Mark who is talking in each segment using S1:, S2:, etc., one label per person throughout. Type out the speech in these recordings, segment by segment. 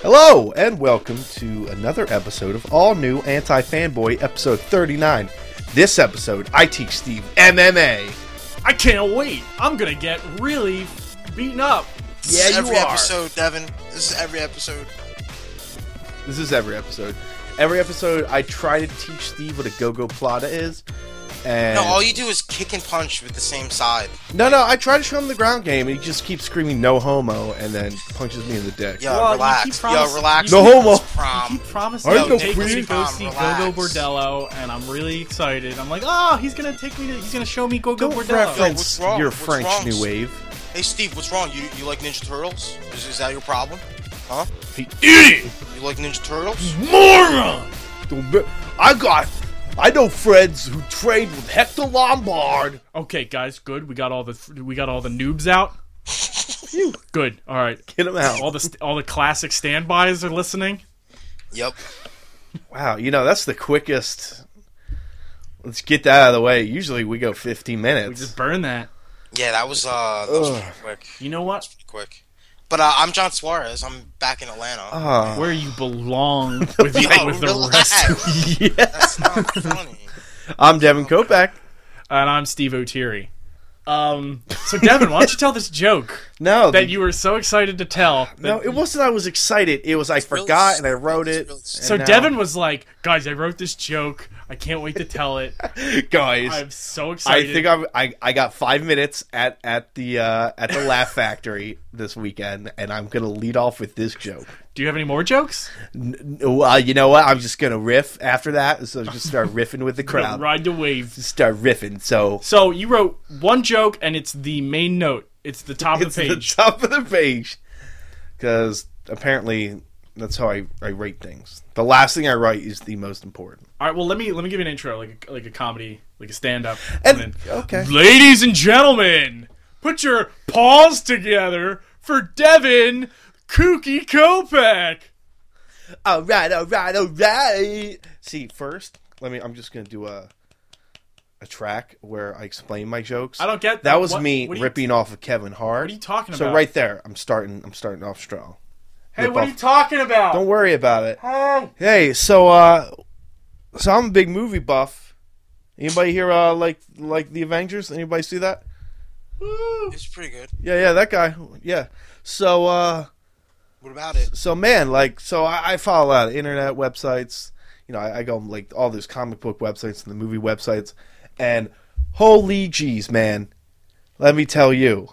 S1: Hello, and welcome to another episode of All New Anti Fanboy, episode 39. This episode, I teach Steve MMA.
S2: I can't wait. I'm gonna get really beaten up.
S1: Yeah, you
S3: every
S1: are.
S3: episode, Devin. This is every episode.
S1: This is every episode. Every episode, I try to teach Steve what a go go plata is. And
S3: No, all you do is kick and punch with the same side.
S1: no, no, I try to show him the ground game, and he just keeps screaming no homo and then punches me in the dick.
S3: Yo,
S2: Well, you keep
S3: relax. Yo,
S2: promising-
S3: relax.
S2: you
S1: No
S3: It's
S1: homo.
S2: You
S3: Prom.
S2: keep promising
S1: Are you
S2: to
S1: no
S2: take me to
S1: queer?
S2: go see
S3: Relax.
S2: Gogo Bordello, and I'm really excited. I'm like, oh, he's gonna take me to, he's gonna show me Gogo
S1: Don't
S2: Bordello.
S1: reference
S3: Yo, what's wrong?
S1: your
S3: What's
S1: French
S3: wrong?
S1: New Wave.
S3: Hey, Steve, what's wrong? You you like Ninja Turtles? Is, is that your problem? Huh?
S1: Idiot!
S3: You like Ninja
S2: Mm-hmm.
S3: Turtles?
S2: Moron!
S1: Don't be- I got. I know friends who trade with Hector Lombard.
S2: Okay, guys, good. We got all the we got all the noobs out. good. All right.
S1: Get him out.
S2: All the st- all the classic standbys are listening.
S3: Yep.
S1: Wow, you know that's the quickest. Let's get that out of the way. Usually we go 15 minutes.
S2: Just burn that.
S3: Yeah, that was uh, that was pretty quick.
S2: You know what?
S3: Quick. But uh, I'm John Suarez. I'm back in Atlanta.
S1: Ah.
S2: Where you belong with, the-
S3: Yo,
S2: with the rest. of-
S3: relax.
S1: yeah.
S3: That's not funny.
S1: I'm Devin Kopak.
S2: and I'm Steve O'Teary. Um, so Devin, why don't you tell this joke
S1: No,
S2: that
S1: the-
S2: you were so excited to tell? that-
S1: no, it wasn't. I was excited. It was I
S3: really
S1: forgot and I
S3: stupid.
S1: wrote
S3: It's
S1: it.
S3: really stupid.
S2: So
S1: and now-
S2: Devin was like, "Guys, I wrote this joke. I can't wait to tell it.
S1: guys,
S2: I'm so excited."
S1: I think I'm, I I got five minutes at at the uh, at the Laugh Factory this weekend, and I'm gonna lead off with this joke.
S2: Do you have any more jokes?
S1: N- n- uh, you know what? I'm just gonna riff after that. So just start riffing with the crowd.
S2: Ride the wave.
S1: Start riffing. So
S2: So you wrote one joke, and it's the main note. It's the top
S1: it's
S2: of the page.
S1: the top of the page because apparently that's how I, I rate things the last thing i write is the most important
S2: All right. Well, let me let me give you an intro, like a, like a comedy, like a stand up.
S1: and okay
S2: ladies and gentlemen, put your paws together for Devin Kooky Kopeck.
S1: all right all right all right see first let me i'm just gonna do a a track where i explain my jokes
S2: I don't get
S1: that was
S2: what-
S1: me
S2: what are you-
S1: ripping off of kevin hart
S2: What are you talking
S1: so
S2: about?
S1: right there i'm starting i'm starting off strong
S2: Hey,
S1: rip
S2: what are
S1: off.
S2: you talking about?
S1: don't worry about it
S2: Hey.
S1: Hey, so uh so I'm a big movie buff. Anybody here uh like like the Avengers? Anybody see that?
S3: It's pretty good.
S1: Yeah, yeah, that guy. Yeah. So uh
S3: What about it?
S1: so man, like so I, I follow a lot of internet websites. You know, I, I go on, like all those comic book websites and the movie websites and holy jeez, man. Let me tell you.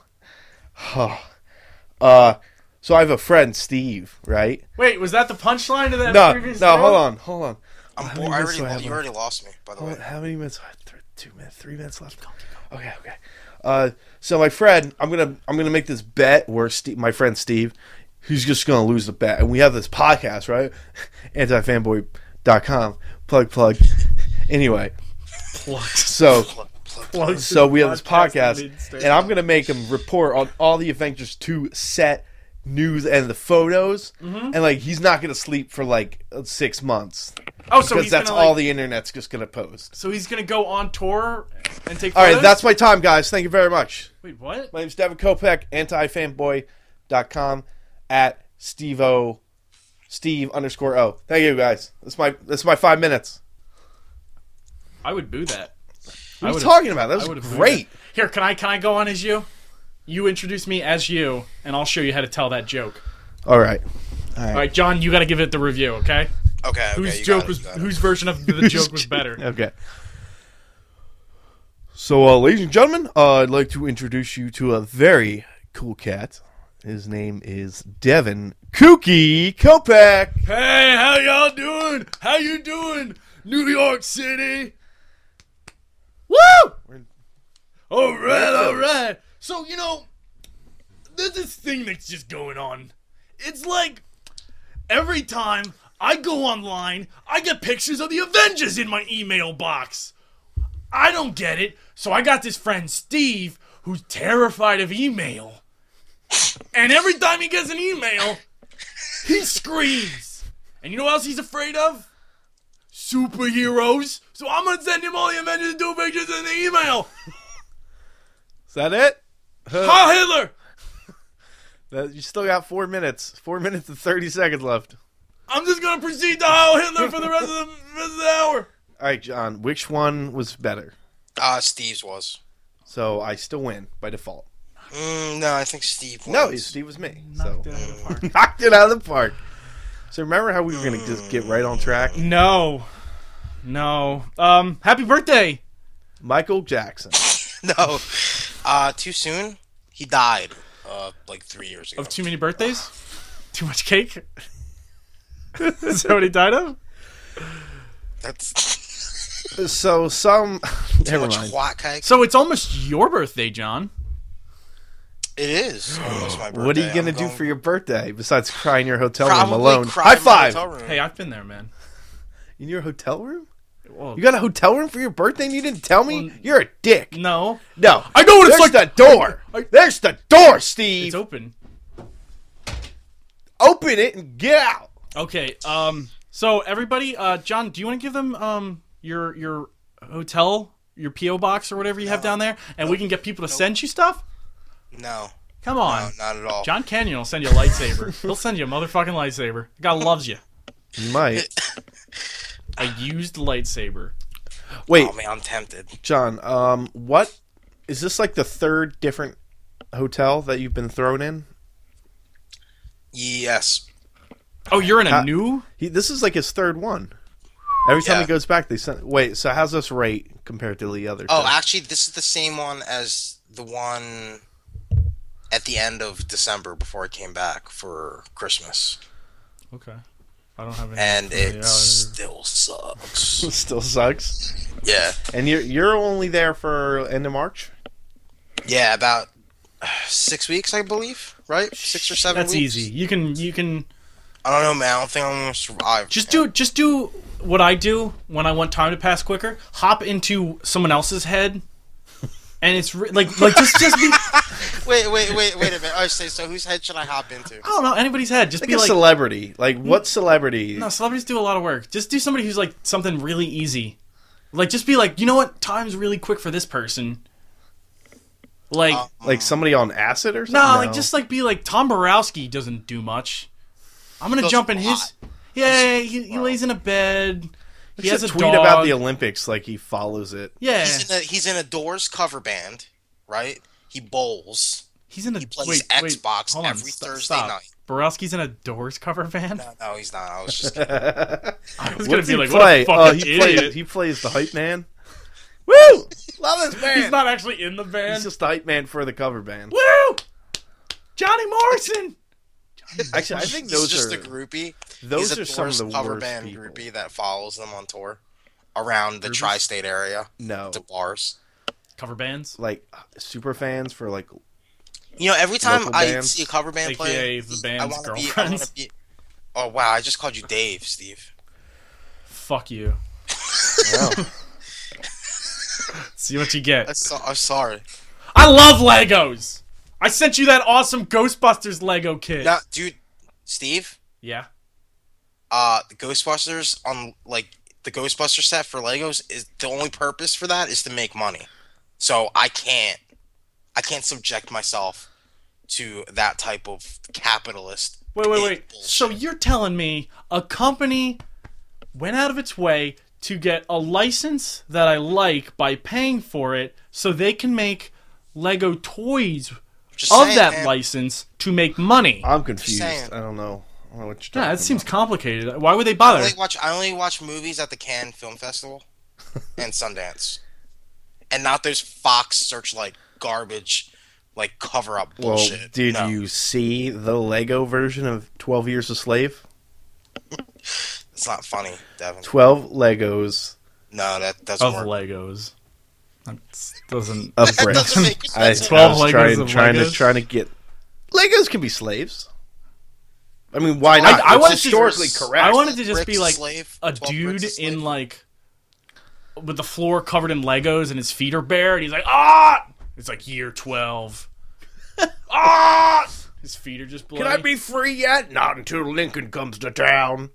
S1: uh so I have a friend, Steve, right?
S2: Wait, was that the punchline to that
S1: No,
S2: previous
S1: no,
S2: joke?
S1: hold on, hold on.
S3: I'm
S1: How
S3: bored.
S1: many
S3: I
S1: minutes
S3: already,
S1: do I
S3: lo-
S1: have
S3: you
S1: left?
S3: already lost me, by the way.
S1: What- how many minutes? Th- Two minutes, three minutes left. Okay, okay. Uh, so my friend, I'm gonna I'm gonna make this bet where Steve, my friend Steve, he's just gonna lose the bet, and we have this podcast, right? Antifanboy.com. Plug plug. anyway,
S2: Plugs.
S1: so
S3: Plug- plug-
S2: Plugs
S1: so we have this
S2: Podcast in
S1: podcast,
S2: mid-state.
S1: and I'm gonna make him report on all the Avengers two set news and the photos,
S2: Mm-hmm.
S1: and like he's not gonna sleep for like six months
S2: Oh, so
S1: because
S2: he's
S1: that's
S2: gonna, like-
S1: all the internet's just gonna post.
S2: So he's gonna go on tour and take.
S1: All right,
S2: photos?
S1: that's my time, guys. Thank you very much.
S2: Wait, what?
S1: My name's Devin Kopeck, antifanboy.com at Steve O, Steve underscore O. Thank you guys. That's my that's my five minutes.
S2: I would boo
S1: What
S2: that. I
S1: are you
S2: would've-
S1: talking about? That
S2: I
S1: was
S2: would've booed
S1: great.
S2: that. Here, can I can I go on as you? You introduce me as you, and I'll show you how to tell that joke.
S1: All right.
S2: All right, John, you got to give it the review, okay?
S3: Okay, okay.
S2: Whose
S3: you got
S2: joke
S3: it,
S2: was
S3: you got it.
S2: whose version of the joke was better?
S1: Okay. So, uh, ladies and gentlemen, uh, I'd like to introduce you to a very cool cat. His name is Devin Kooky Kopeck.
S2: Hey, how y'all doing? How you doing, New York City? Woo! All right, all right. So you know, there's this thing that's just going on. It's like every time I go online, I get pictures of the Avengers in my email box. I don't get it. So I got this friend Steve who's terrified of email. And every time he gets an email, he screams. And you know what else he's afraid of? Superheroes. So I'm gonna send him all the Avengers do pictures in the email.
S1: Is that it?
S2: Heil Hitler!
S1: Uh, You still got four minutes. Four minutes and thirty seconds left.
S2: I'm just gonna proceed to Heil Hitler for the rest of the, rest of the hour.
S1: All right, John. Which one was better?
S3: Ah, Steve's was.
S1: So I still win by default.
S3: Mm, no, I think Steve.
S1: No,
S3: wins.
S1: Steve was me.
S2: Knocked
S1: so
S2: it out of the park.
S1: knocked it out of the park. So remember how we were gonna just get right on track?
S2: No, no. Um, happy birthday.
S1: Michael Jackson.
S3: no. Uh, too soon. He died. Uh, like three years ago.
S2: Of too many birthdays? too much cake? Is that what he died of?
S3: That's
S1: So some.
S3: too
S1: Never
S3: much
S1: mind.
S3: twat cake.
S2: So it's almost your birthday, John.
S3: It is. almost my
S1: What are you
S3: birthday.
S1: gonna
S3: I'm
S1: do
S3: going-
S1: for your birthday besides cry in your hotel
S3: Probably
S1: room alone?
S3: cry
S1: High
S3: in my
S1: five.
S3: hotel room.
S2: Hey, I've been there, man.
S1: In your hotel room?
S2: Well,
S1: You got a hotel room for your birthday and you didn't tell me?
S2: Well,
S1: You're a dick.
S2: no,
S1: No.
S2: I know what it's
S1: There's
S2: like-
S1: the door.
S2: I-
S1: There's the door,
S2: it's
S1: Steve.
S2: open.
S1: Open it and get out.
S2: Okay. Um. So everybody, uh, John, do you want to give them um your your hotel, your PO box or whatever you have down there, and we can get people to send you stuff?
S3: No,
S2: Come on.
S3: no, not at all.
S2: John Canyon will send you a lightsaber. He'll send you a motherfucking lightsaber. The guy loves you.
S1: You might.
S2: A used lightsaber.
S1: Wait,
S3: Oh man, I'm tempted.
S1: John, um what is this like the third different hotel that you've been thrown in?
S3: Yes.
S2: Oh, you're in a
S1: Uh,
S2: new?
S1: He this is like his third one. Every time
S3: Yeah.
S1: he goes back, they send. Wait, so how's this rate compared to the other?
S3: Oh,
S1: two?
S3: actually, this is the same one as the one at the end of December before I came back for Christmas,
S2: Okay. I don't have any.
S3: and it
S2: Yeah,
S3: still sucks.
S1: still sucks.
S3: yeah,
S1: And you're you're only there for end of March.
S3: yeah, about uh, six weeks, I believe. Right, six or seven.
S2: That's
S3: weeks?
S2: easy. You can you can
S3: I don't know, man. I don't think I'm gonna survive.
S2: just
S3: man.
S2: do just do what I do when I want time to pass quicker. Hop into someone else's head, and it's re- like like just just be I
S3: Wait, wait, wait, wait a minute. I say, so whose head should I hop into?
S2: don't know anybody's head. Just
S1: Like
S2: be
S1: a
S2: like
S1: celebrity. Like what celebrity?
S2: no celebrities do a lot of work. Just do somebody who's like something really easy. Like just be like you know what time's really quick for this person. Like
S3: Um, Uh,
S1: Like somebody on acid or something?
S2: No, like just like be like Tom Borowski doesn't do much. I'm gonna
S3: Does
S2: jump in
S3: a
S2: his.
S3: lot.
S2: Yeah, he, he lays in a bed. He
S1: Just
S2: has a
S1: tweet
S2: dog.
S1: about the Olympics. Like he follows it.
S2: yeah,
S3: He's in a he's in a Doors cover band, right? He bowls.
S2: he's in a.
S3: He plays
S2: wait, wait,
S3: Xbox
S2: hold on,
S3: every
S2: stop-
S3: Thursday
S2: stop.
S3: night.
S2: Borowski's in a Doors cover band.
S3: No, no, he's not. I was just
S2: I was
S1: What
S2: gonna
S1: does
S2: be
S1: he
S2: like,
S1: play?
S3: Uh,
S2: what a
S1: oh,
S2: fucking
S1: he
S2: idiot.
S1: plays. He plays the hype man. Woo! Love this man.
S2: he's not actually in the band.
S1: He's just the hype man for the cover band.
S2: Woo! Johnny Morrison.
S1: Actually, I think
S3: he's
S1: those
S3: just
S1: are
S3: a groupie.
S1: those
S3: he's a
S1: are some of
S3: Doors
S1: the
S3: cover
S1: worst
S3: band
S1: people.
S3: groupie that follows them on tour around the tri-state area
S1: no
S3: to bars.
S2: Cover bands.
S1: like super fans for like
S3: You know, every time
S1: Local
S3: I
S1: bands.
S3: see a cover band
S2: AKA
S3: play,
S2: the
S3: I
S2: band's
S3: want to be. I want
S2: girlfriends.
S3: to be. Oh wow! I just called you Dave, Steve.
S2: Fuck you.
S1: wow.
S2: See what you get.
S3: I'm, so, I'm sorry.
S2: I love Legos. I sent you that awesome Ghostbusters Lego kit.
S3: Now, dude, Steve.
S2: yeah.
S3: uh the Ghostbusters on like the Ghostbuster set for Legos is the only purpose for that is to make money. So I can't I can't subject myself to that type of capitalist.
S2: Wait, wait,
S3: pig
S2: wait.
S3: bullshit.
S2: So you're telling me a company went out of its way to get a license that I like by paying for it so they can make Lego toys
S3: Just
S2: of
S3: saying,
S2: that
S3: man.
S2: license to make money.
S1: I'm confused.
S3: saying.
S1: I don't know. I don't know what you're
S2: yeah,
S1: talking
S2: that seems
S1: about.
S2: complicated. Why would they
S3: I
S2: bother?
S3: only watch I only watch movies at the Cannes Film Festival and Sundance, and not those Fox Searchlight garbage, like cover up
S1: Well,
S3: bullshit.
S1: did
S3: No.
S1: you see the Lego version of Twelve Years a Slave?
S3: It's not funny, Devin.
S1: Twelve Legos
S3: No, that doesn't
S2: Of
S3: work.
S2: Legos. That doesn't.
S1: of
S3: That
S1: bricks.
S3: doesn't make
S1: I,
S2: 12
S3: sense.
S1: 12 I was trying,
S2: Legos of
S1: trying to
S2: Legos?
S1: trying to get Legos can be slaves. I mean, why
S2: I,
S1: not?
S2: I
S1: It's
S2: wanted to
S1: historically correct.
S2: I wanted to just
S3: Bricks
S2: be like
S3: slave,
S2: a
S3: 12 bricks
S2: dude
S3: slave.
S2: in like with the floor covered in Legos and his feet are bare, and he's like, ah! It's like year twelve. ah! His feet are just bloody.
S1: Can I be free yet? Not until Lincoln comes to town.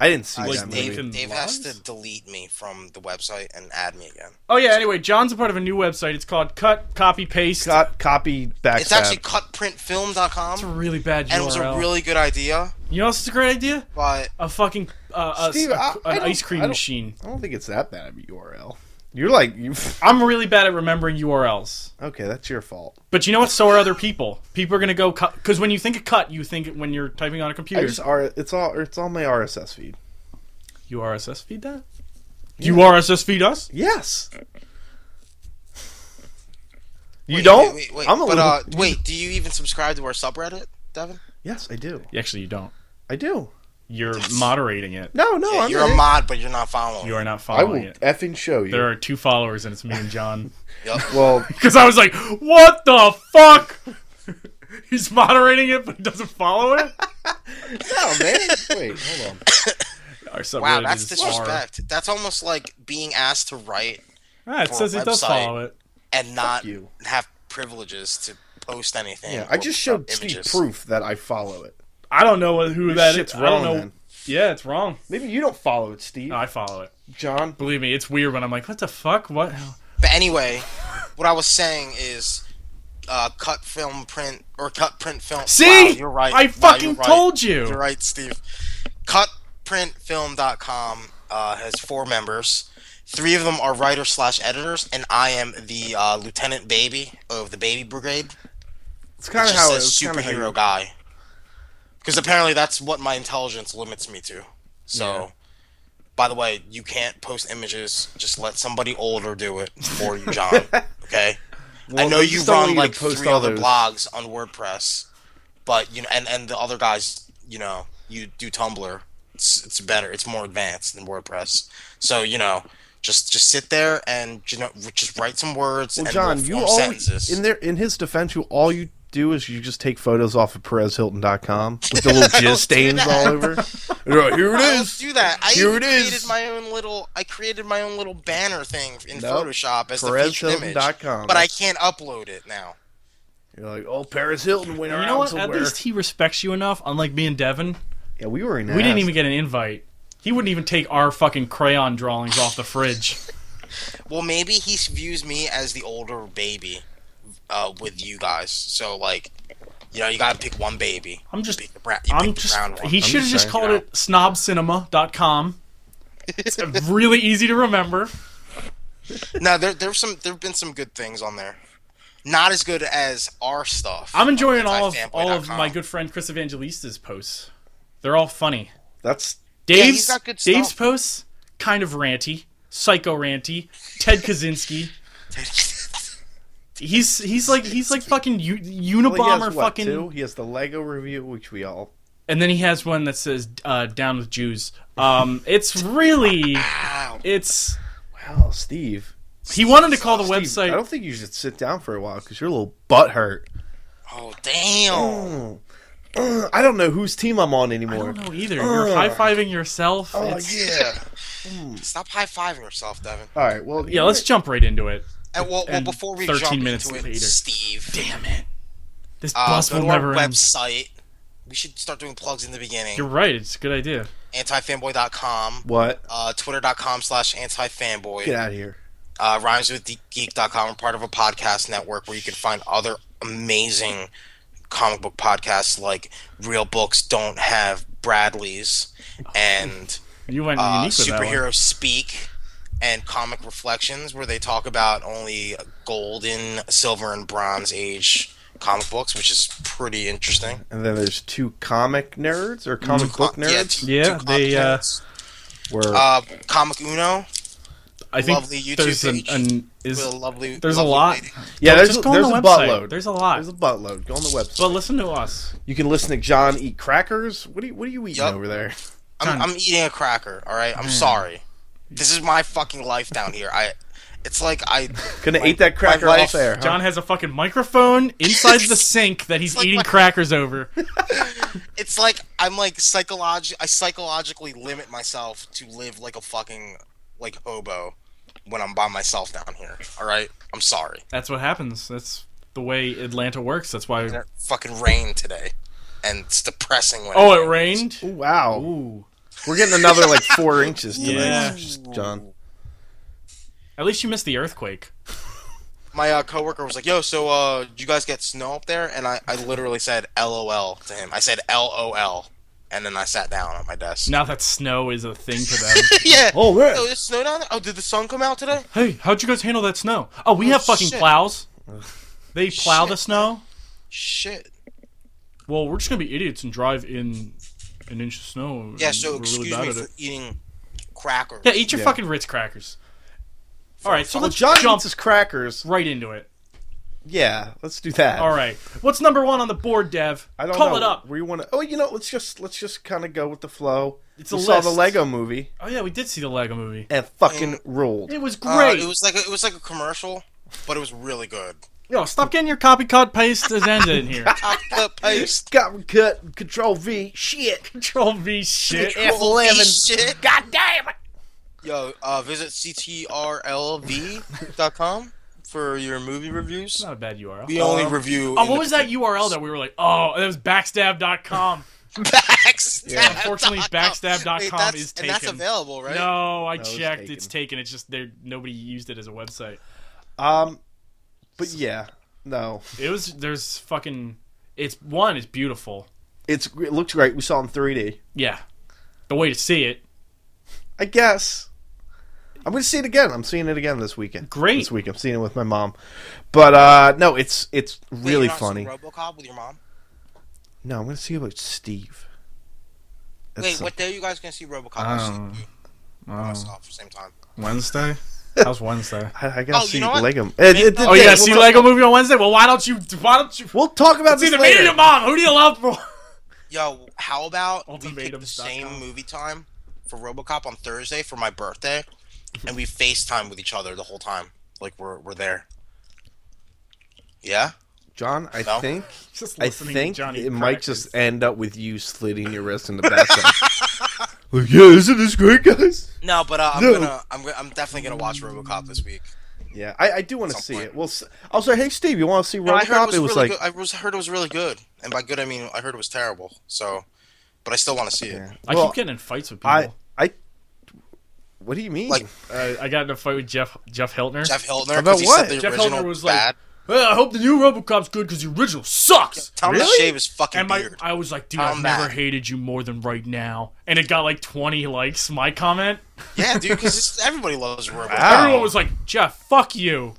S1: I didn't see
S4: Like
S1: that
S4: Nathan-
S1: movie.
S3: Dave, Dave has
S4: Lies?
S3: to delete me from the website and add me again.
S2: Oh yeah. Anyway, John's a part of a new website. It's called Cut Copy Paste.
S1: Co- copy backstab.
S3: It's actually
S2: It's a
S3: cutprintfilm.com,
S2: really bad URL.
S3: and it was a really good idea,
S2: you know, what's a great idea.
S3: but
S2: A fucking uh, a,
S1: Steve,
S2: a-
S1: I- I
S2: an
S1: don't-
S2: ice cream
S1: I don't-
S2: machine.
S1: I don't think it's that bad of a URL. You're like you.
S2: I'm really bad at remembering URLs.
S1: Okay, that's your fault.
S2: But you know what? So are other people. People are gonna go cut because when you think of cut, you think when you're typing on a
S1: I
S2: computer.
S1: just R. It's all. It's on my RSS feed.
S2: You RSS feed that? You RSS feed us?
S1: Yes. You
S3: wait,
S1: don't.
S3: Wait, wait, wait.
S1: I'm a
S3: but
S1: little.
S3: uh, wait, do you even subscribe to our subreddit, Devin?
S1: yes, I do.
S2: Actually, you don't.
S1: I do.
S2: You're moderating it.
S1: No, no.
S3: Yeah,
S1: I'm
S3: you're a
S1: not-
S3: mod, but you're not following.
S2: You are not
S1: I
S2: following
S1: will
S2: it.
S1: effing show you.
S2: There are two followers, and it's me and John.
S3: Yep.
S1: well,
S2: Because I was like, "What the fuck?" He's moderating it, but he doesn't follow it.
S1: no, man. Wait, hold on.
S2: Our subreddit
S3: Wow, that's
S2: is R.
S3: disrespect. That's almost like being asked to write
S2: Ah, it
S3: for a
S2: says it does
S3: website.
S2: follow it.
S3: and not
S1: you.
S3: have privileges to post anything.
S1: Yeah, I
S3: or
S1: just
S3: put up
S1: showed Steve
S3: uh, images.
S1: proof that I follow it.
S2: I don't know what- who that is.
S1: shit's
S2: I don't
S1: wrong,
S2: know.
S1: man.
S2: Yeah, it's wrong.
S1: Maybe you don't follow it, Steve.
S2: No, I follow it.
S1: John.
S2: Believe me, it's weird when I'm like, "What the fuck? What?"
S3: But anyway, what I was saying is uh, cut film print or cut print film.
S2: See,
S3: Wow, you're right.
S2: I
S3: Wow,
S2: fucking
S3: you're right.
S2: told you.
S3: You're right, Steve. Cutprintfilm.com uh, has four members. Three of them are writers slash editors, and I am the uh, Lieutenant Baby of the Baby Brigade.
S1: It's kind of
S3: just
S1: how
S3: a
S1: it's kinda how you-
S3: superhero guy. Because apparently that's what my intelligence limits me to. So, by the way, you can't post images. Just let somebody older do it for you, John. okay. I
S1: Well,
S3: know
S1: they
S3: you
S1: just don't want
S3: run
S1: you to
S3: like
S1: post
S3: three
S1: all
S3: other
S1: those.
S3: blogs on WordPress, but you know, and and the other guys, you know, you do Tumblr. It's it's better. It's more advanced than WordPress. So you know. Just, just sit there and you know, just write some words
S1: Well,
S3: and
S1: John,
S3: we'll
S1: you
S3: form
S1: always
S3: sentences.
S1: in there in his defense, you all you do is you just take photos off of PerezHilton.com with the little jizz stains
S3: that.
S1: all over. You're like, Here it
S3: I
S1: is.
S3: don't do that. I
S1: Here
S3: even
S1: it is.
S3: created my own little. I created my own little banner thing in
S1: Nope.
S3: Photoshop as the featured image,
S1: PerezHilton.com.
S3: but I can't upload it now.
S1: You're like, oh, Perez Hilton went
S2: You
S1: around
S2: know what?
S1: somewhere.
S2: At least he respects you enough. Unlike me and Devin,
S1: yeah, we were in.
S2: we didn't even get an invite. He wouldn't even take our fucking crayon drawings off the fridge.
S3: Well, maybe he views me as the older baby uh, with you guys. So like, you know, you gotta pick one baby.
S2: I'm just-
S3: You pick the, bra- you
S2: I'm
S3: pick the
S2: just.
S3: brown one.
S2: He should have
S1: just
S2: just
S1: saying,
S2: called
S3: you know.
S2: it snobcinema.com. It's really easy to remember.
S3: no, there there's some there've been some good things on there. Not as good as our stuff.
S2: I'm enjoying all of
S3: Anti-fanboy.com.
S2: all of my good friend Chris Evangelista's posts. They're all funny.
S1: That's
S2: Dave's
S3: he's got good stuff.
S2: Dave's posts kind of ranty, psycho ranty. Ted Kaczynski. He's he's like he's like fucking U-
S1: well, he has
S2: Unabomber
S1: what,
S2: fucking.
S1: two? He has the Lego review, which we all.
S2: and then he has one that says uh, "Down with Jews." Um, it's really,
S3: Ow.
S2: it's.
S1: Wow, Steve.
S2: He wanted to call the
S1: Steve, I
S2: website.
S1: don't think you should sit down for a while because your little butt hurt.
S3: Oh damn.
S1: Ugh, I don't know whose team I'm on anymore.
S2: I don't know either. You're high fiving yourself.
S1: Oh,
S2: It's-
S1: yeah.
S3: Stop high fiving yourself, Devin.
S1: all right. Well,
S2: yeah, let's jump right into it.
S3: And well, well
S2: and
S3: before we
S2: 13
S3: jump
S2: minutes
S3: into it,
S2: later.
S3: Steve,
S2: Damn it! This
S3: uh,
S2: bus
S3: go
S2: will
S3: to our
S2: never end.
S3: website. We should start doing plugs in the beginning.
S2: You're right. It's a good idea.
S3: Antifanboy.com,
S1: What?
S3: uh, twitter.com slash antifanboy,
S1: Get out of here.
S3: uh, rhymes with geek.com. We're part of a podcast network where you can find other amazing comic book podcasts like Real Books Don't Have Bradleys and
S2: You went
S3: uh,
S2: unique with that one.
S3: Superhero Speak and Comic Reflections, where they talk about only golden, silver, and bronze age comic books, which is pretty interesting.
S1: And then there's two comic nerds or comic book
S3: Mm, uh, Yeah,
S1: nerds.
S3: two-
S2: Yeah,
S3: two
S2: they, uh,
S3: comic nerds.
S1: Where
S3: Uh, comic Uno
S2: I think
S3: lovely YouTube
S2: there's an,
S3: page
S2: an
S3: with
S2: is
S3: a lovely.
S2: there's a
S3: lovely
S2: lot.
S3: lady.
S1: yeah, there's
S2: Just
S1: a,
S2: go on
S1: there's
S2: the
S1: a
S2: website.
S1: buttload.
S2: There's a
S1: There's a
S2: lot.
S1: buttload. Go on the website.
S2: But listen to us.
S1: you can listen to John eat crackers. What are you What are you eating
S3: Yup.
S1: over there?
S3: I'm, I'm eating a cracker. All right, I'm sorry. This is my fucking life down here. I, it's like I.
S1: Couldn't have ate that cracker off
S3: wife-
S1: air. Huh?
S2: John has a fucking microphone inside the sink that he's
S3: like
S2: eating
S3: my-
S2: crackers over.
S3: It's like I'm like psycholog. I psychologically limit myself to live like a fucking like hobo when I'm by myself down here. All right, I'm sorry.
S2: That's what happens. That's the way Atlanta works. That's why.
S3: It fucking rained today, and it's depressing. When
S2: Oh,
S3: rains.
S2: it rained.
S1: Ooh, wow.
S2: Ooh.
S1: We're getting another like four inches tonight,
S2: Yeah.
S1: just- John.
S2: At least you missed the earthquake.
S3: My uh, coworker was like, "Yo, so uh, did you guys get snow up there?" And I, I literally said "LOL" to him. I said "LOL," and then I sat down at my desk.
S2: Now that snow is a thing to them.
S3: yeah.
S1: Oh, man.
S3: So there's snow down there. Oh, did the sun come out today?
S2: hey, how'd you guys handle that snow? Oh, we have fucking
S3: shit.
S2: plows. They plow the
S3: Shit.
S2: snow.
S3: Shit.
S2: Well, we're just gonna be idiots and drive in an inch of snow.
S3: Yeah.
S2: and
S3: So
S2: we're
S3: excuse
S2: bad
S3: me
S2: at
S3: for
S2: it.
S3: eating crackers.
S2: Yeah, eat your
S1: Yeah.
S2: fucking Ritz crackers. All right, so
S1: Well,
S2: let's
S1: John
S2: jump
S1: eats his crackers.
S2: right into it.
S1: Yeah, let's do that.
S2: All right, what's number one on the board, Dev?
S1: I don't
S2: Call
S1: know.
S2: it up.
S1: We want to. Oh, you know, let's just let's just kind of go with the flow.
S2: It's
S1: we
S2: a
S1: saw the
S2: list.
S1: Lego movie
S2: Oh yeah, we did see the Lego movie.
S1: and fucking ruled.
S2: It was
S3: Uh,
S2: great.
S3: it was like a, it was like a commercial, but it was really good.
S2: Yo, stop getting your copy cut paste agenda in here.
S3: Top clip paste.
S1: Got cut. Control V. Shit.
S2: Control V shit.
S1: F11.
S3: Holy shit.
S1: God damn it.
S3: Yo, uh, visit ctrlv.com for your movie reviews.
S2: Not a bad URL.
S3: We only review.
S2: Oh, what was that URL that we were like, oh, that was backstab.com.
S3: Backstab.
S1: Yeah,
S2: unfortunately, backstab.com is
S3: And that's
S2: taken.
S3: available, right?
S2: No, I
S1: it's
S2: checked.
S1: taken.
S2: It's taken. It's just there. Nobody used it as a website.
S1: Um, but yeah, no,
S2: It was there's fucking. It's one. It's beautiful.
S1: it's it looked great. We saw it in 3D.
S2: Yeah, the way to see it.
S1: I guess. I'm gonna see it again. I'm seeing it again this weekend.
S2: Great.
S1: This week I'm seeing it with my mom. But uh no, it's it's
S3: Wait, you're
S1: really
S3: not
S1: funny.
S3: seeing RoboCop with your mom.
S1: No, I'm gonna see about Steve. That's
S3: Wait,
S1: some-
S3: what day are you guys gonna see RoboCop? I'll see
S2: Um,
S3: you and myself at the same time.
S2: Wednesday. How's Wednesday?
S1: I, I gotta
S3: Oh, you
S1: see
S3: know what?
S1: Lego. It, it,
S2: Oh, you
S1: yeah,
S2: gotta
S1: we'll
S2: see
S1: talk-
S2: Lego movie on Wednesday. Well, why don't you? Why don't you?
S1: We'll talk about
S2: It's
S1: this
S2: either me or
S1: later.
S2: your mom. Who do you love more?
S3: Yo, how about we pick the
S2: Ultimatums dot com.
S3: same movie time for RoboCop on Thursday for my birthday, and we FaceTime with each other the whole time, like we're we're there. Yeah.
S1: John, I
S3: No.
S1: think
S2: Just
S1: I
S2: listening to
S1: think
S2: Johnny
S1: it might
S2: Crackers.
S1: just end up with you slitting your wrist in the bathtub. like, yeah, isn't this great, guys?
S3: No, but uh, I'm
S1: No.
S3: gonna I'm go- I'm definitely gonna watch RoboCop this week.
S1: Yeah, I, I do want to
S3: Some
S1: see
S3: point.
S1: it. Well, s- I was like, hey, Steve, you want to see
S3: No, I heard
S1: RoboCop?
S3: it was,
S1: It was
S3: really
S1: like,
S3: good. I was heard it was really good, and by good I mean I heard it was terrible. So, but I still want to see it.
S2: I
S1: well,
S2: keep getting in fights with people.
S1: I, I, what do you mean?
S3: Like-
S2: Uh, I got in a fight with Jeff Jeff Hiltner.
S3: Jeff Hiltner
S1: About
S3: because he
S1: what?
S3: said the
S2: Jeff
S3: original
S2: Hiltner was like,
S3: bad.
S2: "Hey, I hope the new RoboCop's good because the original sucks.
S3: Tell him to
S1: Really?
S3: shave his fucking
S2: And my,
S3: beard.
S2: I was like, dude,
S3: Tell
S2: I've
S3: him
S2: never
S3: that.
S2: hated you more than right now. And it got like 20 likes, my comment.
S3: yeah, dude, because everybody loves RoboCop.
S1: Wow.
S2: Everyone was like, Jeff, fuck you.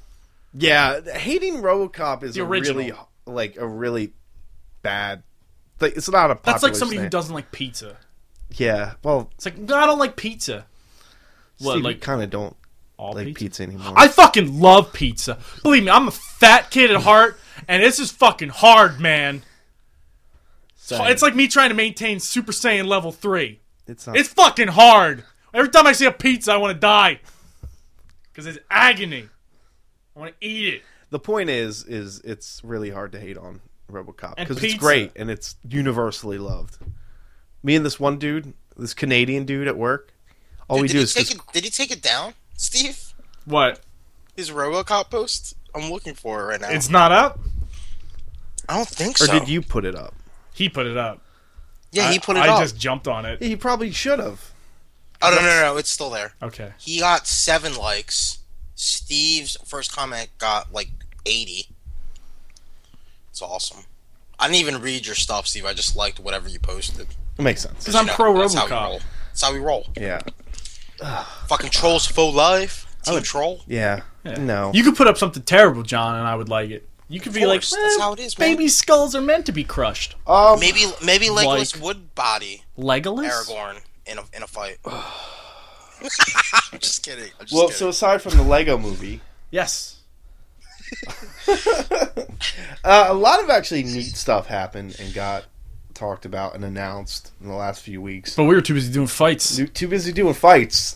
S1: yeah, hating RoboCop is
S2: The
S1: a really,
S2: original.
S1: like, a really bad. Like, it's not a popular.
S2: That's like somebody who
S1: snack.
S2: doesn't like pizza.
S1: Yeah, well,
S2: It's like, no, I don't like pizza. What,
S1: Steve,
S2: like
S1: kind of don't
S2: all
S1: like
S2: pizza?
S1: pizza anymore.
S2: I fucking love pizza. Believe me, I'm a fat kid at heart, and this is fucking hard, man.
S1: Same.
S2: It's like me trying to maintain Super Saiyan level 3.
S1: it's not.
S2: It's fucking hard. Every time I see a pizza, I want to die. Because it's agony. I want to eat it.
S1: the point is, is it's really hard to hate on RoboCop
S2: And
S1: because it's
S2: pizza.
S1: great and it's universally loved. Me and this one dude, this Canadian dude at work, all we
S3: Dude, did,
S1: do
S3: he
S1: is
S3: take
S1: just
S3: it, did he take it down, Steve?
S2: What?
S3: His RoboCop post? I'm looking for it right now.
S2: It's not up?
S3: I don't think
S1: or
S3: so.
S1: did you put it up?
S2: He put it up.
S3: Yeah, he put it
S2: I, I
S3: up.
S2: just jumped on it.
S1: He probably should have.
S3: Oh no, no, no, no, it's still there.
S2: Okay.
S3: He got seven likes. Steve's first comment got like 80. It's awesome. I didn't even read your stuff, Steve. I just liked whatever you posted.
S1: It makes sense.
S2: Because I'm
S3: You know,
S2: pro
S3: that's how we
S2: Robocop.
S3: roll. That's how we roll.
S1: Yeah.
S3: Fucking trolls for life. Team
S1: would-
S3: troll.
S1: Yeah. No.
S2: You could put up something terrible, John, and I would like it. You could be like,
S3: course, that's
S2: "Eh,
S3: how it is, man."
S2: baby skulls are meant to be crushed.
S1: um,
S3: Maybe maybe Legolas
S2: Like-
S3: would body
S2: Legolas?
S3: Aragorn in a in a fight. I'm just kidding. I'm just
S1: well, so
S3: kidding.
S1: aside from the Lego movie,
S2: Yes.
S1: uh, a lot of actually neat stuff happened and got talked about and announced in the last few weeks.
S2: But we were too busy doing fights.
S1: Too- Too busy doing fights,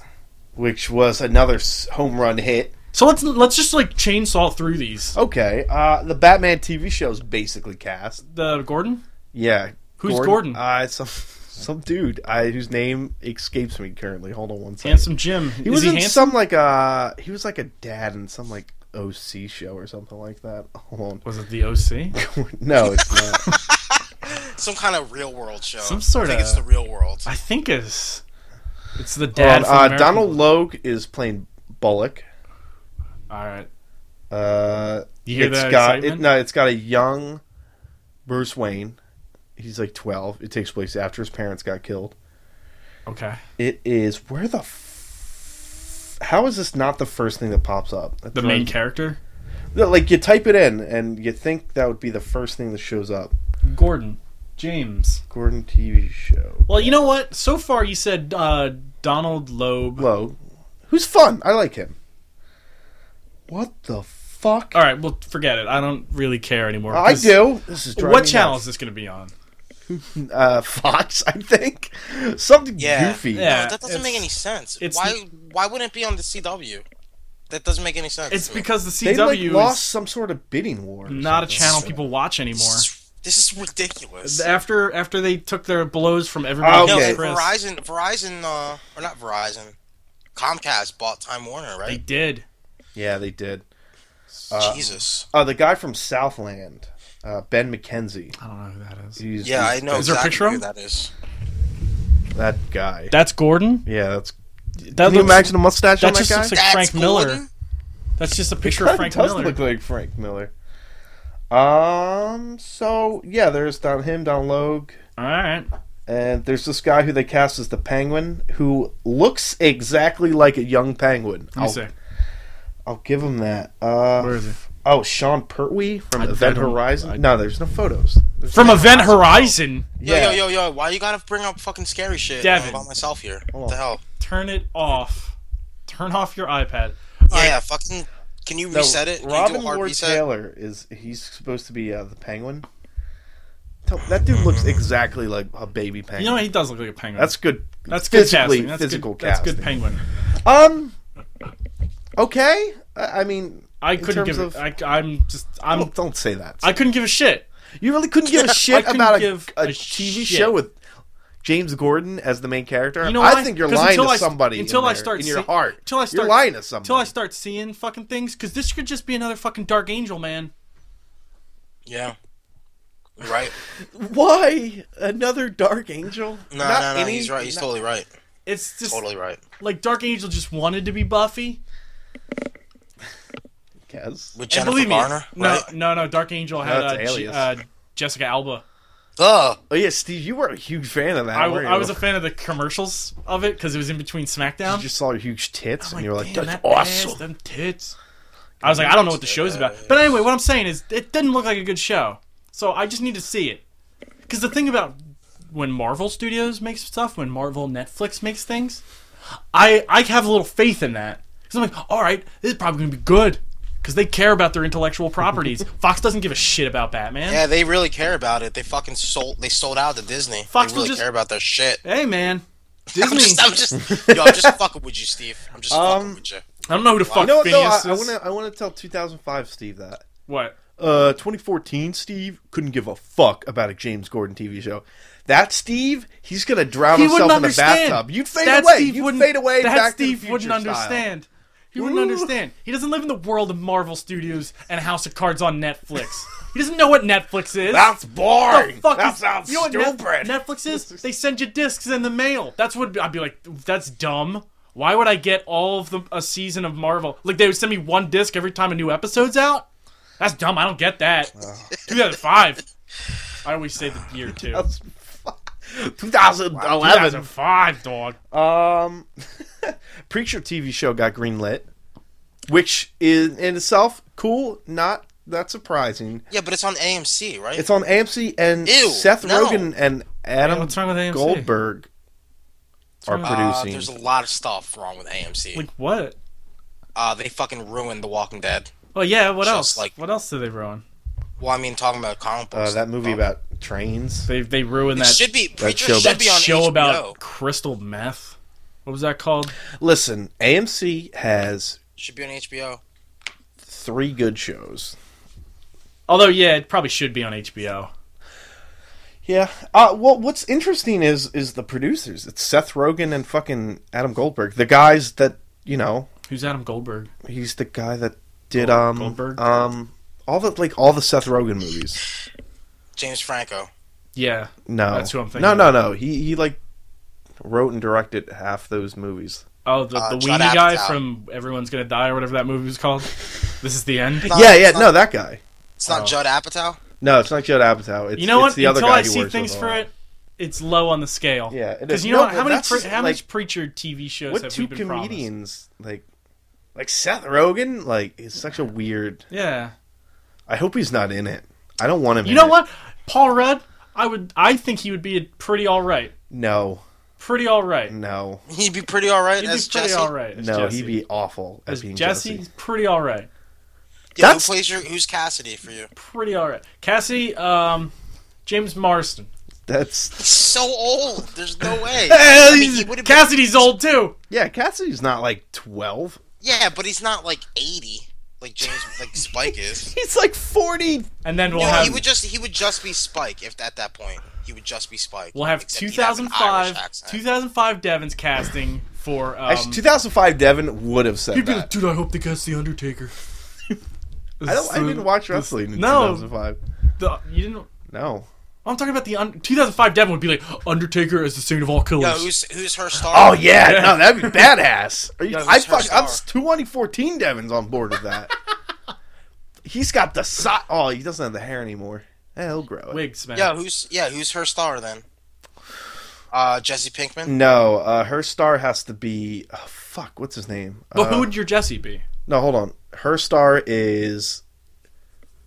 S1: which was another s- home run hit.
S2: So let's let's just like chainsaw through these.
S1: Okay, uh, the Batman TV show is basically cast.
S2: The Gordon?
S1: Yeah,
S2: Who's Gordon?
S1: Uh, it's some some dude I, whose name escapes me currently. Hold on one second.
S2: Handsome Jim.
S1: He
S2: is
S1: was
S2: he
S1: in
S2: handsome?
S1: some like uh he was like a dad in some like OC show or something like that. Hold
S2: was it the OC?
S1: on. no, it's not.
S3: some kind of real world show.
S2: Some sort
S3: I think
S2: of-
S3: it's the real world.
S2: I think it's It's the dad.
S1: Hold
S2: from
S1: on, uh,
S2: American-
S1: Donald Logue is playing Bullock.
S2: All right.
S1: Uh,
S2: You hear
S1: it's
S2: that
S1: got
S2: excitement?
S1: It, no, it's got a young Bruce Wayne. He's like twelve. It takes place after his parents got killed.
S2: Okay.
S1: It is where the. F- how is this not the first thing that pops up?
S2: The
S1: That's
S2: main
S1: what
S2: character,
S1: I'm- No, like you type it in and you think that would be the first thing that shows up.
S2: Gordon James.
S1: Gordon TV show.
S2: Well, you know what? So far, you said uh, Donald Loeb.
S1: Low, who's fun. I like him. What the fuck?
S2: All right. Well, forget it. I don't really care anymore.
S1: I
S2: 'cause-
S1: do. This is driving
S2: What
S1: me
S2: channel is
S1: nuts.
S2: this going to be on?
S1: Uh, Fox, I think. Something
S3: Yeah.
S1: goofy.
S2: Yeah.
S3: no, that doesn't
S2: it's-
S3: make any sense.
S2: it's-
S3: why why wouldn't it be on the CW? That doesn't make any sense.
S2: It's
S3: to me.
S2: because the
S1: They like
S2: CW
S1: lost
S2: is
S1: some sort of bidding war. or
S2: not a
S1: something.
S2: channel people watch anymore.
S3: This is- This is ridiculous.
S2: After after they took their blows from everybody,
S3: no,
S1: Ah, Okay.
S2: else,
S3: and
S1: Yeah,
S2: Chris,
S3: Verizon, Verizon, uh, or not Verizon, Comcast bought Time Warner,
S2: they
S3: right?
S2: did.
S1: Yeah, they did.
S3: Jesus.
S1: Uh, the guy from Southland, uh, Ben McKenzie.
S2: I don't know who that is.
S1: He's,
S3: Yeah, I
S1: he's
S3: know
S2: Is there a
S3: exactly
S2: picture of
S3: who
S2: him?
S3: that is.
S1: that guy.
S2: That's Gordon.
S1: yeah, that's.
S2: That
S1: Can you imagine a mustache
S2: that
S1: on that
S2: just
S1: guy?
S2: looks like
S3: That's
S2: Frank Miller.
S3: Gordon?
S2: That's just a picture of
S1: Kinda
S2: Frank
S1: does
S2: Miller.
S1: look like Frank Miller. Um. So yeah, there's Don him, Don Logue,
S2: All right.
S1: and there's this guy who they cast as the Penguin, who looks exactly like a young Penguin.
S2: Let me
S1: I'll,
S2: see.
S1: I'll give him that. Uh,
S2: Where is he?
S1: Oh, Sean Pertwee from
S2: I- I
S1: Event
S2: don't-
S1: Horizon.
S2: I-
S1: no, there's no photos. There's
S2: From
S1: no-
S2: Event Horizon.
S3: Yo,
S1: Yeah.
S3: yo, yo, yo! Why you gotta bring up fucking scary shit?
S2: Devin.
S3: I'm by myself here.
S1: Hold
S3: What the
S1: on.
S3: hell?
S2: Turn it off. Turn off your iPad.
S3: Yeah, fucking. Can you
S1: No,
S3: reset it? Can you
S1: Robin
S3: do a hard
S1: Lord
S3: reset?
S1: Taylor is he's supposed to be uh, the Penguin. Tell- That dude looks exactly like a baby penguin.
S2: You know what? he does look like a penguin.
S1: that's good.
S2: that's good
S1: physically
S2: casting. That's
S1: physical
S2: good,
S1: casting.
S2: That's good penguin.
S1: Um. Okay. I, I mean,
S2: I
S1: In
S2: couldn't
S1: terms
S2: give.
S1: of-
S2: a I, I'm just. I'm.
S1: don't, don't say that.
S2: I couldn't give a shit.
S1: you really couldn't give
S2: I
S1: a shit
S2: couldn't
S1: about a,
S2: give
S1: a
S2: a
S1: TV
S2: shit.
S1: show with James Gordon as the main character.
S2: You know
S1: I
S2: why?
S1: think you're
S2: 'Cause
S1: lying to
S2: until I-
S1: somebody.
S2: until
S1: in
S2: I
S1: there,
S2: start
S1: in your
S2: see-
S1: heart.
S2: until I
S1: you're
S2: start-
S1: lying to somebody.
S2: Until I start seeing fucking things, because this could just be another fucking Dark Angel, man.
S3: Yeah. Right.
S1: Why another Dark Angel?
S3: No,
S1: Not
S3: no, no.
S1: any-
S3: he's right. He's
S1: not-
S3: totally right.
S2: It's just
S3: Totally right.
S2: like Dark Angel just wanted to be Buffy.
S1: Yes.
S3: With
S2: And
S3: Jennifer
S2: believe me,
S3: Garner.
S2: no,
S3: Right?
S2: no, no. Dark Angel had
S1: that's
S2: uh, G-
S1: Alias.
S2: uh, Jessica Alba.
S3: Ugh.
S1: Oh yeah, Steve, you were a huge fan of that.
S2: I,
S1: weren't
S2: I was
S1: you?
S2: a fan of the commercials of it because it was in between SmackDown.
S1: You just saw your huge tits, and
S2: I'm
S1: you were like,
S2: "Damn,
S1: "That's
S2: that ass,
S1: awesome."
S2: them tits. I was like, I don't know what the show's about. But anyway, what I'm saying is, it didn't look like a good show. So I just need to see it. Because the thing about when Marvel Studios makes stuff, when Marvel Netflix makes things, I I have a little faith in that. Because I'm like, all right, this is probably going to be good. Because they care about their intellectual properties. Fox doesn't give a shit about Batman.
S3: Yeah, they really care about it. They fucking sold. They sold out to Disney.
S2: Fox
S3: they
S2: will
S3: really
S2: just-
S3: care about their shit.
S2: Hey, man.
S3: I'm
S2: Disney.
S3: just, I'm just, yo, I'm just fucking with you, Steve. I'm just
S1: Um,
S3: fucking with you.
S2: I don't know who the fuck
S1: You know what? No, I,
S2: Phineas
S1: I
S2: is.
S1: want to. I want to tell 2005 Steve that.
S2: What?
S1: Uh, 2014 Steve couldn't give a fuck about a James Gordon TV show. That Steve, he's gonna drown
S2: he
S1: himself
S2: wouldn't
S1: in the
S2: understand.
S1: bathtub. You'd fade
S2: that
S1: away.
S2: Steve
S1: You'd
S2: wouldn't,
S1: fade away.
S2: That
S1: back to the
S2: Steve
S1: Future
S2: wouldn't
S1: style.
S2: understand. He wouldn't
S1: Ooh.
S2: understand. He doesn't live in the world of Marvel Studios and House of Cards on Netflix. he doesn't know what Netflix is.
S1: That's boring.
S2: The fuck
S1: that
S2: is-
S1: sounds
S2: you know what Net-
S1: stupid.
S2: Netflix is they send you discs in the mail. That's what I'd be like. That's dumb. Why would I get all of the a season of Marvel? Like they would send me one disc every time a new episode's out. That's dumb. I don't get that. 2005. I always say the year too.
S1: 2011.
S2: 2005, dog.
S1: Um, Preacher TV show got greenlit, which is in itself cool, not that surprising.
S3: Yeah, but it's on AMC, right?
S1: It's on AMC, and
S3: Ew,
S1: Seth
S3: no.
S1: Rogen and Adam
S2: Yeah, what's wrong with AMC?
S1: Goldberg are
S2: wrong with-
S3: uh,
S1: producing.
S3: there's a lot of stuff wrong with AMC.
S2: Like what?
S3: uh, they fucking ruined The Walking Dead.
S2: Well, yeah. What
S3: Just
S2: else?
S3: like-
S2: what else did they ruin?
S3: Well, I mean, talking about comic
S1: Uh,
S3: books.
S1: that movie
S3: Oh.
S1: about trains.
S2: They they ruined
S3: It
S2: that
S3: should be Preacher
S1: show
S3: should
S1: about-
S2: that
S3: be on
S2: show
S3: HBO.
S2: about crystal meth. What was that called?
S1: Listen, AMC has
S3: Should be on HBO.
S1: three good shows.
S2: Although, yeah, it probably should be on HBO.
S1: Yeah. Uh, well, what's interesting is is the producers. It's Seth Rogen and fucking Adam Goldberg, the guys that you know
S2: Who's Adam Goldberg?
S1: He's the guy that did
S2: Gold-
S1: um
S2: Goldberg?
S1: um all the like all the Seth Rogen movies.
S3: James Franco.
S2: Yeah,
S1: No,
S2: That's who I'm thinking
S1: No, no, no. He he like wrote and directed half those movies.
S2: Oh, the,
S3: Uh,
S2: the
S3: Judd
S2: weenie guy
S3: Apatow.
S2: from Everyone's Gonna Die or whatever that movie was called. this is the end.
S3: Not-
S1: yeah, yeah,
S3: it's
S1: no, that guy.
S3: It's not
S2: Oh.
S3: Judd Apatow.
S1: No, it's not Judd Apatow. It's,
S2: you know
S1: It's
S2: what?
S1: the other
S2: Until
S1: guy
S2: I
S1: who
S2: see
S1: works
S2: things
S1: with
S2: for
S1: Owen.
S2: it, it's low on the scale.
S1: Yeah, it
S2: because
S1: is.
S2: you know
S1: No,
S2: what? How
S1: well,
S2: many
S1: that's
S2: pre-
S1: just,
S2: how
S1: like-
S2: much preacher TV shows
S1: What
S2: have
S1: two
S2: we been promised?
S1: comedians like like Seth Rogen? Like, is such a weird.
S2: Yeah.
S1: I hope he's not in it. I don't want him.
S2: You
S1: in
S2: know
S1: it.
S2: what? Paul Rudd. I would. I think he would be a pretty all right.
S1: No,
S2: Pretty all right.
S1: no,
S3: He'd be pretty all right
S2: He'd be
S3: as
S2: pretty
S3: Jesse.
S2: all right. As
S1: no.
S2: Jesse.
S1: He'd be awful at
S2: as
S1: being
S2: Jesse.
S1: Jesse.
S2: He's pretty all right.
S3: Yeah,
S1: That's-
S3: who plays your? Who's Cassidy for you?
S2: Pretty all right. Cassie. Um, James Marston.
S1: That's
S3: He's so old. There's no way. Eh, I mean, he would've been-
S2: Cassidy's old too.
S1: yeah. Cassidy's not like twelve.
S3: yeah, but he's not like 80, like James, like Spike is.
S1: He's like forty.
S2: And then we'll
S3: No,
S2: have
S3: he would just he would just be Spike if at that point he would just be Spike.
S2: we'll have
S3: except he'd have an Irish
S2: 2005
S3: accent.
S2: 2005 Devon's casting for um,
S1: Actually, 2005 Devin would have said
S2: He'd be like,
S1: that.
S2: dude, I hope they cast the Undertaker.
S1: I, don't, I didn't watch wrestling in
S2: No.
S1: 2005.
S2: The, you didn't.
S1: No.
S2: I'm talking about the un- 2005 Devin would be like Undertaker as the saint of all killers.
S3: Yo, who's who's her star?
S1: Oh yeah, no, that'd be badass. Are you,
S3: Yeah,
S1: I
S3: that's her
S1: fuck. I'm
S3: star.
S1: 2014. Devin's on board with that. He's got the so- Oh, he doesn't have the hair anymore. Eh, he'll grow it.
S2: Wigs, man.
S3: Yeah, who's yeah who's her star then? Uh, Jesse Pinkman.
S1: No, uh, her star has to be. Oh, fuck, what's his name?
S2: well,
S1: Uh,
S2: who would your Jesse be?
S1: no, hold on. Her star is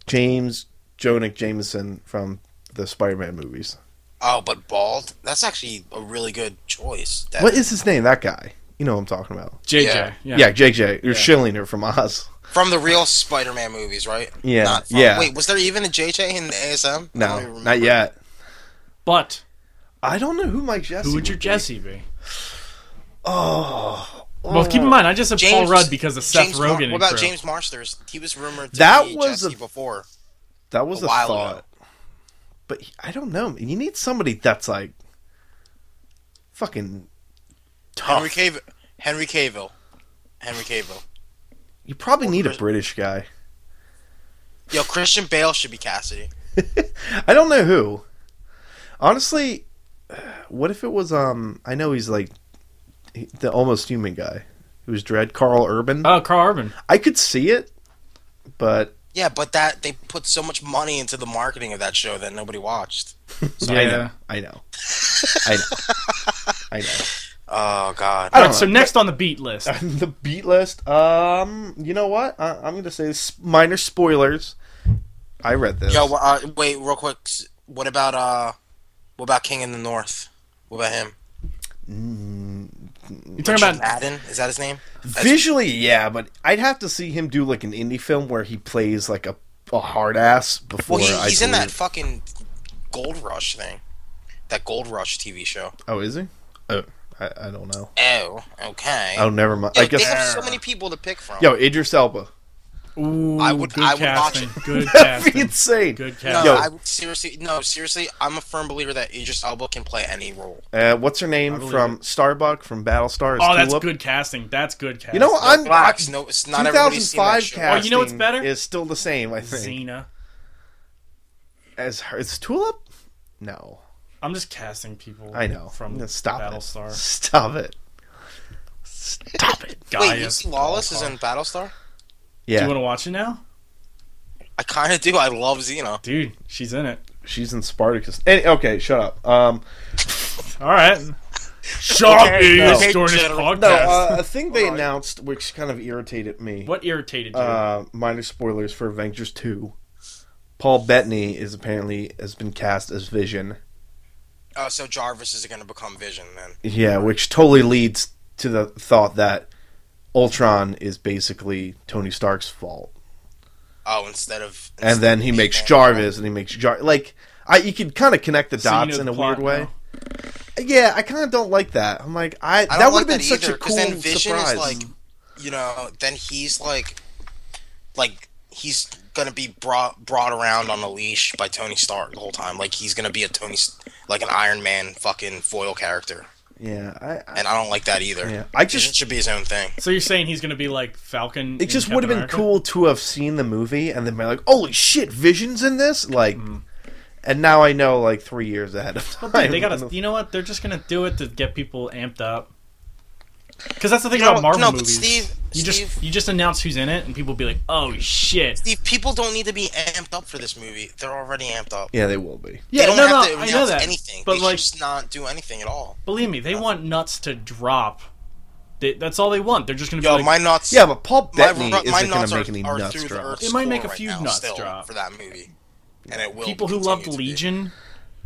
S1: James Jonick Jameson from the Spider-Man movies.
S3: Oh, but bald. That's actually a really good choice. That,
S1: What is his name? That guy. You know what I'm talking about.
S2: JJ.
S3: Yeah.
S2: Yeah.
S1: Yeah, JJ. You're shilling her from Oz.
S3: From the real Spider-Man movies, right?
S1: Yeah,
S3: Not from-
S1: yeah.
S3: Wait, was there even a JJ in the ASM? I don't even
S1: No,
S3: remember.
S1: not yet.
S2: But
S1: I don't know who my Jesse.
S2: who would your
S1: be.
S2: Jesse be?
S1: Oh,
S2: Well, keep in mind, I just said
S3: Mm. James,
S2: Paul Rudd because of Seth
S3: James Mar-
S2: Rogen.
S3: what about
S2: intro.
S3: James Marsters? He was rumored to
S1: That
S3: be
S1: was
S3: Jesse
S1: a-
S3: before.
S1: that was
S3: A
S1: a,
S3: while
S1: thought.
S3: ago.
S1: But he- I don't know. You need somebody that's like fucking tough.
S3: Henry Cavill. Henry Cavill. Henry Cavill.
S1: you probably need a
S3: Chris-
S1: British guy.
S3: Yo, Christian Bale should be Cassidy.
S1: I don't know who. Honestly, what if it was um? I know he's like he- the almost human guy who was dread Carl Urban.
S2: Oh, Carl Urban.
S1: I could see it, but
S3: Yeah, but that they put so much money into the marketing of that show that nobody watched.
S1: I
S2: Yeah.
S1: know, I know, I know, I know.
S3: Oh God.
S1: I
S2: All
S1: don't
S2: right, so
S1: know.
S2: next on the beat list.
S1: the beat list. Um, you know what? I, I'm gonna say s- minor spoilers. I read this.
S3: Yo, uh, wait, real quick. s- What about uh, what about King in the North? What about him?
S2: You're talking about
S3: Madden? Is that his name?
S1: Visually, yeah, but I'd have to see him do like an indie film where he plays like a, a hard ass before.
S3: Well, he,
S1: I
S3: he's in that
S1: believe-
S3: fucking Gold Rush thing, that Gold Rush TV show.
S1: Oh, is he? Oh, I, I don't know.
S3: Oh, okay.
S1: Oh, never mind.
S3: Yo,
S1: I
S3: they have
S1: guess.
S3: so many people to pick from.
S1: Yo, Idris Elba.
S2: ooh,
S3: I would-
S2: good
S3: I would watch
S2: casting.
S3: it.
S2: Good
S1: That'd be
S2: casting.
S1: insane.
S2: Good
S3: no,
S2: casting.
S1: Yo.
S3: I would seriously, no, seriously, I'm a firm believer that Idris Elba can play any role.
S1: Uh, what's her name
S2: believe
S1: from Starbuck from Battlestar? is
S2: Oh, that's
S1: Tulip.
S2: good casting. That's good casting.
S1: You know what? I'm
S3: Relax, no, it's not everybody's seen that
S1: 2005
S3: show.
S1: casting.
S2: Oh, you know what's better?
S1: Is still the same. I think.
S2: Xena.
S1: As her, it's Tulip. No.
S2: I'm just casting people.
S1: I know.
S2: From
S1: No, stop
S2: Battlestar.
S1: it. Stop it. Stop it.
S3: Wait,
S2: Gaius
S3: Lucy Lawless is
S2: Baltar.
S3: in Battlestar?
S2: Do you
S1: Yeah,
S2: want to watch it now,
S3: I kind of do. I love Xena.
S2: dude? She's in it.
S1: she's in Spartacus. Any- okay, shut up. Um,
S2: All right. Shut
S1: up, Okay, idiots,
S3: no. during this podcast.
S1: no, uh, a thing they
S3: All right.
S1: announced which kind of irritated me.
S2: what irritated you?
S1: Uh, minor spoilers for Avengers Two. Paul Bettany is apparently has been cast as Vision.
S3: Oh, so Jarvis is going to become Vision then.
S1: Yeah, which totally leads to the thought that Ultron is basically Tony Stark's fault.
S3: Oh, instead of
S1: and then he
S3: instead of
S1: makes
S3: Batman.
S1: Jarvis, and he makes Jar. Like I, you could kind of connect the
S2: So you
S1: dots
S2: know
S1: in
S2: the
S1: a
S2: plot
S1: weird way.
S2: now.
S1: Yeah, I kind of don't like that. I'm like, I,
S3: I
S1: that
S3: don't
S1: would have been
S3: like that
S1: such
S3: either,
S1: a cool
S3: 'cause then Vision
S1: surprise.
S3: Is like, you know, then he's like, like he's gonna be brought brought around on a leash by Tony Stark the whole time. Like he's gonna be a Tony, S- like an Iron Man fucking foil character,
S1: yeah, I, I,
S3: and I don't like that either.
S1: yeah, I
S3: Vision
S1: just
S3: should be his own thing.
S2: So you're saying he's gonna be like Falcon?
S1: it
S2: in
S1: just
S2: Captain
S1: would have been
S2: America?
S1: cool to have seen the movie and then be like, holy shit, Vision's in this. Like, and now I know like three years ahead of time.
S2: Well, dude, Mm. they gotta. You know what? They're just gonna do it to get people amped up. Because that's the thing
S3: No,
S2: about Marvel
S3: no, but
S2: movies.
S3: Steve,
S2: you
S3: Steve-
S2: just you just announce who's in it, and people be like, "Oh shit!"
S3: Steve, people don't need to be amped up for this movie. They're already amped up.
S1: yeah, they will be.
S2: Yeah,
S3: they don't
S2: no,
S3: have
S2: no,
S3: to
S2: I
S3: announce
S2: know that.
S3: anything.
S2: but
S3: they
S2: like,
S3: should just not do anything at all.
S2: believe me, they want nuts to drop. They, that's all they want. They're just gonna be
S3: Yo,
S2: like,
S3: my nuts.
S1: Yeah, but Paul
S3: my,
S1: Bettany
S3: my
S1: isn't going
S3: nuts
S1: to
S3: are,
S1: make any
S3: are
S1: nuts
S3: through the
S1: drop.
S3: Earth's
S2: It might make a
S3: core right
S2: few
S3: now
S2: nuts
S3: still
S2: drop.
S3: for that movie, and it will.
S2: people who
S3: continue
S2: loved
S3: to be.
S2: Legion.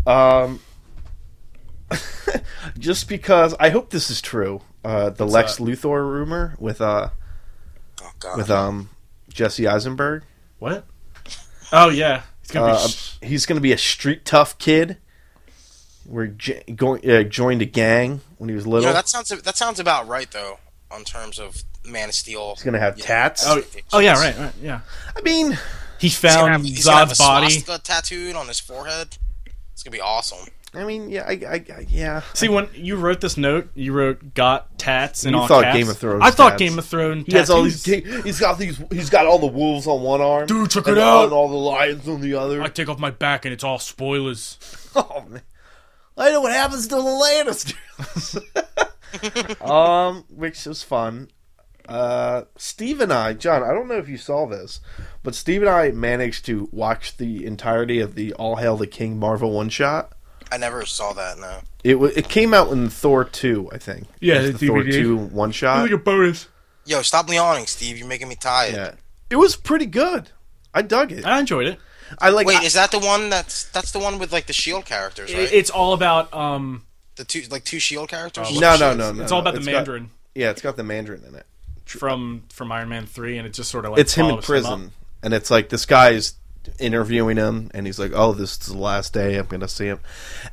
S1: Um, just because I hope this is true. Uh, the Lex
S2: that?
S1: Luthor rumor with uh
S3: Oh god.
S1: with um Jesse Eisenberg.
S2: What? Oh yeah, it's gonna
S1: Uh,
S2: be.
S1: he's going to be a street tough kid. We're j- going uh, joined a gang when he was
S3: you
S1: little.
S3: know, that sounds that sounds about right though, on terms of Man of Steel.
S1: he's going to have
S3: Yeah.
S1: tats.
S2: Oh, oh yeah, right, right, yeah.
S1: I mean,
S2: He
S3: He's gonna
S2: found
S3: have- he's gonna have
S2: Zod's
S3: a
S2: body.
S3: swastika tattooed on his forehead. It's gonna be awesome.
S1: I mean, yeah, I, I, I yeah.
S2: See, when you wrote this note, you wrote "got tats" and
S1: You
S2: all
S1: thought
S2: caps.
S1: Game of Thrones
S2: I thought
S1: tats.
S2: Game of Thrones.
S1: He has all
S2: tattoos.
S1: these. He's got these. He's got all the wolves on one arm.
S2: Dude, check
S1: and
S2: it out.
S1: and all the lions on the other.
S2: I take off my back and it's all spoilers.
S1: Oh man. I know what happens to the Lannisters. um, which was fun. Uh, Steve and I, John, I don't know if you saw this, but Steve and I managed to watch the entirety of the All Hail the King Marvel one shot.
S3: I never saw that. No.
S1: It wa it came out in Thor two, I think.
S2: Yeah,
S1: It was
S2: the
S1: Thor
S2: DVD.
S1: two one shot.
S2: bonus.
S3: Yo, stop yawning, Steve. You're making me tired.
S1: Yeah, it was pretty good. I dug it.
S2: I enjoyed it.
S1: I like.
S3: Wait,
S1: I-
S3: is that the one that's that's the one with like the shield E characters, right?
S2: It- It's all about um.
S3: the two like two shield E characters. or
S1: no,
S3: some
S1: no,
S3: shit?
S1: no, no.
S2: It's all about
S1: no.
S2: the
S1: got-
S2: Mandarin
S1: yeah, it's got the Mandarin in it.
S2: from from Iron Man three, and it just sort of like
S1: it's him in
S2: follows up.
S1: prison, and it's like this guy's interviewing him, and he's like, "Oh, this is the last day I'm gonna see him,"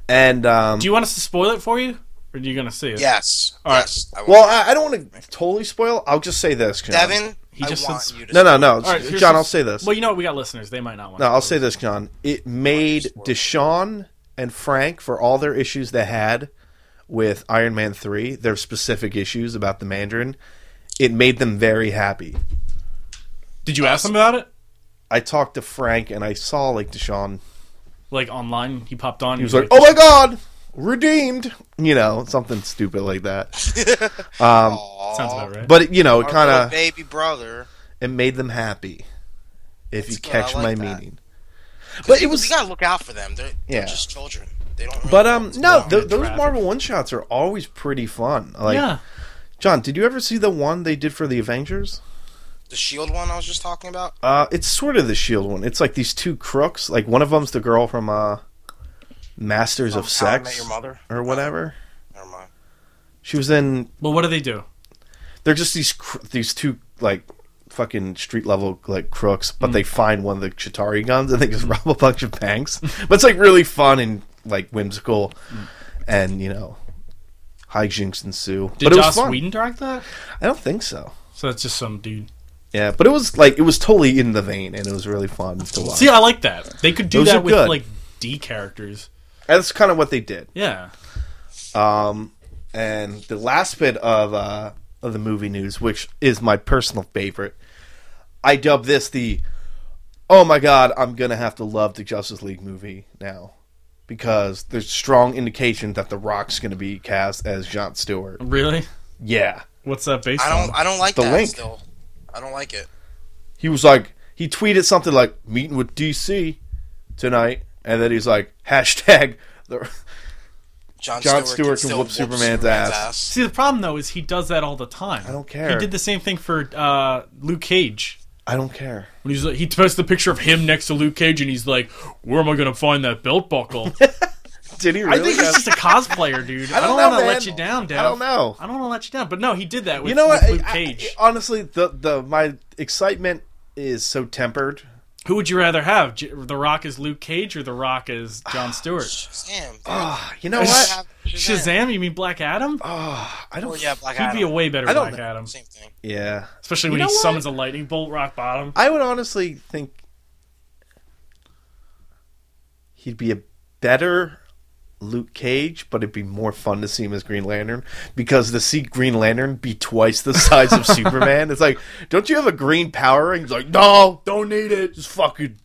S1: and um,
S2: Do you want us to spoil it for you, or are you gonna see it?
S3: Yes.
S2: All right.
S3: yes. I
S1: well,
S3: want-
S1: I, I don't want to totally spoil. I'll just say this, John.
S3: Devin,
S2: He
S3: I
S2: just
S3: want
S2: says-
S3: you to.
S1: No, no, no,
S2: All right, here's
S1: John.
S2: some-
S1: I'll say this.
S2: Well, you know what? We got listeners. They might not want.
S1: no,
S2: to
S1: I'll say this, John. It made Deshaun and Frank for all their issues they had with Iron Man three, their specific issues about the Mandarin. It made them very happy.
S2: Did you ask them about it?
S1: I talked to Frank, and I saw like Deshaun
S2: Like online, he popped on.
S1: He was like, "Oh my god, redeemed," you know, something stupid like that.
S3: Aw,
S2: sounds about right."
S1: "Oh." But it- you know, it
S3: our
S1: kind
S3: little
S1: of
S3: baby brother.
S1: it made them happy. If you
S3: That's good, I
S1: catch my
S3: like that.
S1: meaning. But it
S3: You
S1: was,
S3: gotta look out for them. They're, they're
S1: Yeah.
S3: just children. They don't. Really
S1: but um, no,
S2: wrong
S1: th-
S2: with
S1: those
S2: traffic?
S1: Marvel one shots are always pretty fun. Like,
S2: yeah,
S1: John, did you ever see the one they did for the Avengers?
S3: the shield one I was just talking about.
S1: Uh, it's sort of the Shield one. It's like these two crooks. Like one of them's the girl from uh, Masters
S3: How
S1: of
S3: I Met
S1: Sex
S3: Your mother.
S1: or whatever.
S3: Never mind.
S1: She was in
S2: well, what do they do?
S1: they're just these cr- these two like fucking street level like crooks,
S2: Mm.
S1: but they find one of the Chitari guns and they just rob a bunch of banks. but it's like really fun and like whimsical,
S2: Mm.
S1: and you know, hijinks ensue.
S2: Did
S1: but it was
S2: Joss
S1: fun.
S2: Whedon direct that?
S1: I don't think so.
S2: So that's just some dude.
S1: Yeah, but it was like it was totally in the vein, and it was really fun to watch.
S2: See, I like that. They could do
S1: Those are
S2: that with
S1: good.
S2: like D characters.
S1: That's kind of what they did.
S2: Yeah.
S1: Um, and the last bit of uh, of the movie news, which is my personal favorite, I dub this the "Oh my God, I'm gonna have to love the Justice League movie now," because there's strong indication that The Rock's gonna be cast as John Stewart.
S2: Really?
S1: Yeah,
S2: What's that based
S3: I
S2: on?
S3: don't. I don't like
S1: uh, The
S3: that.
S1: Link.
S3: Still, I don't like it.
S1: he was like he tweeted something like "Meeting with DC tonight," and then he's like hashtag the.
S3: John,
S1: Jon Stewart can
S3: still
S1: whoop Superman's ass.
S2: See, the problem though is he does that all the time. I
S1: don't care.
S2: He did the same thing for uh, Luke Cage.
S1: I don't care.
S2: When he's like, he posted the picture of him next to Luke Cage, and he's like, "Where am I going to find that belt buckle?"
S1: Did he
S2: I
S1: really?
S2: think he's just a cosplayer, dude. I
S1: don't
S2: don't,
S1: know,
S2: want to
S1: man.
S2: let you down, Dev.
S1: I don't know.
S2: I don't want to let you down. But no, he did that with,
S1: you know what?
S2: with Luke
S1: I- I-
S2: Cage.
S1: honestly, the the my excitement is so tempered.
S2: Who would you rather have? J- the Rock is Luke Cage, or The Rock is John Stewart?
S3: Damn. dude.
S1: Ah, you know
S3: I
S1: what?
S3: have Shazam.
S2: Shazam? You mean Black Adam?
S1: Ah, I
S3: Oh,
S1: don't.
S3: yeah, Black
S2: He'd
S3: Adam.
S2: be a way better
S1: I don't
S2: Black
S1: know.
S2: Adam,
S3: Same thing.
S1: Yeah,
S2: especially
S1: You
S2: when he
S1: know what?
S2: summons a lightning bolt rock bottom.
S1: I would honestly think he'd be a better Luke Cage, but it'd be more fun to see him as Green Lantern because to see Green Lantern be twice the size of Superman, it's like, don't you have a green power? And he's like, no,
S2: Don't need it.
S1: just fucking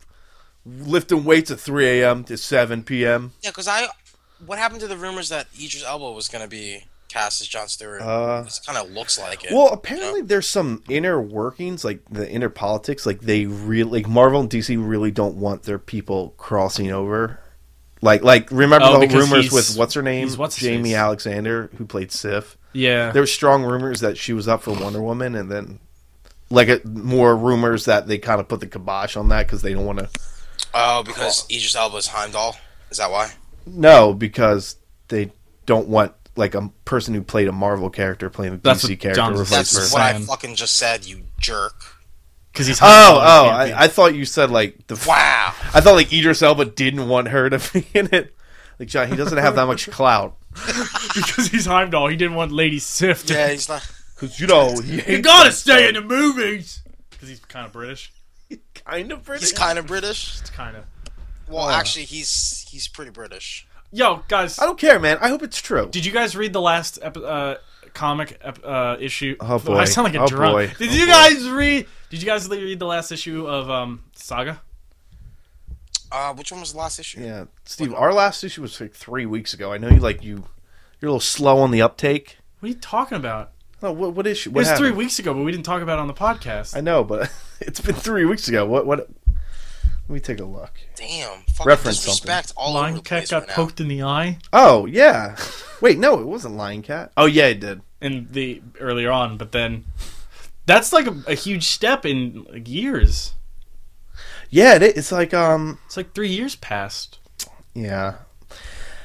S1: lifting weights at 3 a.m. to 7 p.m.
S3: Yeah, because I. What happened to the rumors that Idris Elba was going to be cast as John Stewart?
S1: Uh,
S3: it kind of looks like it.
S1: Well, apparently there's some inner workings, like the inner politics. Like they really, like Marvel and DC really don't want their people crossing over. Like, like remember
S2: Oh,
S1: the
S2: because
S1: rumors
S2: he's-
S1: with what's her name,
S2: he's what's his
S1: Jamie
S2: face. Uh-huh.
S1: Alexander, who played Sif.
S2: Yeah.
S1: There were strong rumors that she was up for Wonder Woman, and then like uh, more rumors that they kind of put the kibosh on that because they don't want to. uh,
S3: oh, because Idris Elba's Heimdall. Is that why?
S1: No, because they don't want like a person who played a Marvel character playing a
S2: That's
S1: DC
S2: what
S1: character.
S2: John's-
S1: replaced
S3: That's
S1: her.
S2: Vice
S3: what I
S2: versa.
S3: fucking just said. You jerk.
S2: Because he's
S1: Oh, oh!
S2: He can't be-
S1: I, I thought you said like the.
S3: Wow.
S1: I thought like Idris Elba didn't want her to be in it. Like John, he doesn't have that much clout
S2: because he's Heimdall. He didn't want Lady Sif. To,
S3: Yeah, he's not.
S1: because you know he
S2: You
S1: ain't
S2: gotta stay in the movies. Because he's kind of British.
S1: kind of pretty.
S3: He's kind of British.
S2: It's kind of.
S3: Well, actually, he's he's pretty British.
S2: Yo, guys,
S1: I don't care, man. I hope it's true.
S2: did you guys read the last ep- uh, comic ep- uh, issue?
S1: Oh, boy.
S2: I sound like a
S1: Oh,
S2: drunk.
S1: boy.
S2: Did
S1: Oh,
S2: you
S1: boy.
S2: guys read? Did you guys read the last issue of um, Saga?
S3: Uh, which one was the last issue?
S1: yeah, Steve. Our last issue was like three weeks ago. I know you like you. You're a little slow on the uptake.
S2: What are you talking about?
S1: No, what what issue?
S2: It
S1: What
S2: was
S1: happened?
S2: three weeks ago, but we didn't talk about it on the podcast.
S1: I know, but it's been three weeks ago. What what? Let me take a look.
S3: Damn. Fucking
S1: Reference
S3: disrespect all over
S2: Lion
S3: the
S2: Cat
S3: place
S2: got
S3: right now.
S2: poked in the eye,
S1: Oh yeah. Wait, no, it wasn't Lion Cat. Oh yeah, it did.
S2: in the earlier on, but then that's like a, a huge step in like, years.
S1: Yeah, it, it's like um.
S2: It's like three years past.
S1: Yeah.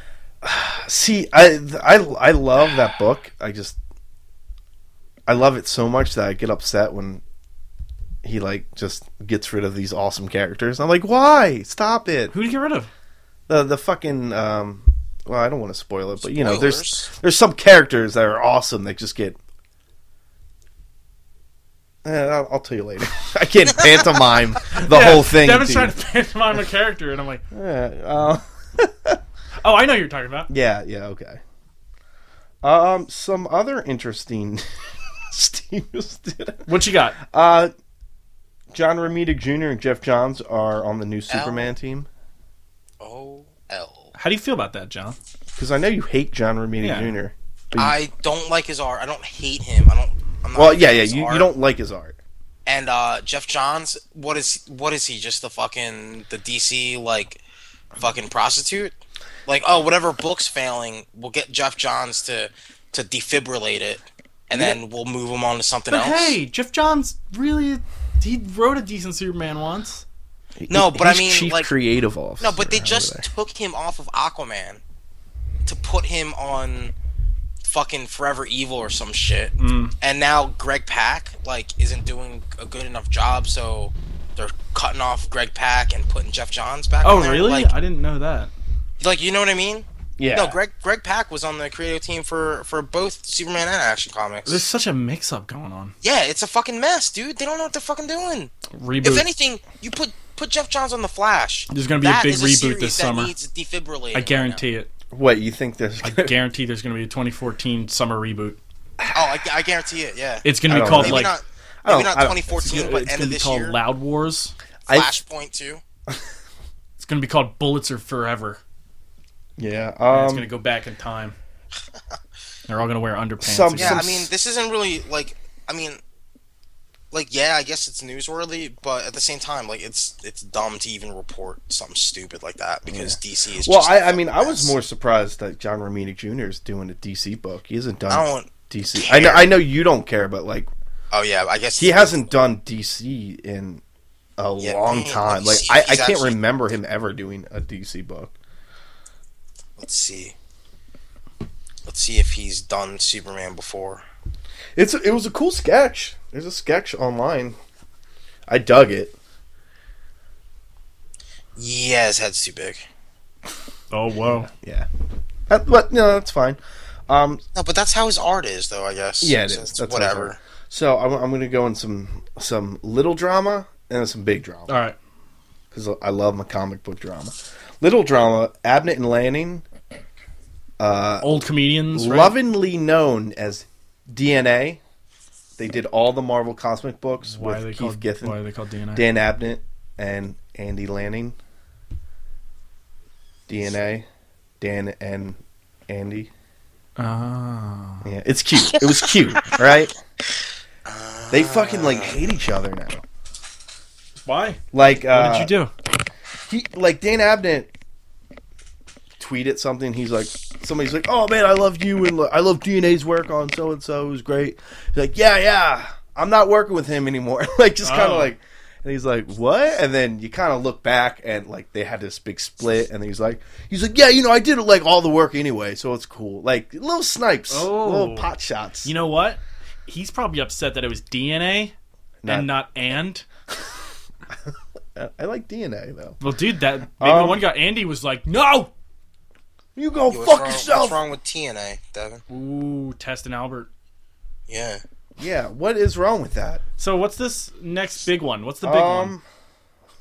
S1: See, I, th- I I love that book. I just I love it so much that I get upset when he like just gets rid of these awesome characters. I'm like, why? Stop it!
S2: Who did he get rid of?
S1: The the fucking um. Well, I don't want to spoil it, but you know, there's
S3: Spoilers.
S1: there's some characters that are awesome that just get. Eh, I'll, I'll tell you later. I can't pantomime the
S2: Yeah,
S1: whole thing.
S2: Devin's
S1: to
S2: trying
S1: you.
S2: to pantomime a character, and I'm like,
S1: Yeah, uh,
S2: oh, I know who you're talking about.
S1: Yeah, yeah, okay. Um, some other interesting Steve did.
S2: What you got?
S1: Uh, John Romita Jr. and Jeff Johns are on the new
S3: Ow.
S1: Superman team
S3: O L.
S2: How do you feel about that, John?
S1: because I know you hate John Romita
S2: Yeah.
S1: Jr. But you-
S3: I don't like his art. I don't hate him. I don't. I'm not
S1: well,
S3: a
S1: yeah,
S3: fan of
S1: yeah,
S3: his
S1: you, you
S3: art.
S1: don't like his art.
S3: And uh, Jeff Johns, what is what is he? Just the fucking the DC like fucking prostitute? Like oh, whatever book's failing, we'll get Jeff Johns to to defibrillate it, and then we'll move him on to something
S2: But
S3: else.
S2: hey, Jeff Johns really he wrote a decent Superman once.
S3: No, but I
S1: He's
S3: mean,
S1: chief
S3: like-
S1: creative officer.
S3: No, but they
S1: or
S3: just
S1: whatever.
S3: took him off of Aquaman to put him on fucking Forever Evil or some shit.
S2: Mm.
S3: And now Greg Pack like isn't doing a good enough job, so they're cutting off Greg Pack and putting Jeff Johns back.
S2: Oh,
S3: on there.
S2: really?
S3: Like,
S2: I didn't know that.
S3: like you know what I mean?
S1: yeah.
S3: No, Greg Greg Pack was on the creative team for for both Superman and Action Comics.
S2: There's such a mix-up going on.
S3: yeah, it's a fucking mess, dude. They don't know what they're fucking doing.
S2: Reboot.
S3: If anything, you put put Jeff Johns on the Flash.
S2: There's gonna be a
S3: That
S2: big
S3: is
S2: reboot
S3: series
S2: this
S3: that
S2: summer.
S3: Needs defibrillating
S2: I
S3: right now.
S2: guarantee it.
S1: What you think there's?
S2: I guarantee there's going to be a 2014 summer reboot.
S3: Oh, I, I guarantee it. Yeah.
S2: It's going to
S1: I
S2: be
S1: don't
S2: called
S1: know.
S2: like
S3: maybe not,
S1: I don't-
S3: maybe not
S1: I don't-
S3: 2014,
S2: it's
S3: but end
S2: going
S3: of
S2: to be
S3: this
S2: called
S3: year.
S2: Loud Wars.
S1: I-
S3: Flashpoint 2.
S2: It's going to be called Bullets Are Forever.
S1: yeah.
S2: And
S1: Um,
S2: it's going to go back in time. They're all going to wear underpants.
S1: Some-
S2: again.
S3: Yeah,
S1: Some
S3: I mean,
S1: s-
S3: this isn't really like. I mean, like yeah, I guess it's newsworthy, but at the same time, like it's it's dumb to even report something stupid like that because DC is.
S1: well,
S3: just a
S1: I, I mean,
S3: fucking
S1: I was
S3: mess.
S1: more surprised that John Romita Jr. is doing a DC book. He hasn't done
S3: I don't.
S1: DC. I know, I know you don't care, but like
S3: Oh yeah, I guess
S1: he hasn't done DC in a
S3: Yeah,
S1: long
S3: man,
S1: time. Like
S3: he's-
S1: I, I
S3: he's
S1: can't
S3: actually-
S1: remember him ever doing a DC book.
S3: Let's see. Let's see if he's done Superman before.
S1: It's it was a cool sketch. There's a sketch online. I dug it.
S3: Yeah, his head's too big.
S2: Oh, whoa.
S1: Yeah, Uh, but no, that's fine. Um,
S3: No, but that's how his art is, though. I guess.
S1: Yeah, it
S3: So
S1: is.
S3: it's
S1: That's
S3: whatever.
S1: what so I'm, I'm going to go in some some little drama and some big drama.
S2: All right.
S1: because I love my comic book drama. Little drama, Abnett and Lanning, uh,
S2: Old comedians. Right?
S1: lovingly known as DNA. They did all the Marvel cosmic books
S2: Why are, they
S1: with Keith
S2: called,
S1: Giffen,
S2: why are they called DNA?
S1: Dan Abnett, and Andy Lanning. DNA, Dan and Andy.
S2: Oh.
S1: Yeah, it's cute. It was cute, right? They fucking like hate each other now.
S2: Why?
S1: Like, uh,
S2: What did you do?
S1: he like Dan Abnett tweeted something. He's like, somebody's like, "Oh man, I love you and lo- I love DNA's work on so and so. It was great." He's like, "Yeah, yeah, I'm not working with him anymore." like, just kind of
S2: Oh.
S1: like, and he's like, "What?" And then you kind of look back and like they had this big split, and he's like, he's like, "Yeah, you know, I did like all the work anyway, so it's cool." Like little snipes,
S2: Oh.
S1: little pot shots.
S2: You know what? He's probably upset that it was DNA and not and.
S1: I- I like DNA though.
S2: Well, dude, that maybe
S1: Um,
S2: one guy Andy was like, no.
S1: You go
S3: Yo, what's
S1: fuck
S3: wrong-
S1: yourself.
S3: What's wrong with TNA, Devin?
S2: Ooh, Test and Albert.
S3: Yeah.
S1: Yeah, what is wrong with that?
S2: So what's this next big one? What's the big one?
S1: um,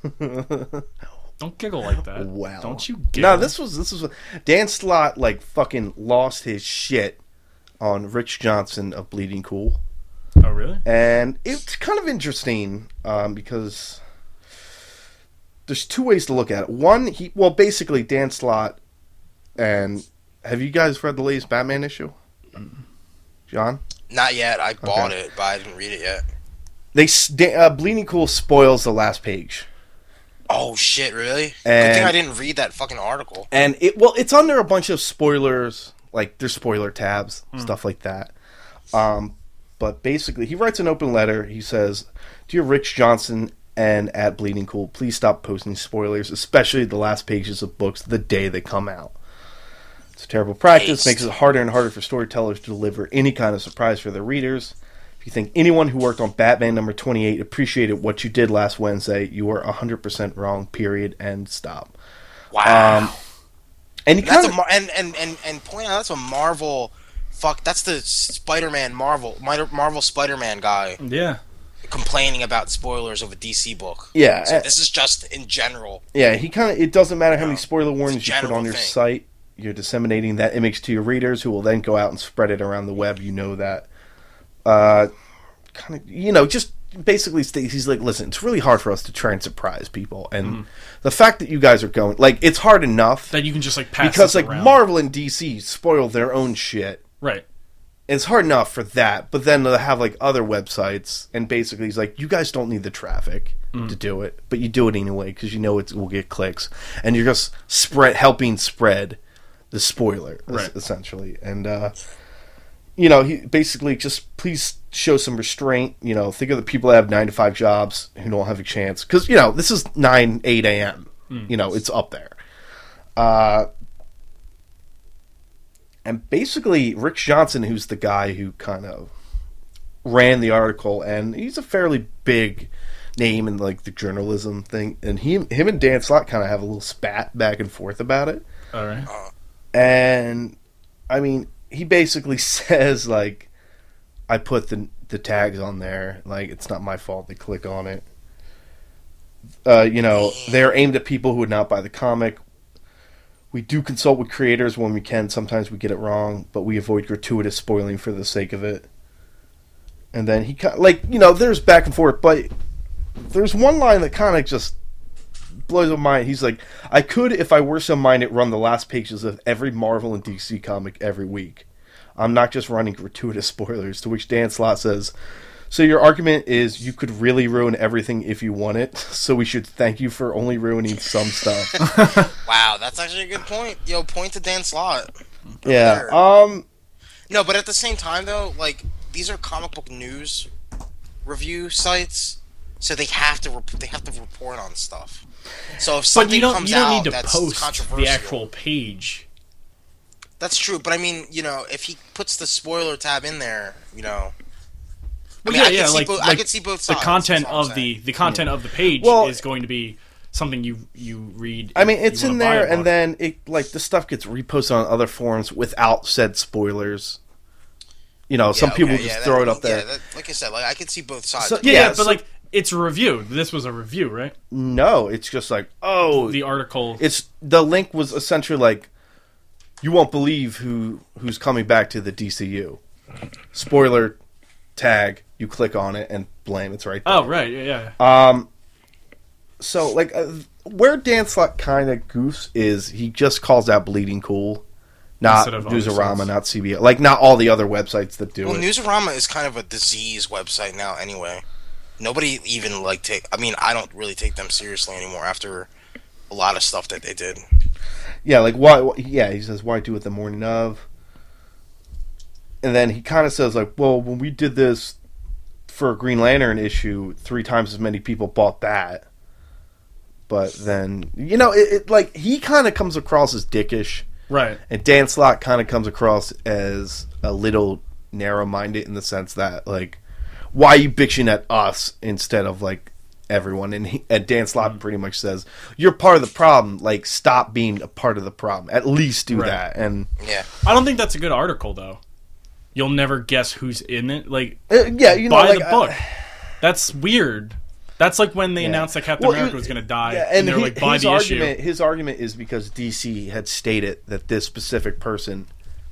S2: Don't giggle like that.
S1: Wow.
S2: Don't you
S1: No,
S2: giggle?
S1: this was this was Dan Slott like fucking lost his shit on Rich Johnson of Bleeding Cool,
S2: Oh really?
S1: and it's kind of interesting um, because there's two ways to look at it. One, he well basically Dan Slott, and have you guys read the latest Batman issue? John,
S3: Not yet. I bought it, but I didn't read it yet.
S1: they s- Dan- uh, Bleeding Cool spoils the last page.
S3: Oh shit! Really? Good thing
S1: And-
S3: I didn't read that fucking article.
S1: and it well it's under a bunch of spoilers like there's spoiler tabs stuff like that um, but basically he writes an open letter he says dear rich johnson and at bleeding cool please stop posting spoilers especially the last pages of books the day they come out it's a terrible practice
S3: Paste.
S1: makes it harder and harder for storytellers to deliver any kind of surprise for their readers if you think anyone who worked on batman number 28 appreciated what you did last wednesday you are 100% wrong period and stop
S3: Wow.
S1: um, and he
S3: that's
S1: kind
S3: a, Mar- and, and and and point out that's a Marvel. Fuck, that's the Spider-Man Marvel Mar- Marvel Spider-Man guy
S2: Yeah.
S3: complaining about spoilers of a DC book.
S1: Yeah,
S3: So
S1: uh,
S3: this is just in general.
S1: yeah, he kind of. It doesn't matter how many spoiler warnings you put
S3: general
S1: on your
S3: thing.
S1: site. You're disseminating that image to your readers, who will then go out and spread it around the web. You know that. Uh, kind of, you know, just basically, st- he's like, listen, it's really hard for us to try and surprise people, and
S3: Mm-hmm.
S1: the fact that you guys are going, like, it's hard enough
S2: That you can just like pass
S1: because,
S2: this
S1: like,
S2: around.
S1: Marvel and DC spoil their own shit.
S2: Right.
S1: It's hard enough for that, but then they'll have like other websites, and basically he's like, you guys don't need the traffic to do it, but you do it anyway because you know it will get clicks, and you're just spread helping spread the spoiler es-
S2: Right.
S1: essentially, and uh, you know he basically just please show some restraint. You know, think of the people that have nine to five jobs who don't have a chance because you know this is nine eight a.m. You know it's up there. Uh, and basically Rick Johnson, who's the guy who kind of ran the article, and he's a fairly big name in like the journalism thing, and he him and Dan Slott kind of have a little spat back and forth about it,
S2: All right.
S1: and I mean he basically says like I put the the tags on there, like it's not my fault they click on it. Uh, you know, they're aimed at people who would not buy the comic. We do consult with creators when we can. Sometimes we get it wrong, but we avoid gratuitous spoiling for the sake of it. And then he kind like you know, there's back and forth, but there's one line that kind of just blows my mind. He's like, "I could, if I were so minded, run the last pages of every Marvel and DC comic every week. I'm not just running gratuitous spoilers." To which Dan Slott says, "So your argument is you could really ruin everything if you want it. So we should thank you for only ruining some stuff."
S3: Wow, that's actually a good point. Yo, point to Dan Slott.
S1: yeah. Um.
S3: No, but at the same time though, like these are comic book news review sites, so they have to rep- they have to report on stuff. So if
S2: But
S3: something
S2: you don't
S3: comes
S2: you don't
S3: out
S2: need to
S3: that's
S2: post
S3: controversial,
S2: the actual page.
S3: That's true, but I mean, you know, if he puts the spoiler tab in there, you know,
S2: Well,
S3: mean, I
S2: yeah,
S3: could
S2: yeah,
S3: see
S2: like,
S3: both- I
S2: like
S3: could see both
S2: the
S3: sides,
S2: content
S3: that's all I'm
S2: of the
S3: saying.
S2: the content of the page
S1: Well-
S2: is going to be something you you read.
S1: I mean,
S2: if
S1: it's
S2: you
S1: in
S2: wanna buy
S1: there,
S2: a
S1: and
S2: book.
S1: then it like the stuff gets reposted on other forums without said spoilers. You know, some
S3: Yeah,
S1: people
S3: okay,
S1: just
S3: yeah,
S1: throw
S3: that-
S1: it up there.
S3: Yeah, that, like I said, like I could see both sides.
S1: So-
S2: yeah,
S1: yeah,
S2: yeah,
S1: so-
S2: but like it's a review. This was a review, right?
S1: no, it's just like, oh,
S2: The article.
S1: it's the link was essentially like you won't believe who who's coming back to the DCU. Spoiler tag, you click on it and blame it's right there.
S2: oh right, yeah, yeah.
S1: Um so like uh, where Dan Slott kind of goofs is he just calls out Bleeding Cool, not
S2: Instead of other
S1: Newsarama,
S2: sites.
S1: not CBS, like not all the other websites that do
S3: Well,
S1: it.
S3: Newsarama is kind of a disease website now, anyway. Nobody even like take. I mean, I don't really take them seriously anymore after a lot of stuff that they did.
S1: Yeah, like why? why- Yeah, he says why do it the morning of, and then he kind of says like, well, when we did this for a Green Lantern issue, three times as many people bought that. But then you know, it, it like he kind of comes across as dickish,
S2: Right.
S1: and Dan Slott kind of comes across as a little narrow-minded in the sense that like, why are you bitching at us instead of like everyone? And, he, and Dan
S2: Mm.
S1: Slott pretty much says you're part of the problem. Like, stop being a part of the problem. At least do
S2: Right.
S1: that. And
S3: Yeah,
S2: I don't think that's a good article though. You'll never guess who's in it. Like
S1: uh, yeah, you know,
S2: buy
S1: like,
S2: the
S1: I-
S2: book. That's weird. That's like when they
S1: Yeah.
S2: announced that Captain
S1: Well,
S2: America
S1: it-
S2: was going to die,
S1: yeah,
S2: and, they're
S1: he-
S2: like, "Buy
S1: his
S2: the
S1: argument,
S2: issue."
S1: His argument is because DC had stated that this specific person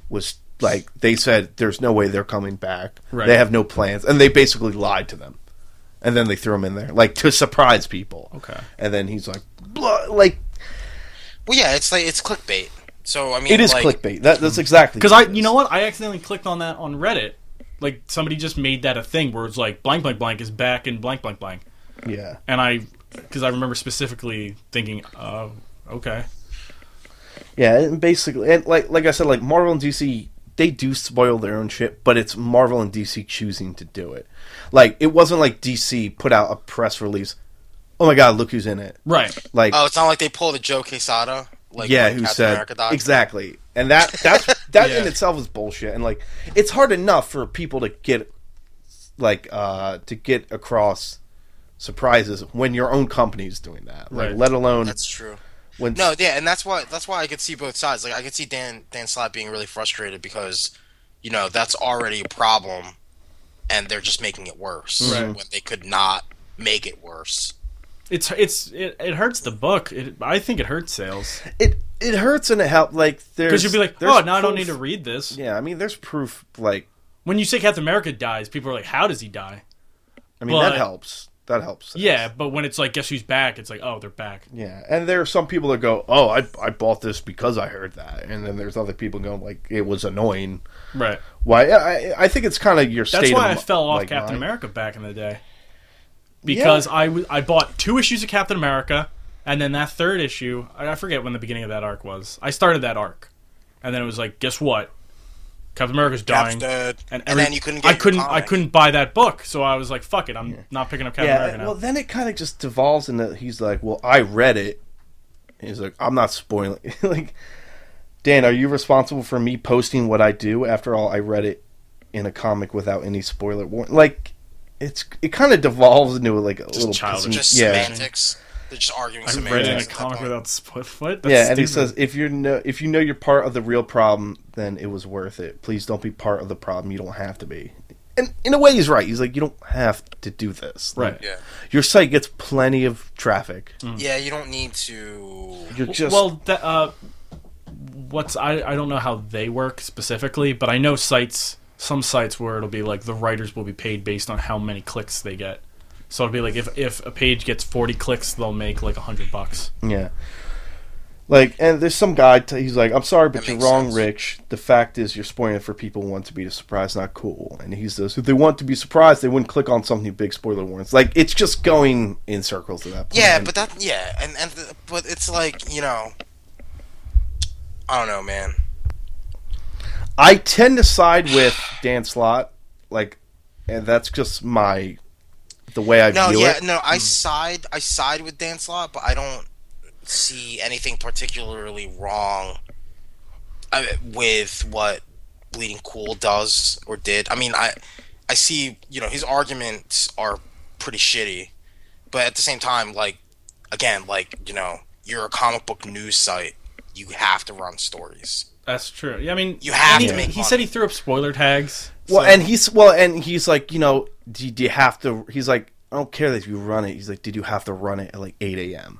S1: was like they said there's no way they're coming back.
S2: Right.
S1: They have no plans, and they basically lied to them, and then they threw him in there like to surprise people.
S2: Okay.
S1: and then he's like, "Blah," like
S3: well, yeah, it's like it's clickbait. So I mean,
S1: it is
S3: like,
S1: clickbait. That, that's exactly
S2: Because I,
S1: what it
S2: you
S1: is.
S2: know what? I accidentally clicked on that on Reddit. Like somebody just made that a thing where it's like blank blank blank is back in blank blank blank,
S1: yeah.
S2: and I, because I remember specifically thinking, "Oh, okay,
S1: Yeah, and basically, and like like I said, like Marvel and DC, they do spoil their own shit, but it's Marvel and DC choosing to do it. Like it wasn't like DC put out a press release. Oh my god, look who's in it!
S2: right."
S1: Like
S3: Oh, it's not like they pulled a Joe Quesada. Like
S1: yeah,
S3: when
S1: who
S3: Captain
S1: said
S3: America died.
S1: exactly? And that that's that in
S2: Yeah.
S1: itself is bullshit. And like it's hard enough for people to get like uh to get across surprises when your own company's doing that. Like
S2: Right.
S1: let alone
S3: That's true.
S1: when
S3: No, yeah, and that's why that's why I could see both sides. Like I could see Dan Dan Slott being really frustrated because, you know, that's already a problem, and they're just making it worse
S2: Right.
S3: when they could not make it worse.
S2: It's it's it, it hurts the book. It, I think it hurts sales
S1: it it hurts and it helps. Like there's
S2: because you'd be like,
S1: there's
S2: "Oh, now I don't
S1: proof-
S2: need to read this."
S1: Yeah, I mean, there's proof. Like,
S2: When you say Captain America dies, people are like, "How does he die?"
S1: I mean, that
S2: But-
S1: helps. That helps.
S2: Yeah, but when it's like, "Guess who's back?" It's like, "Oh, they're back."
S1: yeah. And there are some people that go, "Oh, I I bought this because I heard that," and then there's other people going, "Like, it was annoying."
S2: Right.
S1: Why? I I- I think it's kind of your state.
S2: That's why
S1: of
S2: I
S1: mi-
S2: fell off
S1: like,
S2: Captain
S1: mind.
S2: America back in the day. Because I I, w- I bought two issues of Captain America, and then that third issue, I I forget when the beginning of that arc was. I started that arc, and then it was like, guess what? Captain America's dying,
S3: Cap's dead,
S2: and,
S3: and,
S2: every-
S3: then you couldn't. Get
S2: I
S3: your
S2: couldn't. I
S3: comic.
S2: couldn't buy that book, so I was like, fuck it, I'm not picking up Captain America
S1: Yeah.
S2: now.
S1: Well, then it kind of just devolves into he's like, "Well, I read it." And he's like, "I'm not spoiling." like, Dan, are you responsible for me posting what I do? After all, I read it in a comic without any spoiler warning. Like. It's it kind of devolves into like a little
S2: childish.
S1: pissing-
S3: Just
S1: yeah.
S3: semantics. They're just arguing
S2: I read
S3: semantics.
S2: it in a
S3: at that
S2: comic
S3: point.
S2: without spoil. What? That's
S1: yeah, and he
S2: stupid.
S1: says if you know if you know you're part of the real problem, then it was worth it. Please don't be part of the problem. You don't have to be. And in a way, he's right. He's like, you don't have to do this. Like,
S2: Right.
S3: Yeah.
S1: Your site gets plenty of traffic.
S3: Yeah, you don't need to.
S1: You're just
S2: well that uh what's I, I don't know how they work specifically but i know sites some sites where it'll be like the writers will be paid based on how many clicks they get so it'll be like if, if a page gets 40 clicks they'll make like 100 bucks
S1: yeah. Like, and there's some guy. T- he's like, I'm sorry, but
S3: That
S1: you're
S3: makes
S1: wrong,
S3: sense.
S1: Rich. The fact is, you're spoiling it for people who want to be surprised, not cool. And he's those if they want to be surprised, they wouldn't click on something big. Spoiler warnings. Like, it's just going in circles at that point.
S3: Yeah,
S1: And-
S3: but that. Yeah, and and the, but it's like you know. I don't know, man.
S1: I tend to side with Dan Slott, like, and that's just my the way I
S3: No,
S1: view
S3: yeah,
S1: it.
S3: no. I side, I side with Dan Slott, but I don't see anything particularly wrong uh, with what Bleeding Cool does or did. I mean, I, I see, you know, his arguments are pretty shitty, but at the same time, like, again, like, you know, you're a comic book news site. You have to run stories.
S2: that's true yeah i mean
S3: You have
S2: and he,
S3: to make
S2: he said
S3: money.
S2: he threw up spoiler tags
S1: Well,
S2: so-
S1: and he's well, and he's like, you know, do, do you have to? He's like, I don't care that you run it. He's like, did you have to run it at like eight a.m.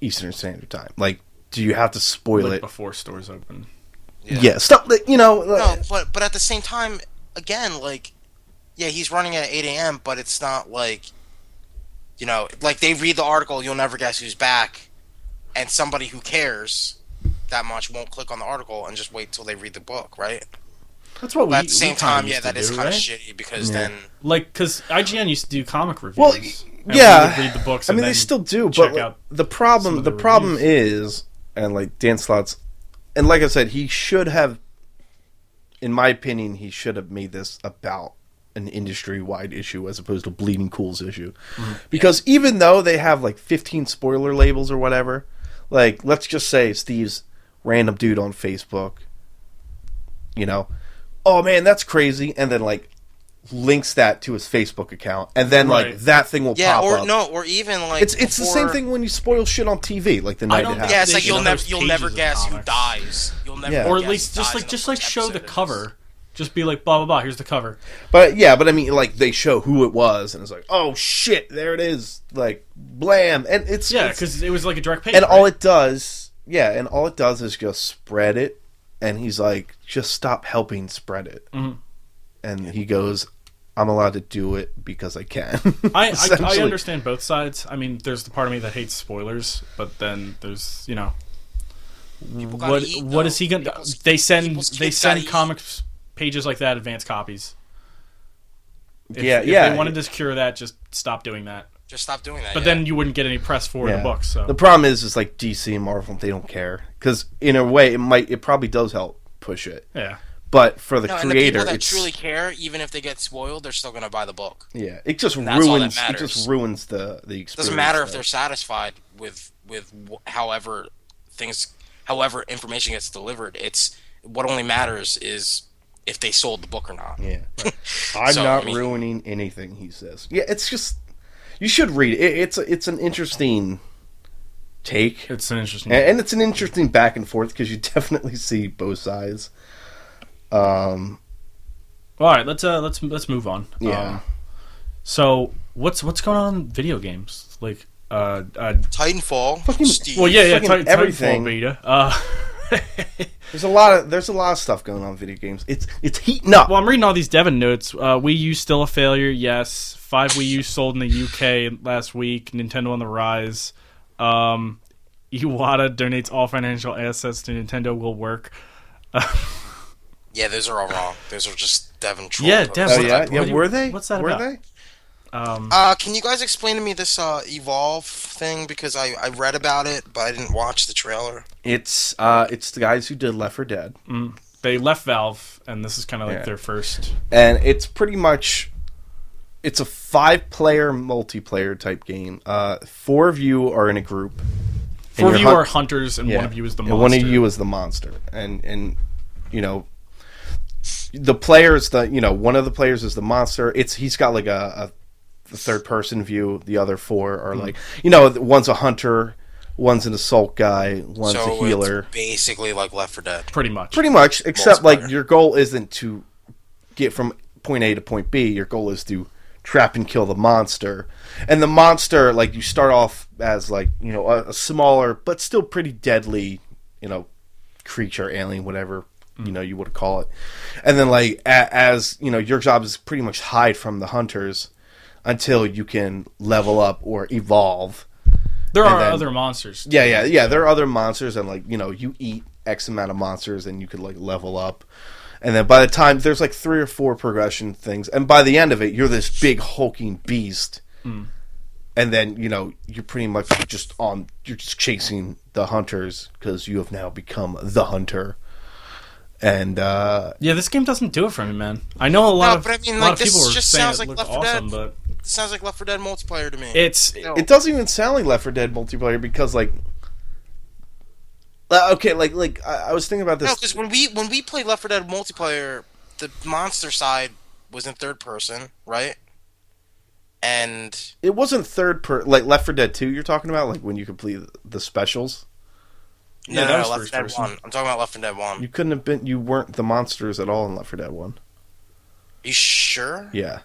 S1: Eastern Standard Time? Like, do you have to spoil
S2: like
S1: it?
S2: before stores open
S1: yeah. stuff that you know.
S3: No,
S1: uh,
S3: but but at the same time, again, like, yeah, he's running at 8 a.m., but it's not like You know, like they read the article, you'll never guess who's back, and somebody who cares that much won't click on the article and just wait till they read the book, right?
S2: That's what we.
S3: But at the
S2: we
S3: same
S2: kinda
S3: time,
S2: used
S3: yeah,
S2: to
S3: that is
S2: do,
S3: kind of
S2: right?
S3: shitty because
S1: Yeah.
S3: then
S2: Like, because IGN used to do comic reviews.
S1: Well,
S2: and
S1: yeah.
S2: we would read the books.
S1: I
S2: and
S1: mean, they
S2: then-
S1: still do,
S2: check
S1: but like,
S2: out
S1: the
S2: some
S1: problem
S2: of
S1: the
S2: the
S1: problem is, and like Dan Slott's, and like I said, he should have, in my opinion, he should have made this about an industry wide issue as opposed to Bleeding Cool's issue,
S2: Mm-hmm.
S1: because even though they have like 15 spoiler labels or whatever, like let's just say Steve's random dude on Facebook, you know, oh man, that's crazy, and then like links that to his Facebook account, and then like
S2: Right.
S1: that thing will
S3: yeah,
S1: pop
S3: or
S1: up.
S3: no, or even like
S1: It's it's the same
S3: before-
S1: thing when you spoil shit on TV, like the night
S2: don't
S1: it
S2: think
S1: happened.
S3: Yeah, it's
S2: They
S3: like
S2: should
S3: you'll
S2: know
S3: never
S2: those
S3: you'll
S2: pages
S3: never
S2: of
S3: guess who
S2: comics.
S3: dies. You'll never,
S1: Yeah.
S2: or at
S3: guess
S2: least
S3: who dies
S2: just
S3: in
S2: like
S3: the
S2: just like
S3: first
S2: show the
S3: episode.
S2: cover. Just be like blah blah blah. Here's the cover.
S1: But yeah, but I mean, like they show who it was, and it's like, oh shit, there it is, like blam, and it's
S2: Yeah,
S1: it's-
S2: because it was like a direct page.
S1: and all
S2: right?
S1: it does, yeah, and all it does is just spread it, and he's like, just stop helping spread it,
S2: Mhm.
S1: and he goes, I'm allowed to do it because I can.
S2: I, I, I
S1: Essentially.
S2: understand both sides. I mean, there's the part of me that hates spoilers, but then there's you know
S3: gotta
S2: what
S3: eat,
S2: what
S3: though.
S2: is he gonna?
S3: People's-
S2: they send
S3: people's
S2: they
S3: kids
S2: send
S3: gotta eat.
S2: comics pages like that advanced copies. If,
S1: Yeah,
S2: if
S1: yeah.
S2: They wanted to cure that. Just stop doing that.
S3: Just stop doing that.
S2: But
S3: yeah.
S2: then you wouldn't get any press for
S1: Yeah.
S2: the books. So
S1: The problem is, is like DC and Marvel, they don't care because in a way, it might, it probably does help push it,
S2: yeah,
S1: but for the
S3: no, and the
S1: creator,
S3: people that
S1: it's
S3: truly care, even if they get spoiled, they're still gonna buy the book.
S1: Yeah, it just
S3: That's all that
S1: ruins. It
S3: matters.
S1: just ruins the the experience.
S3: doesn't matter if
S1: though.
S3: they're satisfied with with wh- however things however information gets delivered it's what only matters is if they sold the book or not
S1: Yeah, I'm
S3: So,
S1: not
S3: I mean-
S1: ruining anything he says. Yeah, it's just you should read it. it it's a, it's an interesting take,
S2: it's an interesting.
S1: and, and it's an interesting back and forth because you definitely see both sides. Um,
S2: All right, let's uh, let's let's move on.
S1: Yeah.
S2: Um, so what's what's going on in video games? Like uh, uh
S3: titanfall
S1: Fucking-
S3: Steve.
S2: well yeah yeah
S1: Fucking
S2: Titan,
S1: everything.
S2: Titanfall beta. Uh,
S1: there's a lot of there's a lot of stuff going on in video games. It's it's heating up.
S2: well, I'm reading all these Devin notes. Uh, Wii U still a failure. Yes, five Wii U sold in the UK last week. Nintendo on the rise. Um, Iwata donates all financial assets to Nintendo. Will work.
S3: yeah those are all wrong those are just devin troll
S2: Yeah,
S3: posts.
S2: Devin.
S1: oh
S2: what-
S1: yeah,
S2: what
S1: yeah.
S2: do you-
S1: were they?
S2: what's that
S1: Were
S2: about?
S1: they?
S2: Um,
S3: uh can you guys explain to me this uh evolve thing because i i read about it but i didn't watch the trailer
S1: It's uh, it's the guys who did Left 4 Dead.
S2: they left Valve, and this is kind of like
S1: Yeah.
S2: their first.
S1: and it's pretty much it's a five player multiplayer type game uh four of you are in a group
S2: Four of
S1: you're
S2: you
S1: hun-
S2: are hunters, and
S1: Yeah.
S2: one of you is the monster.
S1: and one of you is the monster and and you know the player is the you know one of the players is the monster it's he's got like a, a third person view the other four
S2: Hmm.
S1: are like you know one's a hunter one's an assault guy one's
S3: so
S1: a healer
S3: it's basically like left for dead
S2: pretty much.
S1: Pretty much, except like
S3: Multiplayer.
S1: your goal isn't to get from point A to point B. Your goal is to trap and kill the monster. And the monster, like you start off as like you know a, a smaller but still pretty deadly, you know, creature, alien, whatever you know you would call it. And then like a, as you know, your job is pretty much hide from the hunters until you can level up or evolve.
S2: there
S1: and
S2: are
S1: then-
S2: other monsters.
S1: Yeah, yeah, yeah. There are other monsters, and like you know, you eat X amount of monsters, and you could like level up. And then by the time there's like three or four progression things, and by the end of it, you're this big hulking beast. And then you know you're pretty much just on. You're just chasing the hunters because you have now become the hunter. And uh,
S2: Yeah, this game doesn't do it for me, man. I know a lot
S3: No,
S2: of,
S3: but I mean,
S2: a
S3: like,
S2: lot of
S3: this
S2: people were
S3: just
S2: saying
S3: sounds
S2: it
S3: like
S2: looked
S3: Left 4
S2: awesome,
S3: Dead.
S2: but
S3: it sounds like left for dead multiplayer to me
S2: it's
S1: it doesn't even sound like Left 4 Dead multiplayer because like, uh, okay, like like I, I was thinking about this.
S3: No, because when we when we played Left 4 Dead multiplayer, the monster side was in third person, right? And
S1: It wasn't third per like Left for Dead Two. You're talking about like when you complete the specials.
S2: Yeah,
S3: no, no,
S2: that
S3: no,
S2: was
S3: Left 4
S2: first
S3: Dead
S2: person.
S3: One. I'm talking about Left 4 Dead One.
S1: You
S3: You,
S1: couldn't have been. You weren't the monsters at all in Left for Dead One.
S3: sure?
S1: Yeah,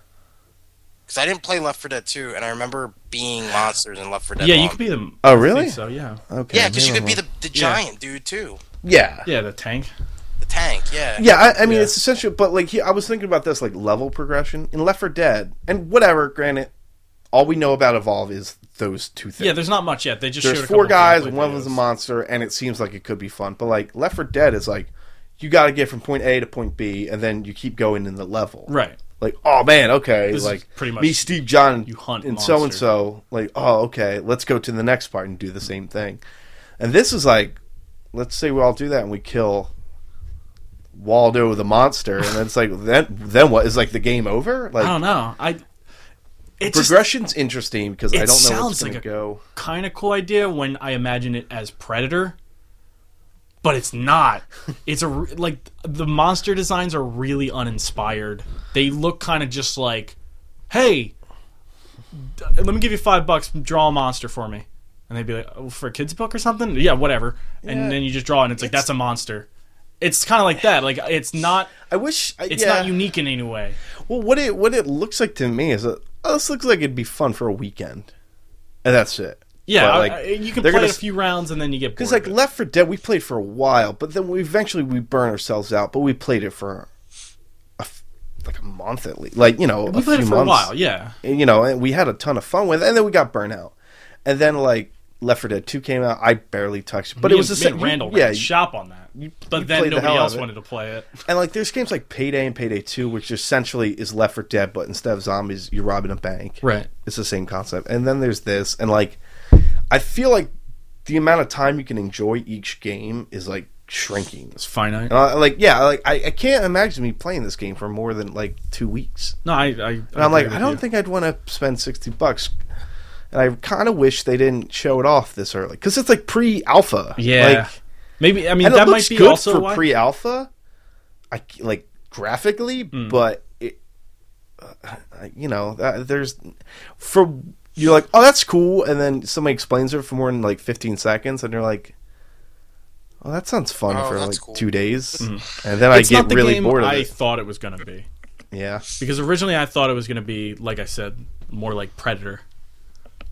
S3: Because I didn't play Left 4 Dead Two, and I remember being monsters in Left 4 Dead.
S2: yeah,
S3: One.
S2: you could be the.
S1: Oh,
S2: I think
S1: really?
S2: So yeah,
S1: okay.
S3: Yeah, because you
S1: maybe
S3: could be
S1: I'm
S3: the, the
S2: Yeah.
S3: giant dude too,
S1: wrong. yeah.
S2: yeah, the tank.
S3: the tank. Yeah.
S1: Yeah, I, I mean
S2: Yeah.
S1: it's essential, but like he, I was thinking about this like level progression in Left for Dead, and whatever. Granted, all we know about Evolve is those two things.
S2: Yeah, there's not much yet. They just
S1: There's
S2: showed a
S1: four
S2: couple
S1: guys,
S2: gameplay
S1: one of them's a
S2: videos.
S1: monster, and it seems like it could be fun. But like Left 4 Dead is like you got to get from point A to point B, and then you keep going in the level.
S2: Right.
S1: Like oh man, okay.
S2: This is
S1: like
S2: pretty much-
S1: me, Steve John,
S2: you hunt
S1: and
S2: monster.
S1: so and so. Like oh okay, let's go to the next part and do the same thing. And this is like, let's say we all do that and we kill Waldo the monster, and then it's like then then what is like the game over? Like
S2: I don't know. I it's Um, just
S1: progression's interesting because I don't
S2: it
S1: know where
S2: sounds
S1: it's gonna
S2: like a-
S1: go.
S2: kind of cool idea when I imagine it as Predator, but it's not. It's a re- like the monster designs are really uninspired. They look kind of just like, hey, d- let me give you five bucks, draw a monster for me, and they'd be like, oh, for a kids book or something, yeah, whatever. And then you just draw, and it's like that's a monster. It's kind of like that. Like it's not.
S1: I wish I-
S2: It's
S1: yeah.
S2: not unique in any way.
S1: Well, what it what it looks like to me is that oh, this looks like it'd be fun for a weekend, and that's it.
S2: Yeah,
S1: But,
S2: I-
S1: like,
S2: I- you can play
S1: they're
S2: it
S1: gonna
S2: a
S1: s-
S2: few rounds and then you get bored.
S1: Because
S2: of
S1: like
S2: it.
S1: Left for Dead, we played for a while, but then we eventually we burn ourselves out. But we played it for a f like a month at least, like you know,
S2: we
S1: a
S2: played it
S1: few
S2: for a
S1: months,
S2: while. Yeah,
S1: And, you know, and we had a ton of fun with, it, and then we got burnt out, and then like Left for Dead Two came out. I barely touched, it. but
S2: Me
S1: it was
S2: and-
S1: the
S2: me
S1: same.
S2: and Randall
S1: yeah,
S2: ran the shop on that. but
S1: you
S2: then
S1: played the
S2: nobody
S1: hell out
S2: else
S1: of it.
S2: wanted to play it.
S1: and like there's games like Payday and Payday Two, which essentially is Left for Dead, but instead of zombies, you're robbing a bank.
S2: Right.
S1: it's the same concept. And then there's this, and like, I feel like the amount of time you can enjoy each game is like shrinking.
S2: It's finite.
S1: And I, like, yeah, like I, I can't imagine me playing this game for more than like two weeks.
S2: No, I. I
S1: And I'm like, I don't think I'd want to spend sixty bucks. And I kind of wish they didn't show it off this early because it's like pre-alpha.
S2: Yeah.
S1: like,
S2: Maybe I mean
S1: and
S2: that
S1: it looks
S2: might be
S1: good
S2: also
S1: for
S2: why.
S1: pre-alpha. I c- like graphically,
S2: Hmm.
S1: but it, uh, you know, that, there's for you're like, oh, that's cool, and then somebody explains it for more than like 15 seconds, and you're like, oh, that sounds fun
S3: Oh,
S1: for
S3: that's
S1: like
S3: cool.
S1: two days, and then
S2: Hmm. it's
S1: I
S2: not
S1: get
S2: the
S1: really
S2: game
S1: bored of
S2: I
S1: it.
S2: thought it was gonna be
S1: Yeah,
S2: because originally I thought it was gonna be like I said, more like Predator,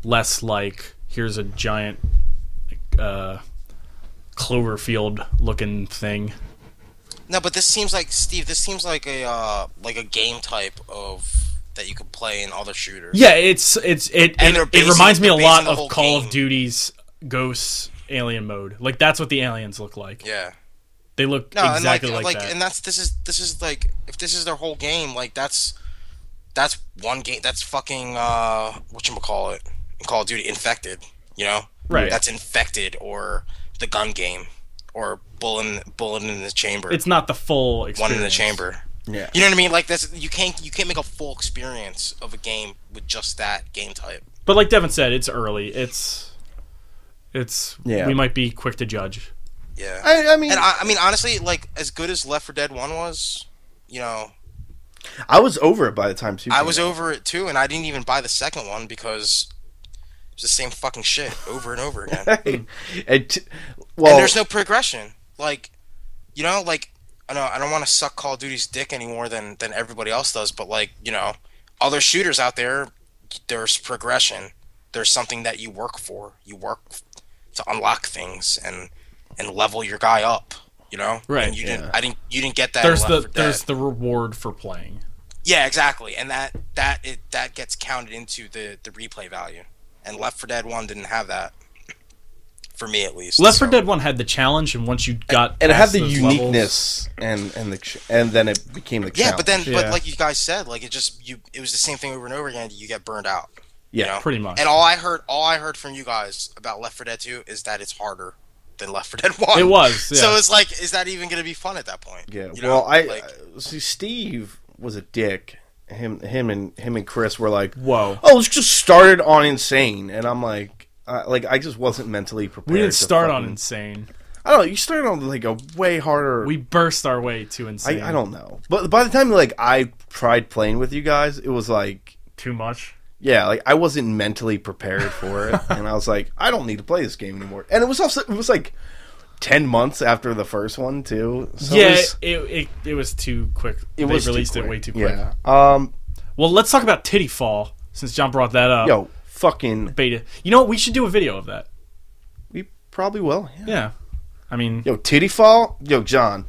S2: less like here's a giant, uh, Cloverfield looking thing.
S3: No, but this seems like Steve. This seems like a uh, like a game type of that you could play in other shooters.
S2: Yeah, it's it's it.
S3: And
S2: it-
S3: they're
S2: it,
S3: basing-
S2: reminds me a
S3: they're basing
S2: lot
S3: the
S2: of
S3: whole
S2: Call
S3: game.
S2: of Duty's Ghosts Alien Mode. Like that's what the aliens look like.
S3: Yeah.
S2: They look
S3: No,
S2: exactly
S3: and like,
S2: like,
S3: like,
S2: that.
S3: and that's this is this is like if this is their whole game, like that's that's one game. That's fucking uh, what you call it? Call of Duty Infected. You know,
S2: Right.
S3: That's Infected or the gun game or bullet in- bullet in the chamber.
S2: it's not the full
S3: one
S2: experience.
S3: in the chamber.
S1: yeah.
S3: You know what I mean? Like that's you can't you can't make a full experience of a game with just that game type.
S2: But like Devin said, it's early. It's it's
S1: Yeah.
S2: we might be quick to judge.
S3: Yeah.
S1: I, I mean,
S3: And
S1: I,
S3: I, I mean, honestly, like as good as Left 4 Dead One was, you know,
S1: was over it by the time two.
S3: I
S1: came
S3: was
S1: out.
S3: over it too, and I didn't even buy the second one because it's the same fucking shit over and over again.
S1: and t- well,
S3: Hmm.
S2: Oh.
S3: and there's no progression. Like, you know, like I know I don't want to suck Call of Duty's dick any more than than everybody else does, but like you know, other shooters out there, there's progression. There's something that you work for. You work f- to unlock things and and level your guy up. You know,
S2: Right,
S3: And you didn't. I didn't. You didn't get that. in
S2: There's
S3: Left
S2: the
S3: 4 Dead.
S2: there's the reward for playing.
S3: Yeah, exactly, and that that it that gets counted into the the replay value. And Left 4 Dead One didn't have that, for me at least.
S2: Left 4
S3: so-
S2: Dead 1 had the challenge and once you got
S1: and it had
S2: past
S1: the
S2: those
S1: uniqueness and and the ch- and then it became the
S3: Yeah,
S1: challenge.
S3: but then,
S2: Yeah.
S3: but like you guys said, like it just you, it was the same thing over and over again. You get burned out.
S1: yeah,
S3: you know?
S2: pretty much.
S3: And all I heard, all I heard from you guys about Left 4 Dead 2 is that it's harder than Left 4 Dead 1.
S2: It was,
S3: So
S2: yeah.
S3: it's like, is that even going to be fun at that point?
S1: Yeah.
S3: You
S1: well,
S3: know,
S1: I
S3: like,
S1: uh, see Steve was a dick. Him, him, and him and Chris were like,
S2: Whoa.
S1: oh, let's just started on insane," and I'm like. Uh, like I just wasn't mentally prepared.
S2: We didn't
S1: to
S2: start on
S1: fucking-
S2: insane.
S1: I don't know. You started on like a way harder.
S2: We burst our way to insane.
S1: I, I don't know. But by the time like I tried playing with you guys, it was like
S2: too much.
S1: yeah, like I wasn't mentally prepared for it, and I was like, I don't need to play this game anymore. And it was also it was like ten months after the first one too. So
S2: yeah,
S1: it was,
S2: it, it it was too quick.
S1: it
S2: they
S1: was too
S2: released it
S1: quick.
S2: way too quick.
S1: Yeah. Um.
S2: Well, let's talk about Titty Fall since John brought that up.
S1: Yo, fucking.
S2: Beta. You know what? We should do a video of that.
S1: We probably will. Yeah.
S2: Yeah. I mean,
S1: Yo, Titty Fall. Yo, John.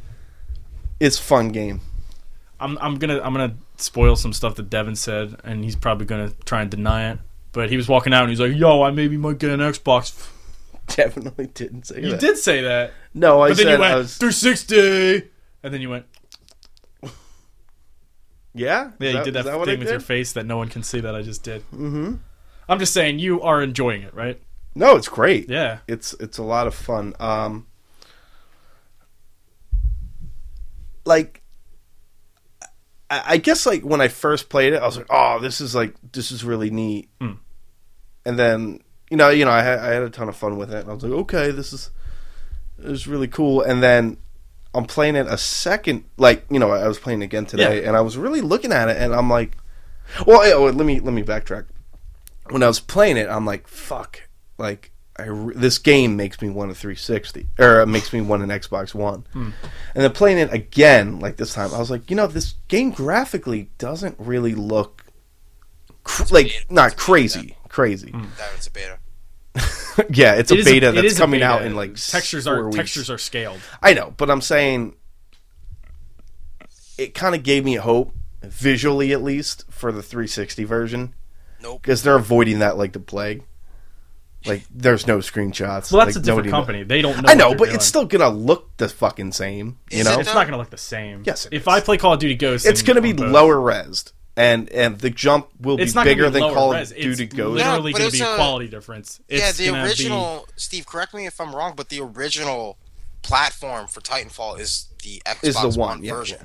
S1: It's fun game.
S2: I'm I'm gonna I'm gonna spoil some stuff that Devin said, and he's probably gonna try and deny it. But he was walking out and he's like, "Yo, I maybe might get an Xbox."
S1: Definitely didn't say
S2: You
S1: that.
S2: did say that,
S1: No, I
S2: but then
S1: said
S2: you went
S1: I was.
S2: 360, and then you went,
S1: yeah,
S2: "Yeah,
S1: Is
S2: you did
S1: is
S2: that,
S1: what I
S2: thing with your
S1: did?
S2: face that no one can see that I just did." Mm-hmm. I'm just saying you are enjoying it, right?
S1: No, it's great.
S2: Yeah.
S1: it's it's a lot of fun. Um, like, I, I guess like when I first played it, I was like, "Oh, this is like this is really neat." And then you know, you know, I had, I had a ton of fun with it. And I was like, "Okay, this is this is really cool." And then I'm playing it a second, like you know, I was playing again today, and I was really looking at it, and I'm like, "Well, yeah, well, let me let me backtrack." When I was playing it, I'm like, "Fuck!" Like, I re- this game makes me want a 360, or it makes me want an Xbox One.
S2: Hmm.
S1: And then playing it again, like this time, I was like, "You know, this game graphically doesn't really look cr- like
S3: beta. It's
S1: not
S3: a beta.
S1: crazy, crazy."
S3: That was a beta.
S1: yeah, it's
S2: Hmm.
S1: a
S2: It is
S1: beta
S2: it
S1: that's
S2: is a
S1: coming
S2: beta.
S1: out in like
S2: textures
S1: four
S2: are
S1: weeks.
S2: textures are scaled.
S1: I know, but I'm saying it kind of gave me hope visually, at least for the 360 version,
S3: Nope.
S1: because they're avoiding that like the plague. Like, there's no screenshots.
S2: Well,
S1: Like,
S2: that's a different
S1: nobody kno-
S2: company. They don't know.
S1: I know,
S2: what
S1: but
S2: they're
S1: it's
S2: doing.
S1: still gonna look the fucking same. You
S3: Is
S1: know,
S3: it
S2: it's not going to look the same.
S1: Yes, it
S2: if
S1: is.
S2: I play Call of Duty Ghosts,
S1: it's
S2: and-
S1: gonna be
S2: on both,
S1: lower res, and and the jump will
S2: It's
S1: be
S2: not
S1: bigger
S2: gonna be
S1: than
S2: lower
S1: Call
S2: res.
S1: of Duty
S2: it's
S1: Ghost.
S3: No,
S2: Literally
S3: but
S2: going
S3: it's
S2: to be a
S3: a-
S2: quality difference. It's
S3: yeah,
S2: gonna
S3: the
S2: be-
S3: original. Steve, correct me if I'm wrong, but the original platform for Titanfall is the Xbox
S1: Is the
S3: One,
S1: one? Yeah,
S3: version.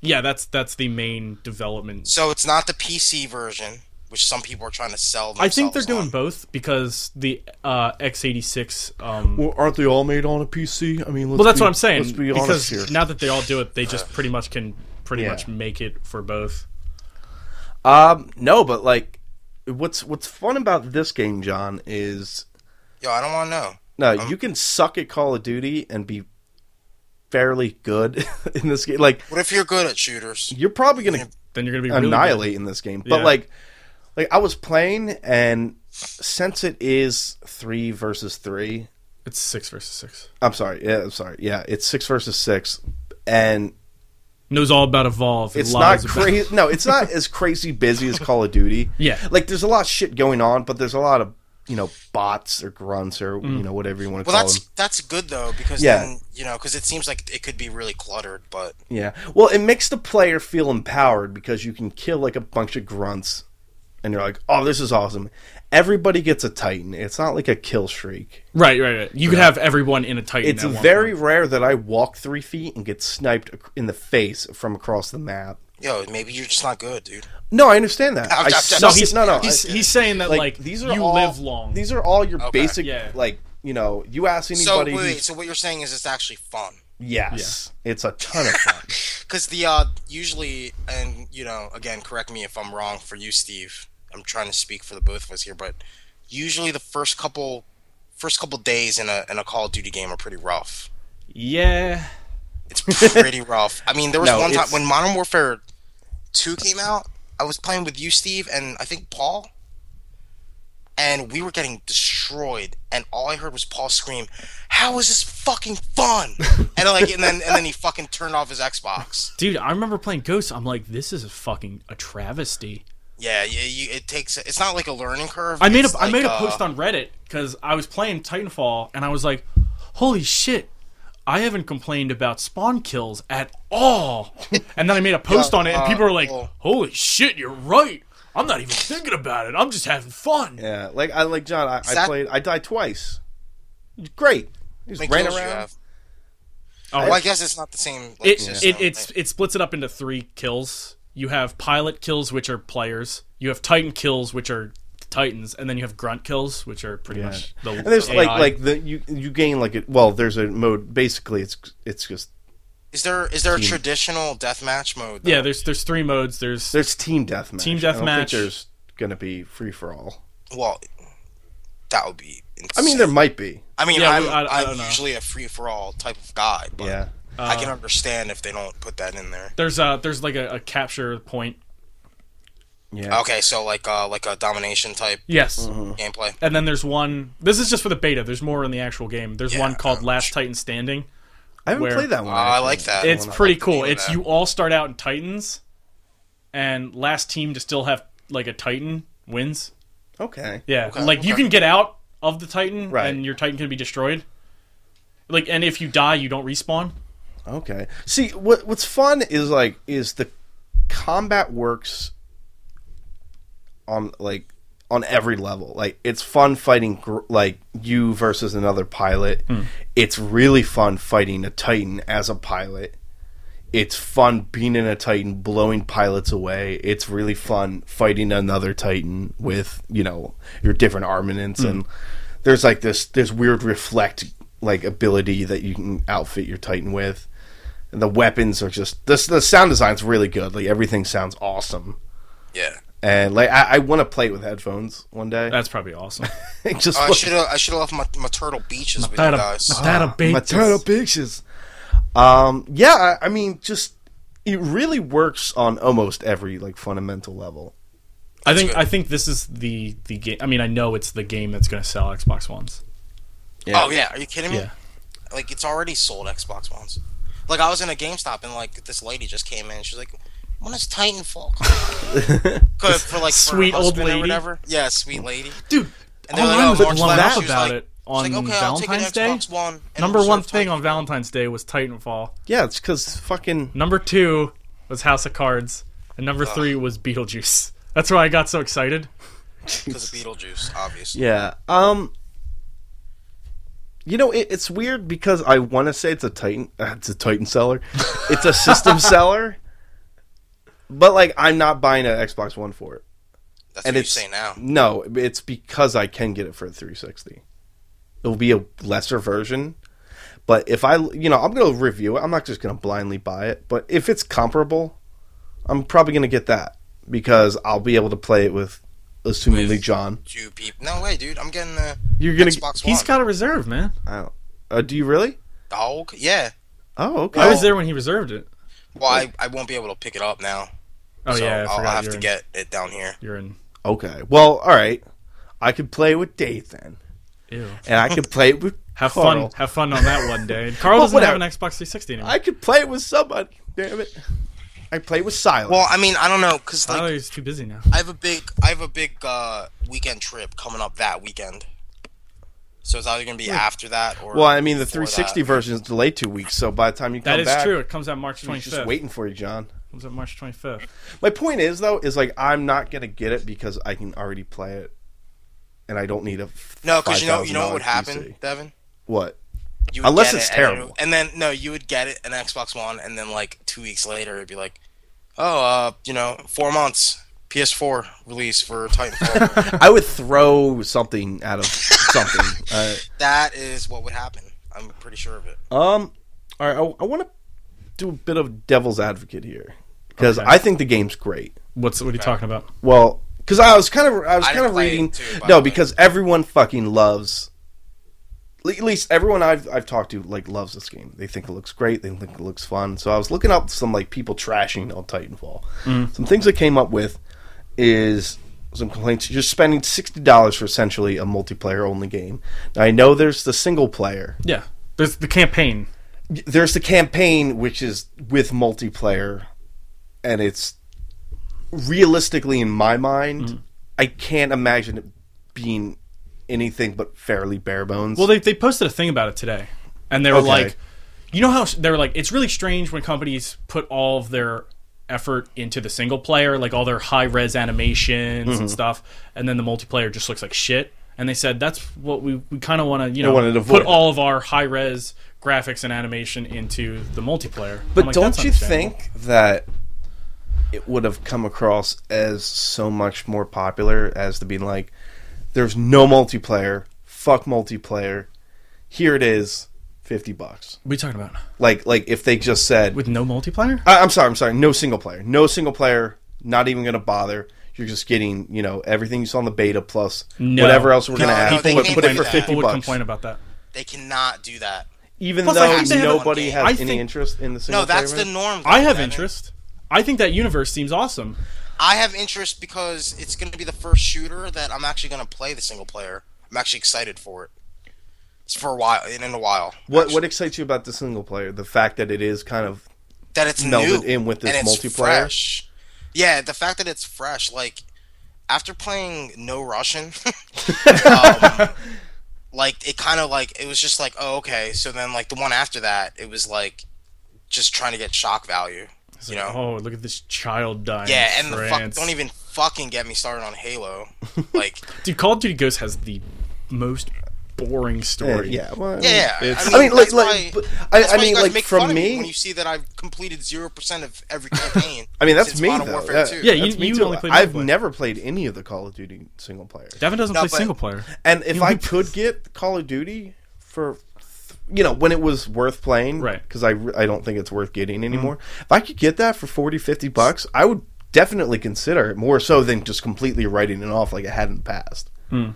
S1: yeah.
S2: yeah, that's that's the main development.
S3: So it's not the PC version, which some people are trying to sell.
S2: I think they're
S3: themselves
S2: doing
S3: on.
S2: both because the uh, x86. Um, well,
S1: Well, aren't they all made on a PC? I mean, let's
S2: that's
S1: be-
S2: what I'm saying.
S1: Let's be honest
S2: because
S1: here.
S2: now that they all do it, they just pretty much can pretty
S1: Yeah.
S2: much make it for both.
S1: Um, no, but like, what's what's fun about this game, John, is
S3: Yo, I don't want to know.
S1: no, you can suck at Call of Duty and be fairly good in this game. Like,
S3: What if you're good at shooters?
S1: you're probably gonna
S2: Then you're going to be really good.
S1: annihilate in this game, but
S2: Yeah.
S1: like, like I was playing, and since it is three versus three,
S2: It's six versus six.
S1: I'm sorry, yeah, I'm sorry, yeah, it's six versus six, and
S2: Knows all about evolve. and
S1: it's
S2: lies
S1: not
S2: about-
S1: crazy. No, it's not as crazy busy as Call of Duty.
S2: Yeah.
S1: like there's a lot of shit going on, but there's a lot of you know bots or grunts or
S2: Mm.
S1: you know whatever you want to
S3: Well,
S1: call
S3: that's
S1: them.
S3: that's good though because
S1: Yeah.
S3: then you know because it seems like it could be really cluttered, but
S1: Yeah. Well, it makes the player feel empowered because you can kill like a bunch of grunts and you're like, "Oh, this is awesome." Everybody gets a titan. It's not like a kill streak.
S2: Right, right, right. You could have everyone in a Titan.
S1: It's
S2: at one
S1: very
S2: point.
S1: rare that I walk 3 feet and get sniped ac- in the face from across the map.
S3: yo, maybe you're just not good, dude.
S1: No, I understand that. I
S3: no,
S1: suck-
S2: No, he's
S1: no, no.
S2: He's,
S1: I-
S2: he's saying that like, you
S1: all,
S2: live long.
S1: These are all your basic
S2: Yeah.
S1: like, you know, you ask
S3: So
S1: anybody
S3: wait, wait,
S1: who's-
S3: so what you're saying is it's actually fun
S1: yes. It's a ton of fun.
S3: because the uh usually and you know again correct me if I'm wrong for you, Steve. I'm trying to speak for the both of us here, but usually the first couple first couple days in a in a Call of Duty game are pretty rough.
S2: yeah.
S3: It's pretty rough. I mean, there was
S1: No,
S3: one time
S1: it's-
S3: when Modern Warfare 2 came out, I was playing with you, Steve, and I think Paul. And we were getting destroyed, and all I heard was Paul scream, "How is this fucking fun?" And like, and then and then he fucking turned off his Xbox.
S2: Dude, I remember playing Ghosts. I'm like, this is a fucking a travesty.
S3: Yeah, yeah. You, it takes. It's not like a learning curve.
S2: I made a
S3: it's
S2: I made
S3: like,
S2: a
S3: uh,
S2: post on Reddit because I was playing Titanfall and I was like, holy shit, I haven't complained about spawn kills at all. and then I made a post on it and
S3: uh,
S2: people were like,
S3: well-
S2: holy shit, you're right. I'm not even thinking about it. I'm just having fun.
S1: yeah. Like I like John, I, I
S3: that-
S1: played I died twice. Great. Just
S3: how many
S1: ran
S3: kills uh, you
S1: around.
S3: have.
S2: Oh,
S3: Well, I guess it's not the same. Like,
S2: it,
S3: system.
S2: it, it's, it splits it up into three kills. You have pilot kills, which are players. You have Titan kills, which are Titans, and then you have grunt kills, which are pretty much the
S1: And there's like like the you you gain like a well there's a mode basically it's it's just
S3: is there is there a traditional deathmatch mode?
S2: Hmm.
S3: though?
S2: yeah. There's there's three modes. There's
S1: there's team deathmatch.
S2: Team
S1: I don't think
S2: deathmatch.
S1: there's gonna be free for all.
S3: Well, that would be. Insane.
S1: I mean there might be.
S3: I mean,
S2: Yeah,
S3: I'm,
S2: we- I- I
S3: I,
S2: don't
S3: am
S2: know. Uh,
S3: usually a free for all type of guy, but
S1: Yeah.
S3: I can understand if they don't put that in there.
S2: There's uh there's like a, a capture point.
S1: Yeah. Hmm.
S3: Okay, so like uh, like a domination type
S2: Yes.
S1: Mm-hmm.
S3: gameplay.
S2: And then there's one this is just for the beta. There's more in the actual game. There's
S3: Yeah,
S2: one called
S1: oh,
S3: I'm
S2: Last Titan Standing.
S1: I haven't
S2: Where-
S1: played that one.
S3: Uh, I
S1: actually.
S3: like that.
S2: It's pretty
S3: the
S2: cool.
S3: name of
S2: It's
S3: that.
S2: you all start out in Titans and last team to still have like a Titan wins.
S1: Okay.
S2: Yeah,
S3: Okay,
S2: like you
S3: okay.
S2: can get out of the Titan,
S1: Right.
S2: and your Titan can be destroyed. Like, and if you die, you don't respawn.
S1: Okay. See, what what's fun is like is the combat works on like on every level. Like it's fun fighting gr- like you versus another pilot. It's really fun fighting a titan as a pilot. It's fun being in a titan blowing pilots away. It's really fun fighting another titan with, you know, your different armaments and there's like this this weird reflect like ability that you can outfit your titan with. And the weapons are just this the sound design's really good. Like everything sounds awesome.
S3: Yeah.
S1: And like I, I want to play it with headphones one day.
S2: That's probably awesome.
S1: It just
S3: Uh, I
S1: looks-
S3: should have I should have left my, my turtle beaches with you guys.
S1: my turtle pictures. Um, yeah, I, I mean, just it really works on almost every like fundamental level.
S2: I think
S3: good.
S2: I think this is the the game. I mean, I know it's the game that's going to sell Xbox Ones.
S3: Oh yeah, are you kidding me?
S2: Yeah.
S3: Like it's already sold Xbox Ones. Like I was in a GameStop and like this lady just came in. She's like, "When is Titanfall?" coming out?" 'Cause for like for her
S2: Sweet old
S3: husband or
S2: lady.
S3: whatever. Yeah, sweet lady.
S2: Dude,
S3: And
S2: all
S3: they're like,
S2: I
S3: "Oh,
S2: was
S3: March
S2: blown
S3: last,"
S2: up
S3: she's
S2: about
S3: like-
S2: it on
S3: She's like, "Okay, I'll take an
S2: Valentine's Day.
S3: Xbox One." and
S2: Number
S3: it'll
S2: one
S3: serve
S2: thing
S3: Titanfall."
S2: on Valentine's Day was Titanfall.
S1: Yeah, it's because fucking
S2: Number two was House of Cards, and number three was Beetlejuice. That's why I got so excited.
S3: because of Beetlejuice, obviously.
S1: yeah. Um, you know, it, it's weird because I want to say it's a Titan. Uh, it's a Titan seller. It's a system seller. But like, I'm not buying an Xbox One for it.
S3: That's
S1: And
S3: what you
S1: it's-
S3: say now.
S1: No, it's because I can get it for a 360. It'll be a lesser version, but if I, you know, I'm going to review it. I'm not just going to blindly buy it, but if it's comparable, I'm probably going to get that because I'll be able to play it with assumingly
S3: With-
S1: John.
S3: Two people. No way, dude. I'm getting the
S1: You're going to
S3: Xbox
S2: He's
S3: One.
S2: got a reserve, man.
S1: I don't, uh, do you really?
S3: dog. Yeah.
S1: Oh, okay.
S2: I was there when he reserved it.
S3: Well, I, I won't be able to pick it up now.
S2: Oh
S3: so
S2: yeah, I
S3: I'll
S2: forgot
S3: have
S2: you're
S3: to
S2: in,
S3: get it down here.
S2: You're in.
S1: okay. Well, all right. I could play it with Dave then,
S2: Ew.
S1: and I could play it with
S2: Have
S1: Carl.
S2: fun. Have fun on that one day. Carl
S1: Well,
S2: doesn't have an
S1: whatever.
S2: Xbox 360 anymore.
S1: I could play it with somebody. Damn it! I play it with Silas.
S3: Well, I mean, I don't know, cause
S2: I
S3: like
S2: know Oh, he's too busy now.
S3: I have a big I have a big uh, weekend trip coming up that weekend. So it's either gonna be after that or
S1: Hmm. Well, I mean, the
S3: before
S1: 360
S3: that.
S1: version is delayed two weeks, so by the time you come
S2: That is
S1: back,
S2: true. It comes out March
S1: he's
S2: 25th.
S1: just waiting for you, John.
S2: Comes out March 25th.
S1: My point is though, is like I'm not gonna get it because I can already play it, and I don't need a f-
S3: No, because you know you know
S1: $5,000
S3: what would happen,
S1: PC.
S3: Devin?
S1: What?
S3: You would
S1: Unless
S3: get
S1: it's
S3: it and it-
S1: terrible.
S3: And then no, you would get it an Xbox One, and then like two weeks later, it'd be like, oh, uh, you know, four months PS4 release for Titanfall.
S1: I would throw something out of something. uh,
S3: that is what would happen. I'm pretty sure of it.
S1: um, all right, I, want to do a bit of devil's advocate here because
S2: Okay.
S1: I think the game's great.
S2: What's what are you talking about?
S1: Well, because I was kind of I was
S3: I
S1: kind of
S3: play it
S1: reading.
S3: too, by the
S1: no,
S3: way.
S1: because everyone fucking loves. le- At least everyone I've I've talked to like loves this game. They think it looks great. They think it looks fun. So I was looking up some like people trashing on Titanfall. Some things I came up with is some complaints. You're spending sixty dollars for essentially a multiplayer only game. Now I know there's the single player.
S2: Yeah, there's the campaign.
S1: There's the campaign which is with multiplayer, and it's realistically in my mind,
S2: Mm-hmm.
S1: I can't imagine it being anything but fairly bare bones.
S2: Well, they they posted a thing about it today, and they were
S1: Okay.
S2: like, you know how s- they were like, it's really strange when companies put all of their effort into the single player, like all their high res animations
S1: Mm-hmm.
S2: and stuff, and then the multiplayer just looks like shit. And they said that's what we, we kind of want to you know
S1: wanted to
S2: put
S1: avoid it.
S2: all of our high res graphics and animation into the multiplayer. I'm
S1: but
S2: like,
S1: don't
S2: "That's
S1: you
S2: understandable."
S1: think that it would have come across as so much more popular as to being like, there's no multiplayer, fuck multiplayer, here it is, fifty bucks.
S2: What are you talking about
S1: Like like if they just said
S2: with no multiplayer?
S1: I, I'm sorry, I'm sorry. No single player. No single player. Not even going to bother. You're just getting, you know, everything you saw in the beta plus
S2: No.
S1: whatever else we're
S3: No,
S1: going to add.
S3: no, they
S1: but
S3: can't
S1: put it
S3: do
S1: for
S3: that.
S1: fifty
S2: People would
S1: bucks.
S2: complain about that.
S3: They cannot do that.
S1: Even
S2: Plus, I
S1: though
S2: think they have a-
S1: nobody has
S2: I
S1: any
S2: think-
S1: interest in the single
S3: No, that's
S1: player.
S3: the norm.
S2: I have
S3: Devin.
S2: interest. I think that universe seems awesome.
S3: I have interest because it's going to be the first shooter that I'm actually going to play the single player. I'm actually excited for it. It's for a while, in, in a while.
S1: what what
S3: actually.
S1: excites you about the single player? The fact that it is kind of
S3: that it's
S1: melded
S3: new
S1: in with this
S3: and it's
S1: multiplayer?
S3: Fresh. Yeah, the fact that it's fresh, like after playing No Russian, um, like it kind of like it was just like oh okay. So then like the one after that, it was like just trying to get shock value,
S2: It's
S3: you
S2: like,
S3: know?
S2: oh, look at this child dying.
S3: yeah,
S2: in
S3: and the fuck
S2: France.
S3: don't even fucking get me started on Halo. Like
S2: Dude, Call of Duty Ghost has the most boring
S1: Yeah,
S2: story.
S1: Eh, yeah, well,
S3: yeah, yeah.
S1: I mean, like,
S3: that's
S1: like,
S3: why-
S1: but- I,
S3: that's
S1: I
S3: why you
S1: mean,
S3: guys
S1: like,
S3: make fun
S1: from
S3: of
S1: me,
S3: when you see that I've completed zero percent of every campaign.
S1: I mean, that's
S3: since
S1: me,
S3: Modern
S1: though.
S3: Warfare
S1: That-
S3: 2.
S2: Yeah, you,
S1: That's me
S2: you
S1: too.
S2: only played
S1: I've
S2: multiplayer.
S1: never played any of the Call of Duty single player.
S2: Devin doesn't
S3: No,
S2: play
S3: but-
S2: single player.
S1: And if
S2: You-
S1: I could get Call of Duty for, you know, when it was worth playing,
S2: Right. Mm-hmm.
S1: Because I, re- I don't think it's worth getting anymore. If I could get that for 40, 50 bucks, I would definitely consider it more so than just completely writing it off like it hadn't passed.
S2: Hmm.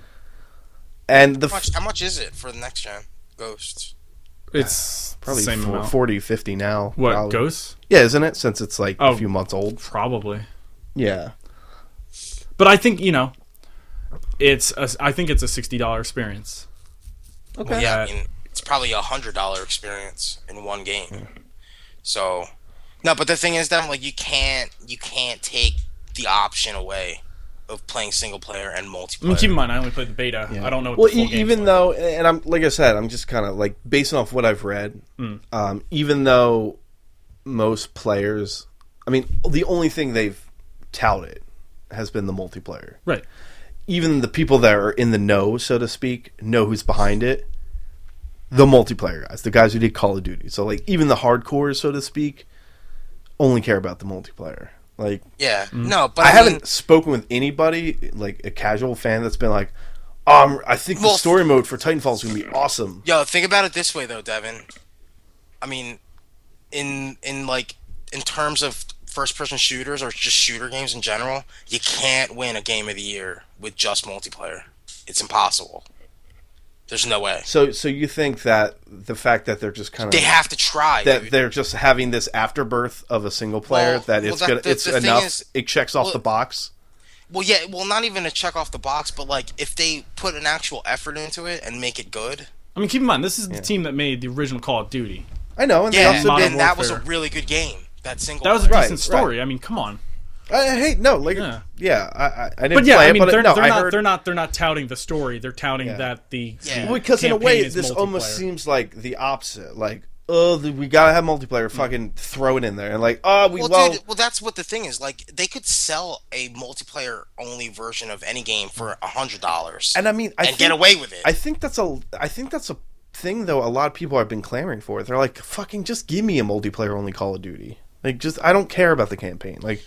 S1: And the
S3: How
S1: f-
S3: much, how much is it for the next gen Ghosts?
S2: It's
S1: probably
S2: probably same
S1: fo-
S2: amount.
S1: 40, 50 now.
S2: what
S1: probably.
S2: Ghosts?
S1: Yeah, isn't it? Since it's like
S2: Oh.
S1: a few months old.
S2: Probably.
S1: Yeah.
S2: But I think you know, it's a, I think it's a sixty dollar experience.
S1: Okay.
S3: Well, yeah, I
S2: Yeah.
S3: mean, it's probably a hundred dollar experience in one game. So, no, but the thing is that like you can't you can't take the option away of playing single player and
S2: I mean,
S3: multiplayer.
S2: keep in mind, I only played the beta. I don't know. What
S1: well,
S2: the full
S1: e-
S2: game's
S1: even
S2: like.
S1: though, and I'm like I said, I'm just kind of like based off what I've read.
S2: Hmm.
S1: Um, even though most players, I mean, the only thing they've touted has been the multiplayer.
S2: right,
S1: Even the people that are in the know, so to speak, know who's behind it. The multiplayer guys, the guys who did Call of Duty. So like, even the hardcore, so to speak, only care about the multiplayer. Like,
S3: yeah, no, but
S1: I,
S3: I,
S1: haven't
S3: mean,
S1: spoken with anybody like a casual fan that's been like, um, I think the
S3: Well-
S1: story mode for Titanfall is gonna be awesome.
S3: yo, think about it this way though, Devin. I mean, in in like in terms of first person shooters or just shooter games in general, you can't win a game of the year with just multiplayer. It's impossible. There's no way.
S1: So, so you think that the fact that they're just kind of
S3: They have to try.
S1: that
S3: dude.
S1: they're just having this afterbirth of a single player
S3: Well,
S1: that
S3: well,
S1: it's
S3: that-
S1: gonna
S3: the-
S1: it's
S3: the thing
S1: enough.
S3: is-
S1: it checks off
S3: well-
S1: the box.
S3: Well, yeah, well, not even to check off the box, but like if they put an actual effort into it and make it good,
S2: I mean, keep in mind, this is the team that made the original Call of Duty.
S1: I know, and
S3: yeah,
S1: they also
S2: Modern
S1: did.
S3: then that was a
S2: Warfare.
S3: really good game. That single.
S2: That was a
S3: player.
S1: Right,
S2: decent story. I mean, come on.
S1: I, I hate no, like yeah,
S2: Yeah.
S1: I, I, I didn't
S2: But yeah,
S1: play
S2: I mean,
S1: it, but
S2: they're,
S1: no,
S2: they're
S1: I
S2: not
S1: heard
S2: they're not they're not touting the story. They're touting
S1: Yeah.
S2: that the
S3: Yeah.
S2: the
S3: Well,
S1: because in a way
S2: campaign is
S1: this
S2: multiplayer.
S1: almost seems like the opposite. Like, oh, the- we gotta have multiplayer. Fucking throw it in there, and like, oh, we
S3: Hmm. Well,
S1: well,
S3: dude, well, that's what the thing is. Like, they could sell a multiplayer only version of any game for a hundred dollars
S1: and I mean, I
S3: and get
S1: think-
S3: away with it.
S1: I think that's a I think that's a thing though a lot of people have been clamoring for. They're like, fucking just give me a multiplayer only Call of Duty. Like just I don't care about the campaign. Like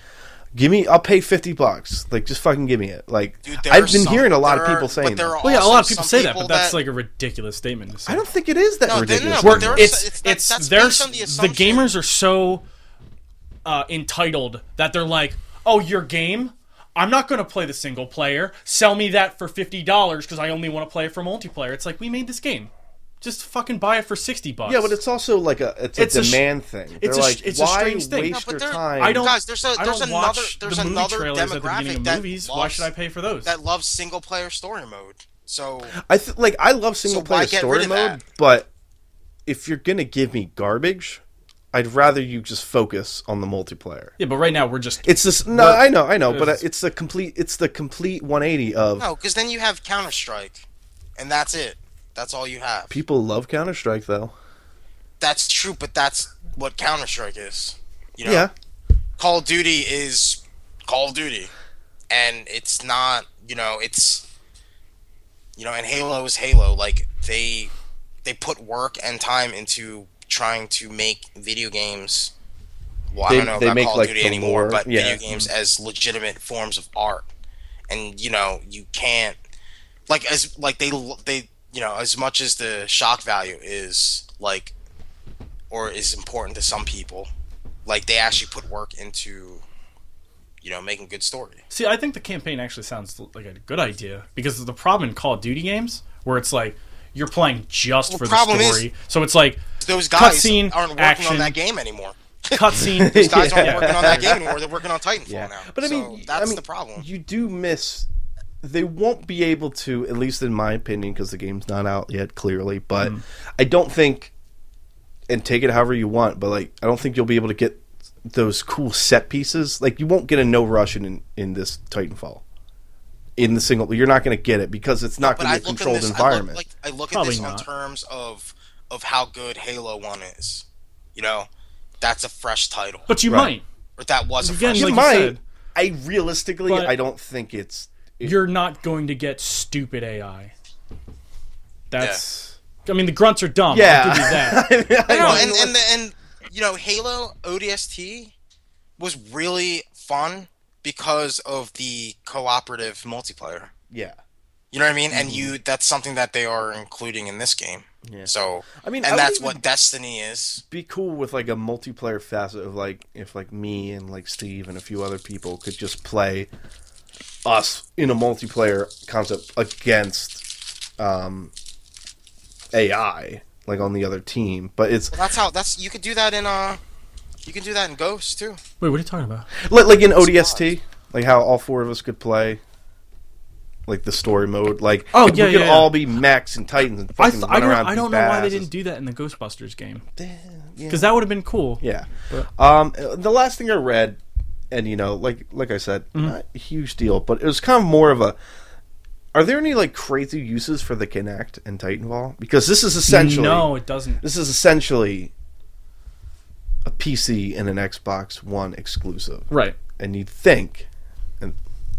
S1: give me I'll pay fifty bucks. Like just fucking give me it. Like
S3: Dude, there are
S1: I've been
S3: some-
S1: hearing a lot
S3: there
S1: of people
S3: are-
S1: saying
S3: but there
S1: that.
S3: are
S2: Well, yeah, a
S3: also
S2: lot of people
S3: some
S2: say that, but that's
S3: that-
S2: like a ridiculous statement to say.
S1: I don't think it is that
S3: No, they- no,
S1: ridiculous.
S3: no, but
S1: anymore.
S3: there are-
S2: it's
S3: it's
S2: it's,
S3: that- that's
S2: they're
S3: based on the
S2: the,
S3: assumption.
S2: gamers are so uh, entitled that they're like, oh, your game. I'm not going to play the single player. Sell me that for fifty dollars because I only want to play it for multiplayer. It's like we made this game. Just fucking buy it for sixty bucks.
S1: yeah, but it's also like a it's a
S2: It's a sh-
S1: demand thing. They're
S2: it's a sh-
S1: like,
S2: it's a
S1: why
S2: strange thing.
S1: waste
S2: No,
S1: your
S3: but they're-
S1: time?
S2: I don't.
S3: Guys, there's a-
S2: I
S3: there's
S2: don't
S3: another-
S2: watch
S3: there's
S2: the movie
S3: another
S2: trailers at the beginning
S3: demographic
S2: of
S3: that
S2: movies. Why
S3: loves-
S2: should I pay for those?
S3: that loves single player story mode. So
S1: I th- like I love single
S3: why
S1: player
S3: get
S1: story
S3: rid of
S1: mode,
S3: that?
S1: but if you're gonna give me garbage, I'd rather you just focus on the multiplayer.
S2: yeah, but right now we're just
S1: It's this. No,
S2: Well,
S1: I know, I know, but uh,
S2: it's-
S1: it's the complete. It's the complete 180 of
S3: no, because then you have Counter Strike, and that's it. That's all you have.
S1: people love Counter Strike though.
S3: That's true, but that's what Counter Strike is. You know,
S1: Yeah,
S3: Call of Duty is Call of Duty, and it's not. You know, it's you know, and Halo is Halo. Like they they put work and time into trying to make video games. Well,
S1: They-
S3: I don't know
S1: they
S3: about
S1: make,
S3: Call
S1: like,
S3: of Duty
S1: the
S3: anymore,
S1: lore,
S3: but
S1: yeah.
S3: video games as legitimate forms of art, and you know, you can't like as like they they you know as much as the shock value is like or is important to some people like they actually put work into you know making good story
S2: See, I think the campaign actually sounds l- like a good idea because the problem in Call of Duty games where it's like you're playing just for the
S3: problem is-
S2: story, so it's like
S3: those guys
S2: Cutscene,
S3: aren't working
S2: action.
S3: on that game anymore
S2: cutscene.
S3: those guys
S1: Yeah.
S3: aren't working on that game anymore they're working on titanfall now
S1: But I
S3: So
S1: mean,
S3: that's
S1: I mean,
S3: the problem
S1: You do miss. They won't be able to, at least in my opinion, because the game's not out yet. Clearly, but
S3: Mm.
S1: I don't think. And take it however you want, but like I don't think you'll be able to get those cool set pieces. Like you won't get a no Russian in in this Titanfall. in the single. You're not going to get it because it's not
S3: But
S1: going to
S3: I
S1: be a
S3: look at
S1: controlled
S3: this.
S1: environment.
S3: I look, like, I look at
S2: Probably
S3: this on
S2: not.
S3: terms of of how good Halo One is. You know, that's a fresh title,
S2: But you
S1: Right.
S2: might.
S3: or that was a
S2: Again,
S3: fresh.
S1: you
S2: like you
S1: might.
S2: said.
S1: I realistically,
S2: But-
S1: I don't think it's. it-
S2: You're not going to get stupid AI. That's.
S1: it's-
S2: I mean, the grunts are dumb.
S1: Yeah.
S2: I'll give you that.
S3: I know, and and, the, and you know, Halo ODST was really fun because of the cooperative multiplayer.
S1: yeah.
S3: You know what I mean? And you that's something that they are including in this game.
S1: Mm-hmm. Yeah.
S3: So
S1: I mean, I
S3: and
S1: would
S3: that's
S1: even-
S3: what Destiny is.
S1: be cool with like a multiplayer facet of like if like me and like Steve and a few other people could just play us in a multiplayer concept against um AI like on the other team but it's
S3: Well, that's how that's you could do that in uh you can do that in Ghost too.
S2: Wait, what are you talking about?
S1: like, like in ODST like how all four of us could play like the story mode like
S2: Oh,
S1: if
S2: yeah,
S1: we
S2: yeah,
S1: could
S2: yeah.
S1: all be Max and Titans and
S2: I,
S1: fucking
S2: th-
S1: run
S2: I don't,
S1: around
S2: I don't know why they didn't do that in the Ghostbusters game.
S1: yeah.
S2: Because that would have been cool.
S1: Yeah.
S2: But-
S1: um, the last thing I read, and you know, like like I said,
S2: Mm-hmm.
S1: not a huge deal, but it was kind of more of a. Are there any like crazy uses for the Kinect and Titanfall? Because this is essentially
S2: No, it doesn't.
S1: this is essentially a PC and an Xbox One exclusive,
S2: Right.
S1: and you'd think, and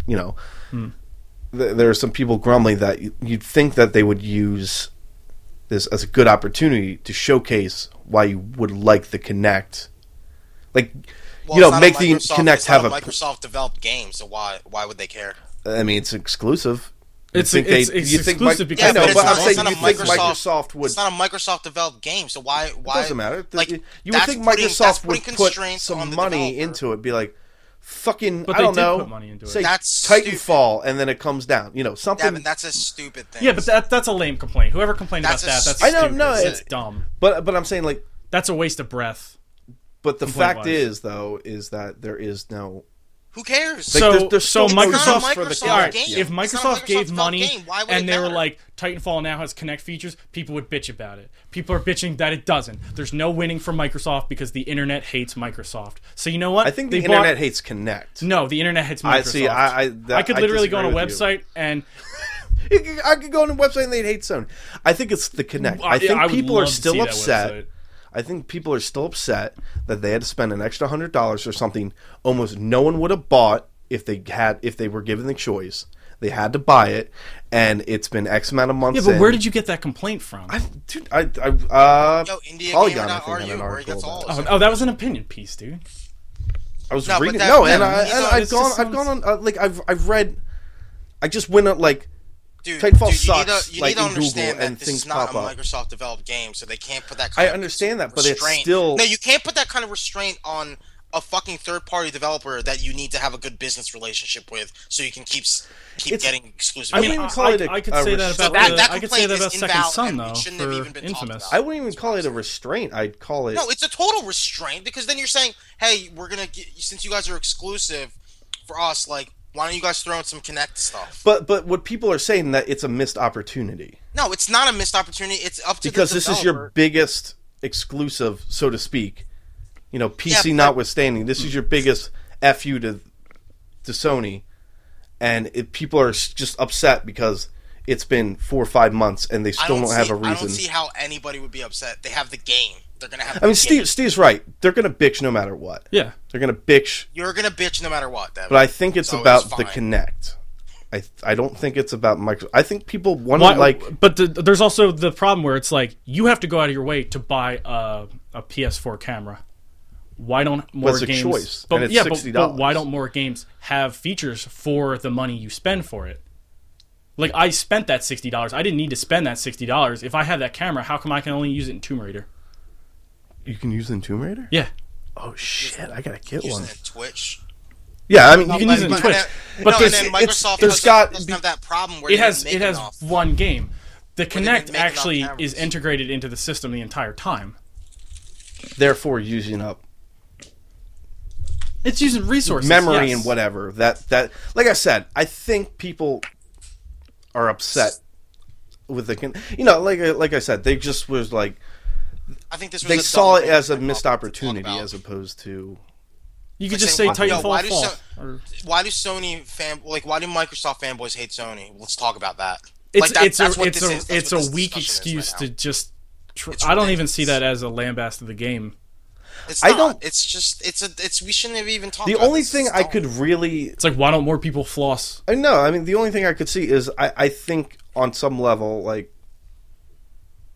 S1: you know,
S2: Hmm.
S1: th- there are some people grumbling that y- you'd think that they would use this as a good opportunity to showcase why you would like the Kinect, like
S3: Well,
S1: you
S3: it's
S1: know,
S3: not
S1: make the
S3: Microsoft-
S1: Kinect
S3: it's not
S1: have a.
S3: Microsoft developed game, so why why would they care?
S1: I mean, it's exclusive. You
S2: It's-
S1: think
S2: it's-
S1: they-
S2: it's
S1: you think
S2: exclusive
S1: Mi-
S2: because
S1: I know,
S2: it's
S1: but,
S2: not-
S1: I'm
S2: it's
S1: saying
S2: not a
S1: you think
S3: Microsoft-
S1: Microsoft would.
S3: It's not a Microsoft developed game, so why why
S1: It doesn't matter.
S3: Like,
S1: you would
S3: that's
S1: think
S3: putting- that's
S1: Microsoft
S3: putting
S1: would put
S3: constraints on
S1: some
S3: the
S1: money
S3: developer.
S1: into it. Be like, fucking,
S2: But
S1: I
S2: they
S1: don't
S2: did
S1: know.
S2: put money into it.
S1: Say
S3: That's
S1: Titanfall, and then it comes down. You know something.
S3: Yeah, but that's a stupid thing.
S2: Yeah, but that, that's a lame complaint. Whoever complained
S3: That's
S2: about
S3: a
S2: that, that's
S1: I don't
S2: stupid.
S1: know,
S2: That's
S1: it-
S2: dumb.
S1: but but I'm saying like
S2: That's a waste of breath.
S1: But the
S2: Complaint
S1: fact
S2: wise.
S1: is, though, is that there is no.
S3: who cares?
S2: so
S1: there's- there's so
S2: so,
S1: many
S3: It's not a
S2: Microsoft.
S1: for the
S3: Microsoft
S1: game.
S2: All right,
S3: game.
S2: if
S3: It's not a
S2: Microsoft gave
S3: Microsoft
S2: money
S3: game. Why would it
S2: and they were
S3: matter?
S2: like, Titanfall now has Connect features, people would bitch about it. People are bitching that it doesn't. There's no winning for Microsoft because the internet hates Microsoft. So you know what?
S1: I think the
S2: They bought-
S1: internet hates Connect.
S2: No, the internet hates Microsoft.
S1: I see, I- I- that-
S2: could
S1: I
S2: literally go on a
S1: disagree with you.
S2: website and
S1: You could- I could go on a website and they'd hate Sony. I think it's the Connect. I think
S2: I would
S1: people are
S2: love to see
S1: still
S2: that
S1: upset.
S2: website.
S1: I think people are still upset that they had to spend an extra hundred dollars or something almost no one would have bought if they had if they were given the choice. They had to buy it, and it's been X amount of months.
S2: Yeah, but
S1: in.
S2: where did you get that complaint from?
S1: I, dude, I, I uh,
S3: Yo, India
S1: Polygon, I
S3: gamer.ru,
S1: think, had an
S3: where it
S1: article
S3: gets
S1: about
S3: all
S1: it.
S2: Oh, oh, that was an opinion piece, dude.
S1: I was
S3: No, but
S1: reading
S3: that-
S1: no, and
S3: no,
S1: I
S3: it's
S1: and
S3: not-
S1: I've
S2: it's
S1: gone
S2: just
S1: I've gone on uh, like I've I've read. I just went on like
S3: Dude,
S1: Titanfall
S3: dude, you need
S1: sucks,
S3: to, you
S1: like,
S3: need
S1: in
S3: to
S1: Google,
S3: understand that
S1: and
S3: this
S1: things
S3: is not
S1: pop
S3: a
S1: up.
S3: Microsoft developed game, so they can't put that.
S1: I
S3: Kind of
S1: understand that, but it's
S3: restraint.
S1: still-
S3: no. You can't put that kind of restraint on a fucking third party developer that you need to have a good business relationship with, so you can keep s- keep
S1: It's-
S3: getting exclusive.
S1: I
S3: games.
S1: wouldn't
S2: I-
S1: call it a-
S2: I could
S1: a
S2: say that
S1: restraint.
S2: about
S3: That-
S2: the-
S3: that
S2: I could say
S3: complaint
S2: that about
S3: is
S2: Second
S3: invalid
S2: Son
S3: and it
S2: though
S3: shouldn't have even
S2: for
S3: been talked
S2: Infamous.
S1: I
S3: about.
S1: wouldn't even call it a restraint. I'd call it
S3: No, it's a total restraint because then you're saying, "Hey, we're gonna get, since you guys are exclusive for us, like, why don't you guys throw in some Connect stuff?"
S1: But but what people are saying that it's a missed opportunity
S3: No, it's not a missed opportunity. It's up to
S1: because
S3: the
S1: this is your
S3: developer.
S1: biggest exclusive, so to speak. You know, PC
S3: Yeah, but-
S1: notwithstanding, this is your biggest fu to to Sony, and it, people are s- just upset because it's been four or five months and they
S3: I
S1: still don't,
S3: see,
S1: have a
S3: I don't see
S1: reason.
S3: how anybody would be upset. They have the game. They're gonna have.
S1: I mean,
S3: the game.
S1: Steve, Steve's right. They're gonna bitch no matter what.
S2: Yeah.
S1: They're gonna bitch
S3: you're gonna bitch no matter what. Devin.
S1: but I think it's
S3: So it's
S1: about the
S3: fine.
S1: Connect. I I don't think it's about micro. I think people want
S2: Why,
S1: to like.
S2: but the, there's also the problem where it's like you have to go out of your way to buy a, a PS4 camera. Why don't more
S1: it's a
S2: games?
S1: choice,
S2: But
S1: and it's
S2: yeah, but,
S1: $60.
S2: but why don't more games have features for the money you spend for it? Like I spent that sixty dollars. I didn't need to spend that sixty dollars. If I had that camera, how come I can only use it in Tomb Raider?
S1: You can use it in Tomb Raider.
S2: Yeah,
S1: Oh shit! I gotta get
S3: using
S1: one.
S3: it in Twitch.
S1: Yeah, I mean you
S2: can
S1: can
S2: use
S1: use
S2: it
S1: it.
S2: in
S1: in
S2: Twitch.
S1: Twitch.
S3: And then,
S2: But
S3: no, and
S2: there's-
S3: then
S1: it's-
S3: Microsoft
S1: there's
S3: doesn't,
S1: got-
S3: doesn't have that problem where
S2: it has
S3: make
S2: it has
S3: enough.
S2: one game. The Kinect
S3: didn't make enough
S2: actually
S3: cameras.
S2: is integrated into the system the entire time.
S1: Therefore, using up
S2: It's using resources,
S1: memory
S2: yes.
S1: and whatever. That that like I said, I think people are upset with the. Con- you know, like I- like I said, they just was like
S3: I think this was
S1: they
S3: a
S1: saw
S3: dumb
S1: it
S3: thing
S1: as a
S3: to talk
S1: missed
S3: about.
S1: opportunity as opposed to
S2: You could
S3: Like
S2: just say
S3: saying,
S2: Titanfall
S3: "Yo, why do
S2: Fall."
S3: so-
S2: or-
S3: Why do Sony fan like why do Microsoft fanboys hate Sony? Let's talk about that.
S2: it's
S3: like that-
S2: it's a
S3: that's what
S2: it's
S3: this
S2: a
S3: is. That's
S2: it's
S3: what
S2: a
S3: this
S2: weak
S3: discussion is
S2: excuse
S3: right
S2: to
S3: now.
S2: just. Tr-
S3: It's
S2: I don't even see
S3: ridiculous.
S2: that as a lambast of the game.
S3: It's
S1: I
S3: not.
S1: don't-
S3: It's just. It's a. It's. We shouldn't have even talked.
S1: The
S3: about
S1: only
S3: this.
S1: thing
S3: It's
S1: I
S3: dumb.
S1: could really,
S2: It's like why don't more people floss?
S1: I know. I mean, the only thing I could see is I, I think on some level, like,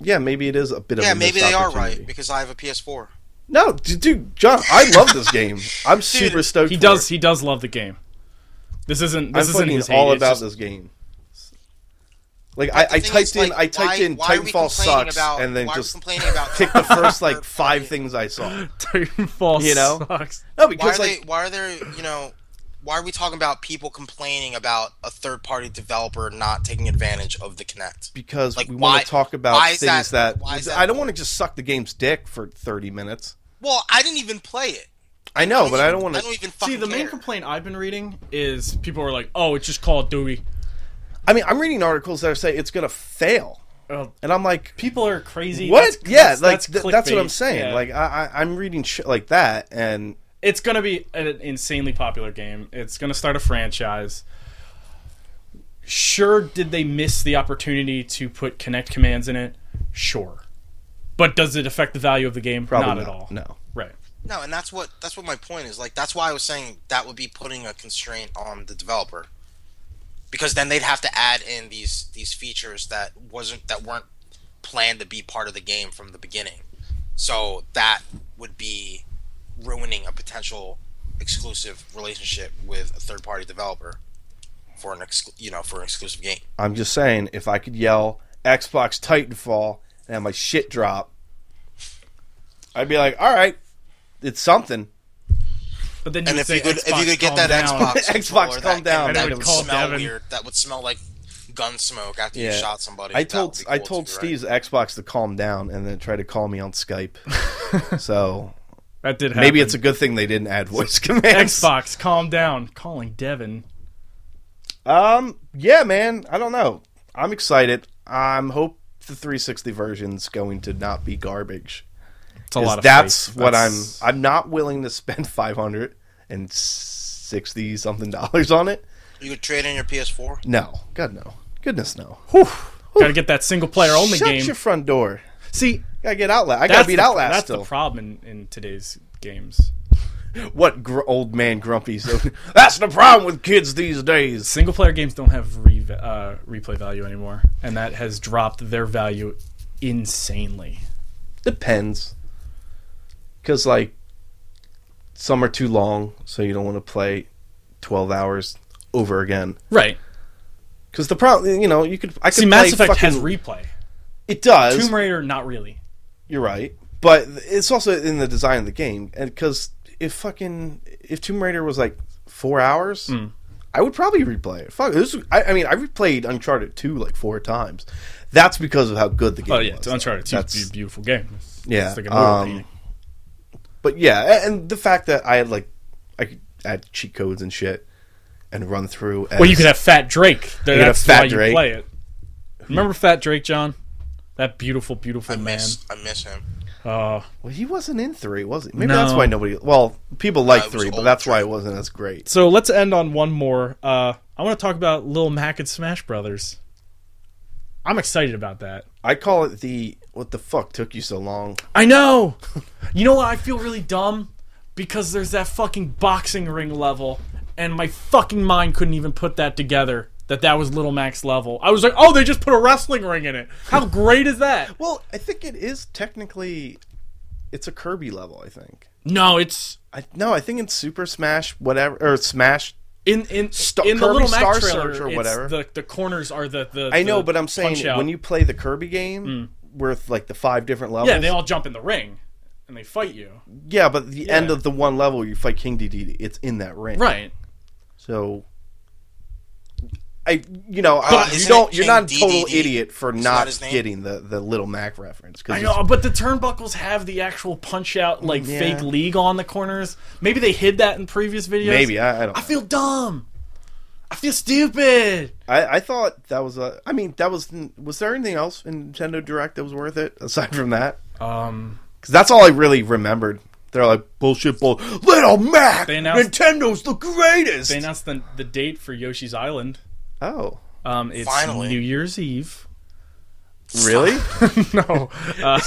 S1: yeah, maybe it is a bit of
S3: Yeah,
S1: a
S3: maybe
S1: missed
S3: they are
S1: opportunity.
S3: right because I have a PS4.
S1: No, d- dude, John, I love this game. I'm super stoked.
S2: He
S1: for
S2: does
S1: it.
S2: he does love the game. This isn't
S1: I'm
S2: this isn't
S1: fucking
S2: his hate,
S1: all
S2: it's
S1: about
S2: just-
S1: this game. Like I,
S3: The
S1: I
S3: thing
S1: typed
S3: is,
S1: in,
S3: like,
S1: I typed
S3: why-
S1: in
S3: why are we
S1: Titanfall
S3: complaining
S1: sucks,
S3: about-
S1: and then
S3: why are we
S1: just
S3: complaining about
S1: pick the first like
S3: Titanfall?
S1: five things I saw.
S2: Titanfall
S1: You know?
S2: sucks.
S1: No,
S3: Why are
S1: because
S3: they?
S1: like
S3: Why are there? You know, why are we talking about people complaining about a third-party developer not taking advantage of the Kinect?
S1: because
S3: like,
S1: we want
S3: why-
S1: to talk about
S3: why is
S1: things
S3: that-
S1: that,
S3: why is that
S1: I don't want to just suck the game's dick for 30 minutes.
S3: Well, I didn't even play it.
S1: I know, but I don't want
S3: I
S1: to.
S3: don't even fucking
S2: See, the main
S3: care.
S2: complaint I've been reading is people are like, "Oh, it's just Call of Duty."
S1: I mean, I'm reading articles that say it's gonna fail,
S2: Oh,
S1: and I'm like,
S2: people are crazy.
S1: what?
S2: That's-
S1: yeah,
S2: that's-
S1: like
S2: that's,
S1: th- that's what I'm
S2: clickbait.
S1: saying.
S2: Yeah.
S1: Like I, I, I'm reading shit like that, and
S2: it's gonna be an insanely popular game. It's gonna start a franchise. Sure, did they miss the opportunity to put connect commands in it? Sure, but does it affect the value of the game?
S1: probably
S2: not,
S1: not,
S2: at all.
S1: No,
S2: Right.
S3: No, and that's what that's what my point is. Like that's why I was saying that would be putting a constraint on the developer. Because then they'd have to add in these these features that wasn't that weren't planned to be part of the game from the beginning. So that would be ruining a potential exclusive relationship with a third party developer for an exclu- you know, for an exclusive game.
S1: I'm just saying if I could yell Xbox Titanfall and have my shit drop, I'd be like, all right, it's something.
S2: But then you
S3: And
S2: would
S3: if
S2: say
S3: you could if
S2: Xbox,
S3: you could get
S2: calm
S3: that
S2: down.
S3: Xbox
S1: Xbox,
S3: controller, that
S1: calm
S3: game,
S1: down.
S2: And I
S3: that
S2: would
S3: would
S2: call
S3: smell
S2: Devin.
S3: weird. That would smell like gun smoke after
S1: Yeah.
S3: you shot somebody.
S1: I
S3: That
S1: told
S3: would be
S1: I
S3: cool
S1: told
S3: too, right?
S1: Steve's Xbox to calm down, and then try to call me on Skype. so
S2: that did happen.
S1: maybe it's a good thing they didn't add voice commands.
S2: Xbox. Calm down. Calling Devin.
S1: Um, yeah, man. I don't know. I'm excited. I'm hope the 360 version's going to not be garbage.
S2: It's a
S1: 'Cause
S2: lot of
S1: that's
S2: faith.
S1: what
S2: That's-
S1: I'm. I'm not willing to spend 560 something dollars on it.
S3: You could trade in your PS4.
S1: No, God no, goodness no.
S2: Gotta get that single player only
S1: Shut
S2: game.
S1: your front door.
S2: See,
S1: Gotta get Outlast. I
S2: that's
S1: gotta beat
S2: the,
S1: Outlast
S2: That's
S1: still.
S2: the problem in, in today's games.
S1: what gr- old man grumpy? So that's the problem with kids these days.
S2: Single player games don't have re- uh, replay value anymore, and that has dropped their value insanely.
S1: Depends. Because, like, some are too long, so you don't want to play 12 hours over again.
S2: Right.
S1: Because the problem, you know, you could. I could
S2: See, Mass
S1: play
S2: Effect has
S1: fucking-
S2: replay.
S1: It does.
S2: Tomb Raider, not really.
S1: You're right. But it's also in the design of the game. And because if fucking. If Tomb Raider was like four hours.
S2: Hmm.
S1: I would probably replay it. Fuck, this. is- I, I mean, I replayed Uncharted two like four times. That's because of how good the game.
S2: Oh yeah,
S1: was,
S2: it's
S1: though.
S2: Uncharted. It's
S1: That's-
S2: a beautiful game. It's-
S1: Yeah,
S2: it's like an oil
S1: um,
S2: painting.
S1: But yeah, a- and the fact that I had like I could add cheat codes and shit and run through. As,
S2: Well, you could have Fat Drake.
S1: could have
S2: That's
S1: Fat
S2: why
S1: Drake.
S2: you play it. Remember Fat Drake, John? That beautiful, beautiful
S3: I
S2: man.
S3: miss. I miss him.
S2: Oh,
S1: Well, he wasn't in three, was he? Maybe
S2: No.
S1: that's why nobody. Well, people like
S3: Uh, it was
S1: three, but
S3: old
S1: that's why it wasn't as great.
S2: so let's end on one more. Uh, I want to talk about Lil Mac and Smash Brothers. I'm excited about that.
S1: I call it the what the fuck took you so long?
S2: I know. You know what? I feel really dumb because there's that fucking boxing ring level, and my fucking mind couldn't even put that together. That that was Little Max level. I was like, oh, they just put a wrestling ring in it. How great is that?
S1: Well, I think it is technically. It's a Kirby level, I think.
S2: No, it's
S1: I no, I think in Super Smash, whatever, or Smash.
S2: in in
S1: Star-
S2: in the
S1: Kirby
S2: Little Max
S1: Star
S2: trailer.
S1: Search or
S2: it's
S1: whatever.
S2: The the corners are the the.
S1: I know,
S2: the
S1: but I'm saying
S2: punch-out.
S1: when you play the Kirby game with like the five different levels,
S2: yeah, they all jump in the ring and they fight you.
S1: Yeah, but the end
S2: Yeah.
S1: of the one level where you fight King Dedede, it's in that ring.
S2: Right.
S1: So I you know,
S3: But
S1: I, you
S3: isn't
S1: don't
S3: it
S1: you're not a
S3: King
S1: total
S3: Dedede?
S1: idiot for
S3: not
S1: not,
S3: his name?
S1: getting the, the little Mac reference
S2: I
S1: cuz
S2: know, but the turnbuckles have the actual punch out like
S1: Yeah.
S2: fake league on the corners. Maybe they hid that in previous videos.
S1: maybe I, I don't
S2: I feel dumb. I feel stupid.
S1: I, I thought that was a I mean that was was there anything else in Nintendo Direct that was worth it aside from that?
S2: Um,
S1: Cuz that's all I really remembered They're like bullshit, bull. Little Mac,
S2: They announced-
S1: Nintendo's the greatest.
S2: They announced the, the date for Yoshi's Island.
S1: oh,
S2: Um, it's
S3: Finally.
S2: New Year's Eve.
S1: really?
S2: no. Uh,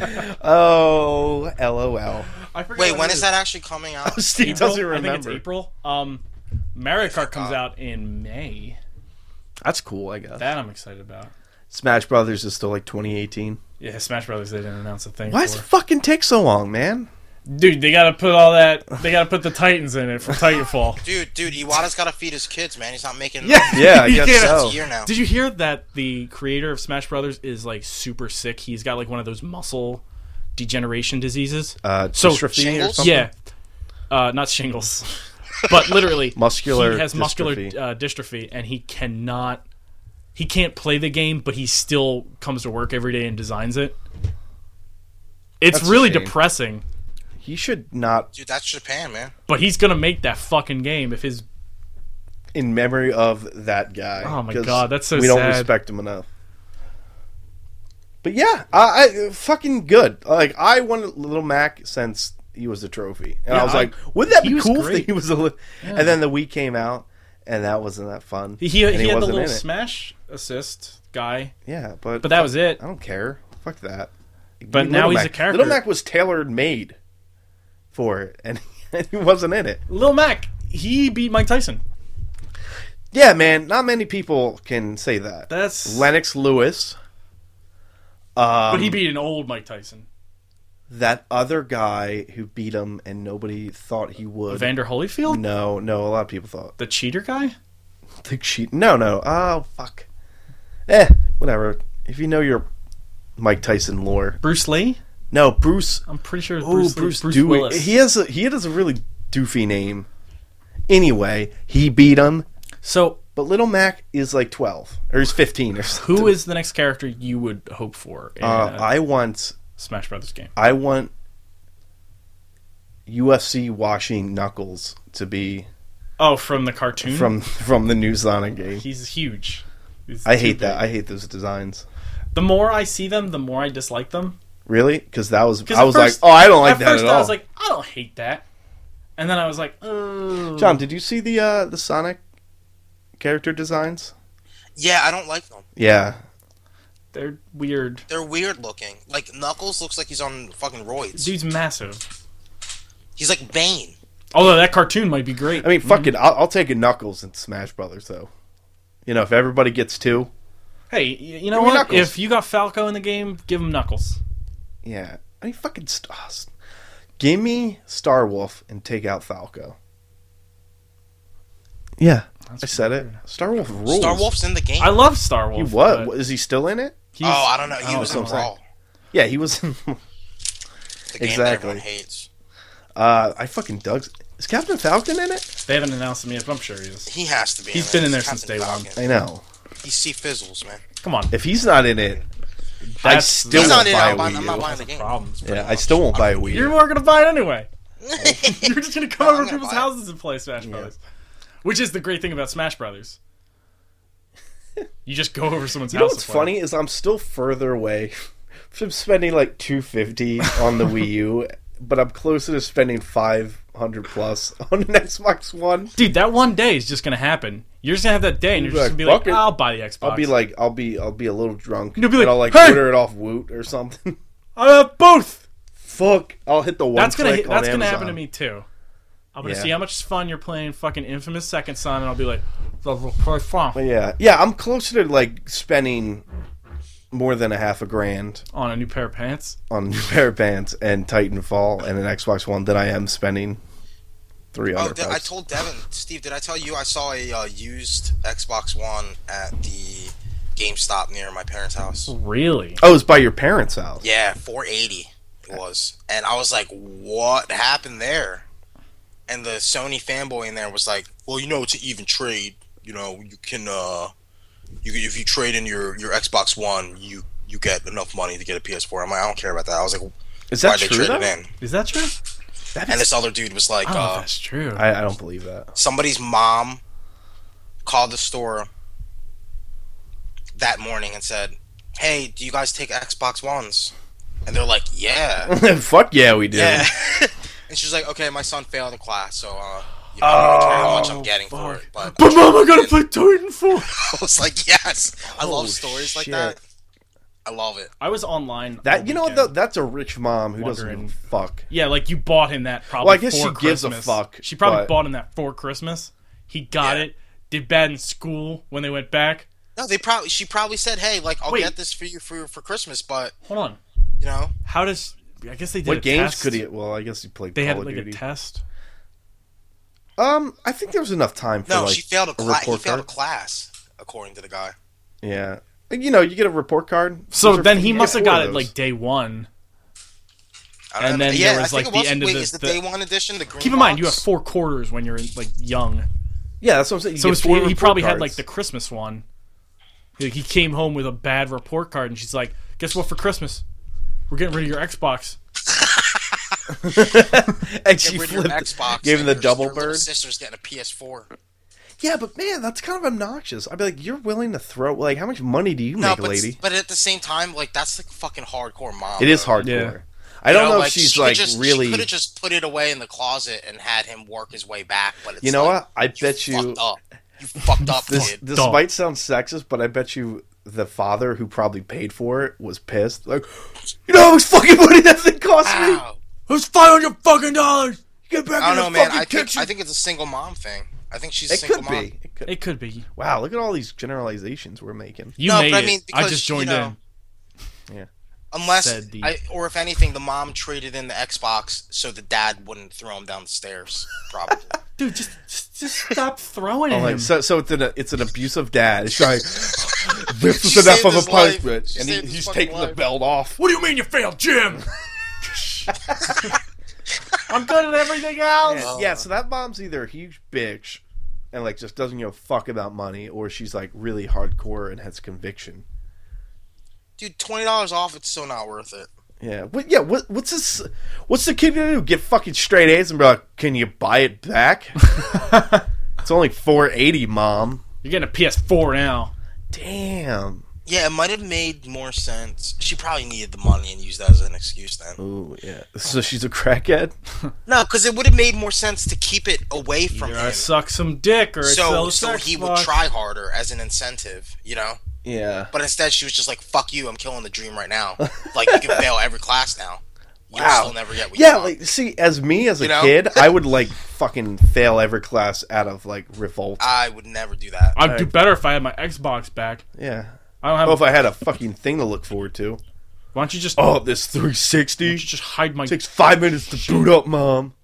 S1: oh, lol.
S2: I forget
S3: Wait,
S2: what
S3: when
S2: it
S3: is that actually coming out?
S1: Steve
S2: April?
S1: doesn't
S2: I think it's
S1: remember.
S2: April. Um, Mario Kart comes out in May.
S1: That's cool, I guess.
S2: That I'm excited about.
S1: Smash Brothers is still like 2018.
S2: Yeah, Smash Brothers. They didn't announce a thing.
S1: Why does it
S2: for.
S1: fucking take so long, man?
S2: Dude, they gotta put all that. They gotta put the Titans in it for Titanfall.
S3: Dude, dude, Iwata's got to feed his kids, man. He's not making
S1: yeah, I
S2: You
S1: guess
S2: can't-
S3: That's
S1: so.
S3: a year now.
S2: Did you hear that the creator of Smash Brothers is like super sick? He's got like one of those muscle degeneration diseases.
S1: Uh,
S2: So-
S1: dystrophy or
S3: Shingles?
S1: something?
S2: yeah, uh, not shingles, but literally
S1: Muscular
S2: He has muscular
S1: dystrophy.
S2: uh, dystrophy, and he cannot. He can't play the game, but he still comes to work every day and designs it. It's
S1: That's a
S2: really
S1: shame.
S2: depressing,
S1: He should not,
S3: Dude, that's Japan, man.
S2: but he's gonna make that fucking game if his
S1: in memory of that guy.
S2: Oh my
S1: 'cause
S2: God, that's so
S1: We don't
S2: sad.
S1: respect him enough. But yeah, I, I fucking good. Like I wanted Little Mac since he was a trophy, and
S2: Yeah,
S1: I was
S2: I-
S1: like, wouldn't that
S2: he
S1: be
S2: was
S1: cool
S2: great.
S1: if he was a? Li-? And then the Wii came out, and that wasn't that fun.
S2: he he,
S1: and
S2: had the
S1: wasn't
S2: little
S1: in it.
S2: smash assist guy,
S1: Yeah, but
S2: but that was it.
S1: I don't care. Fuck that.
S2: But
S1: Leave
S2: now
S1: Little
S2: he's
S1: Mac.
S2: a character.
S1: Little Mac was tailored made for it, and he wasn't in it.
S2: Lil Mac, he beat Mike Tyson.
S1: Yeah, man. Not many people can say that.
S2: That's
S1: Lennox Lewis. um,
S2: but he beat an old Mike Tyson.
S1: that other guy who beat him and nobody thought he would.
S2: Vander Holyfield,
S1: no, no, a lot of people thought.
S2: the cheater guy.
S1: Think she No, no. Oh, fuck. Eh, whatever. If you know your Mike Tyson lore.
S2: Bruce Lee.
S1: No, Bruce.
S2: I'm pretty sure.
S1: Oh,
S2: Bruce,
S1: Bruce,
S2: Lee- Bruce,
S1: Dewey.
S2: Willis.
S1: He has a he has a really doofy name. Anyway, he beat him,
S2: so
S1: but Little Mac is like 12 or he's 15 or something.
S2: Who is the next character you would hope for in
S1: uh,
S2: a
S1: I want
S2: Smash Brothers game?
S1: I want UFC washing knuckles to be
S2: Oh, from the cartoon.
S1: from from the new Sonic game.
S2: he's huge. He's
S1: I
S2: too
S1: hate that. I
S2: big.
S1: hate those designs.
S2: the more I see them, the more I dislike them.
S1: Really? Because that was
S2: 'Cause
S1: I
S2: at
S1: was
S2: first-
S1: like, oh, I don't like
S2: at
S1: that
S2: first,
S1: at
S2: I
S1: all.
S2: was like, I don't hate that, and then I was like, oh.
S1: John, did you see the uh, the Sonic character designs?
S3: Yeah, I don't like them.
S1: Yeah,
S2: they're weird.
S3: They're weird looking. Like Knuckles looks like he's on fucking roids.
S2: Dude's massive.
S3: He's like Bane.
S2: Although that cartoon might be great.
S1: I mean, fuck it. I'll, I'll take a Knuckles and Smash Brothers though. You know, if everybody gets two,
S2: hey, y- you know
S1: Give me
S2: what?
S1: Knuckles.
S2: If you got Falco in the game, give him Knuckles.
S1: yeah. I mean, fucking st- ah, s- give me Star Wolf and take out Falco. Yeah, I said it. Star Wolf rules.
S3: Star Wolf's in the game.
S2: I love Star Wolf.
S1: He what?
S2: but
S1: Is he still in it?
S2: he's-
S3: oh, I don't know. He
S2: Oh,
S3: was
S1: so
S3: in
S1: I'm saying.
S3: Brawl.
S1: Yeah, he was. in-
S3: The game
S1: Exactly.
S3: that everyone hates.
S1: uh, I fucking dug. Is Captain Falcon in it?
S2: They haven't announced him yet, but I'm sure he is.
S3: He has to be.
S2: He's
S3: He's
S2: been in there since day one.
S1: I know.
S3: He see fizzles, man.
S2: Come on,
S1: If he's not in it, I
S2: That's-
S1: still
S3: He's
S1: won't
S3: not in. it,
S1: buy
S3: I'm,
S1: a
S3: buying-
S1: Wii
S3: I'm
S1: U.
S3: not buying the game.
S2: problems.
S1: yeah, I still won't buy a Wii
S2: You're
S1: U.
S2: more gonna buy it anyway. You're just gonna come
S3: I'm
S2: over to
S3: gonna
S2: people's
S3: buy it.
S2: houses and play Smash Brothers, which is the great thing about Smash Brothers. you just go over someone's
S1: You know
S2: house.
S1: what's
S2: and play.
S1: funny is I'm still further away from spending like 250 on the Wii U, but I'm closer to spending 500 plus on an Xbox One.
S2: dude? That one day is just gonna happen. You're just gonna have that day, and you're
S1: You'll
S2: just gonna
S1: be
S2: be
S1: like,
S2: like,
S1: "Fuck it."
S2: "I'll buy the Xbox."
S1: I'll be like, I'll be, I'll be a little drunk.
S2: You'll be like,
S1: and I'll like
S2: "Hey!"
S1: order it off Woot or something.
S2: "I have both."
S1: Fuck! I'll hit the one.
S2: That's gonna
S1: click
S2: hit-
S1: on
S2: that's gonna happen to
S1: Amazon.
S2: me too. I'm gonna
S1: Yeah.
S2: see how much fun you're playing fucking Infamous Second Son, and I'll be like, "That's really fun,"
S1: Yeah, yeah. I'm closer to like spending more than a half a grand
S2: on a new pair of pants.
S1: on a new pair of pants and Titanfall and an Xbox One than I am spending three
S3: Oh,
S1: hundred.
S3: did, I
S1: bucks.
S3: told Devin, Steve. Did I tell you I saw a uh, used Xbox One at the GameStop near my parents' house?
S2: Really?
S1: Oh, it's by your parents' house.
S3: Yeah, 480 it was, and I was like, "What happened there?" And the Sony fanboy in there was like, "Well, you know, it's an even trade. You know, you can, uh, you can- if you trade in your your Xbox One, you you get enough money to get a PS4." I'm like, "I don't care about that." I was like,
S1: Is
S3: "Why
S1: that
S3: they
S1: true?
S3: trade
S1: Though?
S3: it in?"
S2: Is that true?
S1: That
S3: And
S1: is-
S3: this other dude was like,
S2: I don't know if
S3: uh,
S2: that's true.
S1: I, I don't believe that.
S3: somebody's mom called the store that morning and said, "Hey, do you guys take Xbox Ones?" And And they're like, yeah,
S1: Fuck yeah, we did.
S3: yeah. and she's like, okay, my son failed in class, so uh, you know, I don't care how much I'm getting for it. But,
S2: But mom, I gotta play Titan 4.
S3: I was like, yes, I love
S1: Oh,
S3: stories like
S1: shit.
S3: that. I love it.
S2: I was online. all
S1: That you know what?
S2: weekend.
S1: Though, that's a rich mom who doesn't
S2: Wondering.
S1: give a fuck.
S2: Yeah, like you bought him that probably.
S1: Well, I guess
S2: for
S1: she gives a
S2: Christmas.
S1: fuck,
S2: She probably
S1: but-
S2: bought him that for Christmas. He got
S3: Yeah.
S2: it. Did bad in school when they went back.
S3: No, they probably she probably said, hey, like I'll
S2: Wait.
S3: get this for you for for Christmas, but
S2: Hold on.
S3: you know,
S2: How does? I guess they did. a
S1: What games
S2: test.
S1: could he? Well, I guess he played
S2: They
S1: Call
S2: had
S1: of
S2: like a
S1: Duty.
S2: test.
S1: um, I think there was enough time for
S3: no,
S1: like
S3: she failed a,
S1: a
S3: class. He
S1: report
S3: failed a
S1: card.
S3: class, according to the guy.
S1: Yeah, And, you know, you get a report card.
S2: So
S1: Those are-
S2: then he
S1: you get
S2: must have
S1: four
S2: got
S1: of
S2: it
S1: those.
S2: like day one.
S3: I don't
S2: And
S3: know.
S2: then
S3: yeah,
S2: there
S3: I
S2: was,
S3: think
S2: like,
S3: it
S2: the
S3: was,
S2: end of
S3: wait,
S2: the-
S3: is the,
S2: the-
S3: day one edition the green
S2: Keep in mind, you have
S3: box?
S2: four quarters when you're like young.
S1: yeah, that's what I'm saying. You
S2: So
S1: get
S2: it's-
S1: four
S2: he
S1: report
S2: probably had like
S1: cards.
S2: the Christmas one. Like, he came home with a bad report card, and she's like, "Guess what? For Christmas, we're getting rid of your Xbox."
S1: and
S3: Get
S1: she
S3: rid of your
S1: flipped,
S3: Xbox.
S1: gave him
S3: and
S1: the
S3: your-
S1: double
S3: your little
S1: bird.
S3: Sister's getting a PS4.
S1: Yeah, but man, that's kind of obnoxious. I'd be like, you're willing to throw like, how much money do you
S3: No,
S1: make,
S3: but,
S1: lady?
S3: but at the same time, like that's like fucking hardcore mom.
S1: It is
S3: though.
S1: hardcore.
S2: Yeah.
S1: I
S3: You
S1: don't know,
S3: like,
S1: if she's
S3: she
S1: like
S3: just,
S1: really.
S3: could have just put it away in the closet and had him work his way back. But it's
S1: You know
S3: like,
S1: what? I bet you
S3: fucked up. You fucked up,
S1: this
S3: kid.
S1: this
S2: Dog.
S1: might sound sexist, but I bet you the father who probably paid for it was pissed. Like, you know how much fucking money that thing cost me?
S3: Wow.
S2: It's five hundred fucking dollars.
S1: Get back
S3: I
S1: in
S3: don't know,
S1: the
S3: man.
S1: fucking
S3: I think,
S1: kitchen.
S3: I think it's a single mom thing. I think she's a
S1: it
S3: single
S1: could
S3: mom.
S1: be. It could-
S2: It could be.
S1: Wow, look at all these generalizations we're making.
S2: You
S3: No,
S2: made
S3: but I
S2: it.
S3: mean,
S2: I
S3: because,
S2: just
S3: you
S2: joined
S3: know,
S2: in.
S3: Unless,
S2: Said the-
S3: I, or if anything, the mom traded in the Xbox so the dad wouldn't throw him down the stairs. Probably.
S2: Dude, just just, just stop throwing at
S1: Oh, Like,
S2: him.
S1: so, so it's an it's an abusive dad. It's like this
S3: She
S1: is enough
S3: saved
S1: of a
S3: his life.
S1: punishment,
S3: She
S1: and he,
S3: saved his
S1: he's
S3: fucking
S1: taking the
S3: life.
S1: belt off.
S2: what do you mean you failed, Jim? I'm good at everything else.
S3: Uh.
S1: Yeah, yeah, so that mom's either a huge bitch and like just doesn't give a fuck about money, or she's like really hardcore and has conviction.
S3: Dude, twenty dollars off. It's still not worth it.
S1: Yeah. What, yeah. What, what's this? What's the kid gonna do? Get fucking straight A's and be like, "Can you buy it back? it's only four eighty, mom.
S2: You're getting a PS4 now.
S1: Damn.
S3: Yeah, it might have made more sense. She probably needed the money and used that as an excuse then.
S1: Ooh, yeah. So she's a crackhead.
S3: No, because it would have made more sense to keep it away from
S2: Either I
S3: him.
S2: suck some dick or I sell
S3: So,
S2: a
S3: so
S2: sex
S3: he would
S2: box.
S3: try harder as an incentive, you know.
S1: Yeah.
S3: But instead, she was just like, "Fuck you! I'm killing the dream right now. Like you can fail every class now. You'll
S1: Wow.
S3: still never get what
S1: Yeah,
S3: you want."
S1: like see, as me as a
S3: You know?
S1: kid, I would like fucking fail every class out of like revolt.
S3: I would never do that.
S2: I'd do better if I had my Xbox back.
S1: Yeah.
S2: I don't have.
S1: Oh, if I had a fucking thing to look forward to.
S2: why don't you just?
S1: Oh,
S2: Why
S1: this
S2: don't you
S1: 360
S2: just hide my.
S1: takes five minutes to boot up, mom.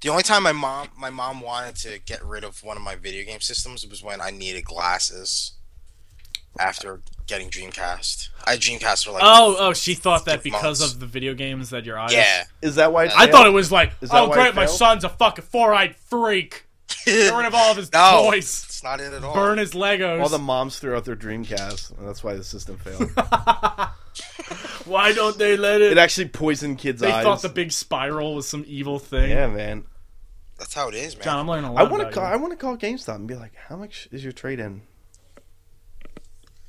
S3: The only time my mom my mom wanted to get rid of one of my video game systems was when I needed glasses after getting Dreamcast. I had Dreamcast for like
S2: Oh, oh, she thought that
S3: Six
S2: because
S3: months.
S2: of the video games that your eyes.
S3: yeah.
S1: Is that why?
S2: I thought it was like,
S1: Is that
S2: oh
S1: why it
S2: great, my
S1: failed?
S2: son's a fucking four-eyed freak. Get rid of all of his
S3: No,
S2: toys.
S3: it's not it at all.
S2: Burn his Legos.
S1: all the moms threw out their Dreamcast, and that's why the system failed.
S2: Why don't they let it?
S1: it actually poisoned kids'
S2: they
S1: eyes.
S2: thought the big spiral was some evil thing.
S1: yeah, man.
S3: That's how it is, man.
S2: John, I'm learning a lot.
S1: I want to
S2: about
S1: call.
S2: you.
S1: I want to call GameStop and be like, "How much is your trade-in?"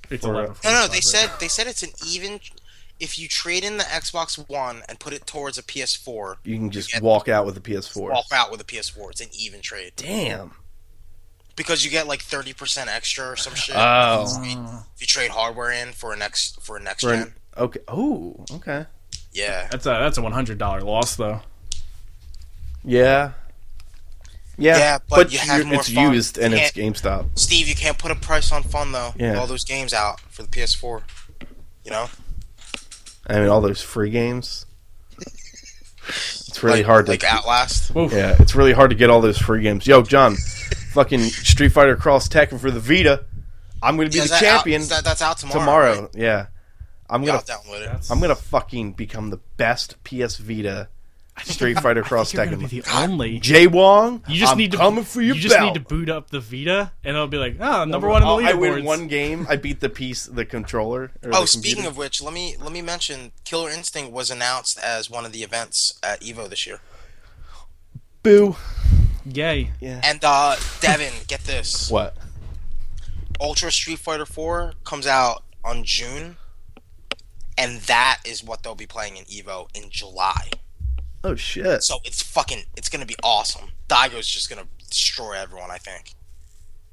S2: It's
S1: for-
S2: 11.
S3: no, no, they said they said it's an even if you trade in the Xbox One and put it towards a PS4,
S1: You can just
S3: Yeah.
S1: walk out with a PS4.
S3: walk out with a PS4. It's an even trade
S1: Damn.
S3: because you get like 30% extra or some shit.
S1: Oh.
S3: If you trade hardware in for an X for an next
S1: For
S3: gen.
S1: an- okay. Oh. Okay.
S3: yeah.
S2: That's a that's a one hundred dollar loss though.
S1: Yeah. Yeah.
S3: Yeah, but you have
S1: you're-
S3: more
S1: it's
S3: fun.
S1: used and
S3: You
S1: it's GameStop.
S3: Steve, you can't put a price on fun though.
S1: Yeah.
S3: With all those games out for the PS4. You know?
S1: I mean, all those free games. It's really
S3: like,
S1: hard to
S3: like Outlast.
S2: Oof.
S1: Yeah, it's really hard to get all those free games. Yo, John, fucking Street Fighter Cross Tekken for the Vita. I'm gonna be
S3: Yeah, is
S1: the
S3: that out-
S1: champion
S3: is that, that's out tomorrow.
S1: tomorrow.
S3: right?
S1: Yeah, I'm
S3: Yeah,
S1: gonna
S3: I'll download it.
S2: That's-
S1: I'm gonna fucking become the best PS Vita
S2: I think
S1: Street
S2: you're-
S1: Fighter
S2: I think
S1: Cross
S2: you're gonna be
S1: Tekken.
S2: the only.
S1: Jay Wong,
S2: You just
S1: I'm
S2: need to
S1: coming for your
S2: You just
S1: belt.
S2: need to boot up the Vita, and it'll be like, oh, number one in the
S1: Oh, I
S2: leaderboards.
S1: win one game. I beat the piece, the controller. Or
S3: Oh,
S1: the
S3: speaking
S1: computer.
S3: of which, let me let me mention Killer Instinct was announced as one of the events at Evo this year.
S1: boo.
S2: Yay!
S3: And uh Devin, get this.
S1: What?
S3: Ultra Street Fighter 4 comes out on June and that is what they'll be playing in Evo in July.
S1: Oh shit!
S3: So it's fucking it's gonna be awesome. Daigo's just gonna destroy everyone, I think,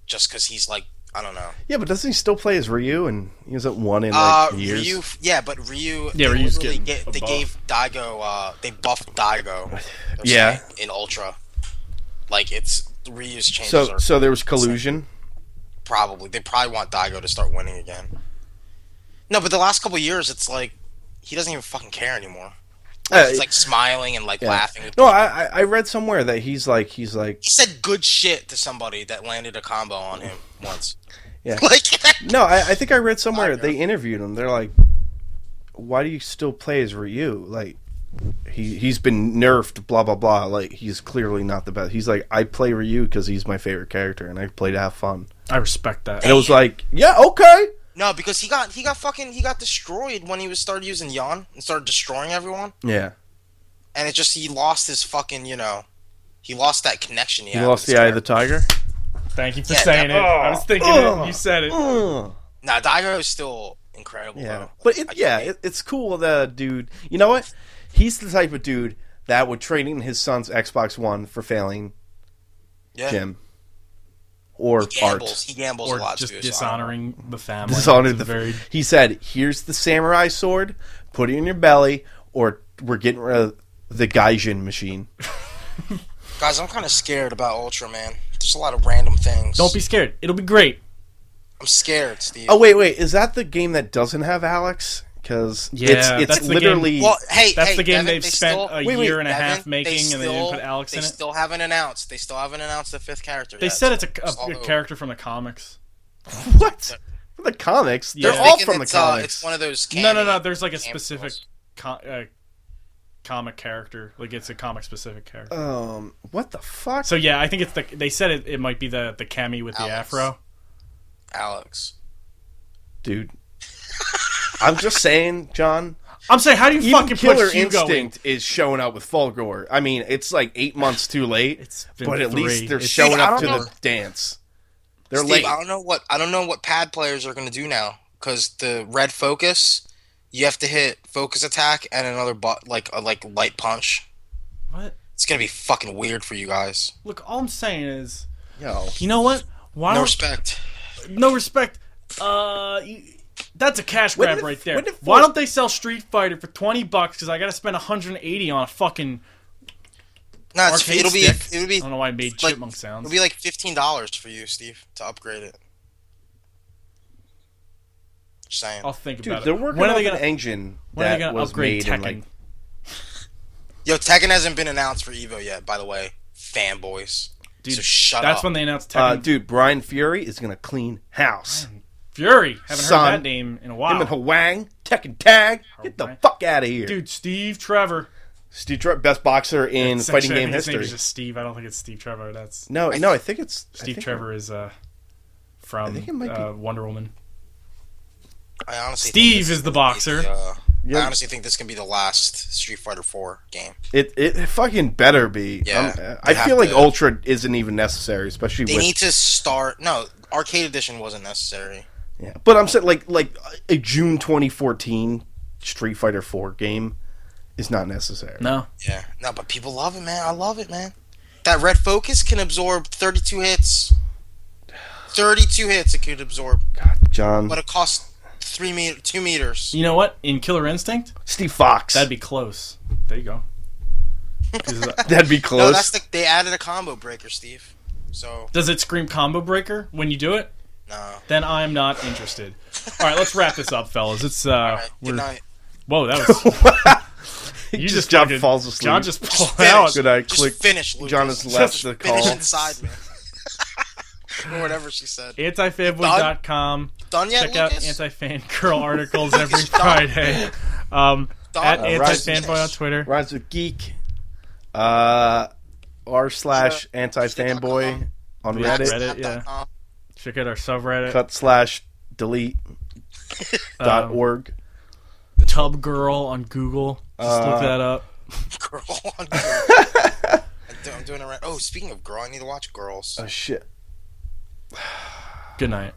S3: just because he's like I don't know.
S1: Yeah, but doesn't he still play as Ryu? And he hasn't won in
S3: Uh,
S1: like years.
S3: Ryu, yeah, but Ryu,
S2: Yeah,
S3: they
S2: Ryu's
S3: literally
S2: getting
S3: ga-
S2: a
S3: they
S2: buff.
S3: gave Daigo, uh, they buffed Daigo. they're
S1: Yeah.
S3: saying, in Ultra, like it's Ryu's changes
S1: So
S3: are
S1: so there was collusion.
S3: probably they probably want Daigo to start winning again. No, but the last couple years, it's like he doesn't even fucking care anymore.
S1: Uh,
S3: He's like smiling and like
S1: yeah.
S3: laughing. with
S1: No,
S3: people.
S1: I I- I read somewhere that he's like he's like
S3: he said good shit to somebody that landed a combo on him once.
S1: Yeah.
S3: like
S1: no. I, I think I read somewhere
S3: Liar.
S1: they interviewed him. They're like, why do you still play as Ryu? Like he he's been nerfed. Blah blah blah. Like he's clearly not the best. He's like I play Ryu because he's my favorite character and I play to have fun.
S2: I respect that.
S1: And it was like yeah okay.
S3: no, because he got he got fucking he got destroyed when he was started using Yon and started destroying everyone.
S1: Yeah,
S3: and it just he lost his fucking you know he lost that connection he,
S1: he
S3: had
S1: lost
S3: with
S1: the eye of
S3: his
S1: the tiger.
S2: Thank you for
S3: Yeah,
S2: saying
S3: that-
S2: it. I was thinking
S1: Ugh.
S2: it. You said it.
S1: Ugh.
S3: nah Daigo is still incredible
S1: Yeah,
S3: though.
S1: but
S3: I
S1: it,
S3: can't
S1: yeah,
S3: hate-
S1: it, it's cool. The dude, you know what? He's the type of dude that would trade in his son's Xbox One for failing
S3: yeah.
S1: Jim or
S3: he gambles
S1: Art.
S3: he gambles
S2: Or
S3: a lot
S2: just
S3: too, so I don't
S2: dishonoring the family.
S1: Dishonored
S2: It's
S1: the
S2: a very.
S1: He said, "Here's the samurai sword. Put it in your belly, or we're getting rid of the Gaijin machine."
S3: know. guys I'm kind of scared about Ultra man there's a lot of random things
S2: Don't be scared. It'll be great.
S3: I'm scared Steve
S1: Oh wait, wait, is that the game that doesn't have Alex? Because
S2: Yeah,
S1: it's it's
S2: that's the game.
S1: literally
S3: well hey
S2: That's
S3: hey,
S2: the game
S3: Devin,
S2: they've
S3: they
S2: spent
S3: still,
S2: a
S1: Wait, wait,
S2: year and a
S3: Devin,
S2: half making,
S3: still,
S2: and they didn't put Alex
S3: they
S2: in it.
S3: still haven't announced they still haven't announced the fifth character
S2: They
S3: yet,
S2: said it's
S3: so
S2: a, a- a
S3: all-
S2: character from the comics.
S1: what From the comics.
S2: Yeah.
S1: They're
S3: I'm
S1: all
S3: thinking
S1: from the
S3: it's, uh,
S1: comics.
S3: it's one of those
S2: No, no, no.
S3: canon-
S2: There's like a
S3: Cam
S2: specific
S3: Girls.
S2: co- uh, comic character. Like it's a comic specific character.
S1: um, what the fuck?
S2: so yeah, I think it's the. They said it, it might be the the cami with the
S3: Alex.
S2: afro.
S3: Alex
S1: dude. I'm just saying, John.
S2: I'm saying, how do you
S1: Even
S2: fucking
S1: Killer
S2: put Hugo in?
S1: Instinct is showing up with Fulgore. I mean, it's like eight months too late,
S2: It's been
S1: but at
S2: three.
S1: least they're
S2: It's-
S1: showing
S3: Dude, I
S1: up to
S3: don't
S1: the
S3: know.
S1: dance. They're
S3: Steve,
S1: late.
S3: I don't know what I don't know what pad players are going to do now because the red focus, you have to hit focus attack and another but like a like light punch.
S2: What?
S3: It's going to be fucking weird for you guys.
S2: Look, all I'm saying is,
S1: Yo,
S2: you know what? Why
S3: No
S2: don't
S3: respect.
S2: no respect? Uh, you, that's a cash
S1: When
S2: grab
S1: did-
S2: right there.
S1: when did
S2: Why
S1: Forza-
S2: don't they sell Street Fighter for twenty bucks? Because I got to spend 180 on a fucking
S3: No, it's,
S2: arcade
S3: it'll be
S2: stick.
S3: it'll be
S2: I don't know why I made
S3: like,
S2: chipmunk sounds.
S3: it'll be like fifteen dollars for you, Steve, to upgrade it. Just saying.
S2: I'll think
S1: dude,
S2: about
S1: they're
S2: it.
S1: working
S2: when
S1: on
S2: are they
S1: an
S2: gonna?
S1: engine
S2: When are they
S1: that
S2: gonna
S1: was
S2: upgrade
S1: made in
S2: Tekken?
S1: like.
S3: Yo, Tekken hasn't been announced for Evo yet, by the way. Fanboys.
S2: Dude,
S3: so shut
S2: that's
S3: up.
S2: when they announced Tekken.
S1: Uh, dude, Brian Fury is gonna clean house.
S2: Fury. Haven't
S1: Son.
S2: heard that name in a
S1: Him and
S2: while.
S1: Hwang, Tekken Tag, get the
S2: Hwang.
S1: fuck out of here,
S2: Dude, Steve Trevor.
S1: Steve Tre- best boxer in fighting
S2: Actually, I
S1: game
S2: think His name
S1: history.
S2: is just Steve. I don't think it's Steve Trevor. That's
S1: No, no, I think it's I
S2: Steve
S1: think-
S2: Trevor is uh, from
S1: think it might be-
S2: uh, Wonder Woman.
S3: I honestly think
S2: Steve
S3: this
S2: is the
S3: gonna be
S2: boxer.
S3: the, uh,
S1: Yeah.
S3: I honestly think this can be the last Street Fighter 4 game.
S1: It it fucking better be.
S3: Yeah,
S1: Um,
S3: they
S1: I
S3: have
S1: feel like
S3: to-
S1: Ultra isn't even necessary, especially
S3: They
S1: with
S3: need to start. No, Arcade Edition wasn't necessary.
S1: Yeah, but I'm saying like like a June 2014 Street Fighter 4 game is not necessary.
S2: No.
S3: Yeah. No, but people love it, man. I love it, man. That Red Focus can absorb 32 hits. 32 hits it could absorb,
S1: God, John,
S3: but it costs three meter, two meters.
S2: You know what? In Killer Instinct,
S1: Steve Fox.
S2: that'd be close. There you go. 'Cause, uh,
S1: that'd be
S3: No,
S1: close.
S3: that's the, they added a combo breaker, Steve. So
S2: does it scream combo breaker when you do it?
S3: no.
S2: Then I'm not interested. All right, let's wrap this up, fellas. It's uh,
S3: All right, good
S2: we're-
S3: night.
S2: whoa, that was
S1: He
S2: you
S1: just,
S2: just
S1: John
S2: fucking-
S1: falls asleep.
S2: John just pulled
S3: finish.
S2: out.
S1: Good night.
S3: Just
S1: Click.
S3: finish, Lucas.
S1: John has left
S3: Just
S1: the
S3: finish
S1: call.
S3: inside, man. or whatever she said.
S2: Antifanboy.com.
S3: Done yet,
S2: Check out
S3: Lucas?
S2: anti-fangirl articles every
S3: Stop.
S2: Friday. Um,
S3: Stop.
S2: at
S3: Uh,
S1: Rise-
S2: anti-fanboy on Twitter.
S1: Rhymes with geek. Uh, r slash anti fanboy on
S2: Yeah,
S1: Reddit.
S2: Reddit, yeah.
S3: Snap.com.
S2: Check out our subreddit.
S1: Cut slash delete dot
S2: Um,
S1: org.
S2: Tub Girl on Google. Just
S1: Uh,
S2: look that up.
S3: girl on I'm, do- I'm doing Oh, it right. Oh, speaking of girl, I need to watch Girls.
S1: Oh shit.
S2: Good night.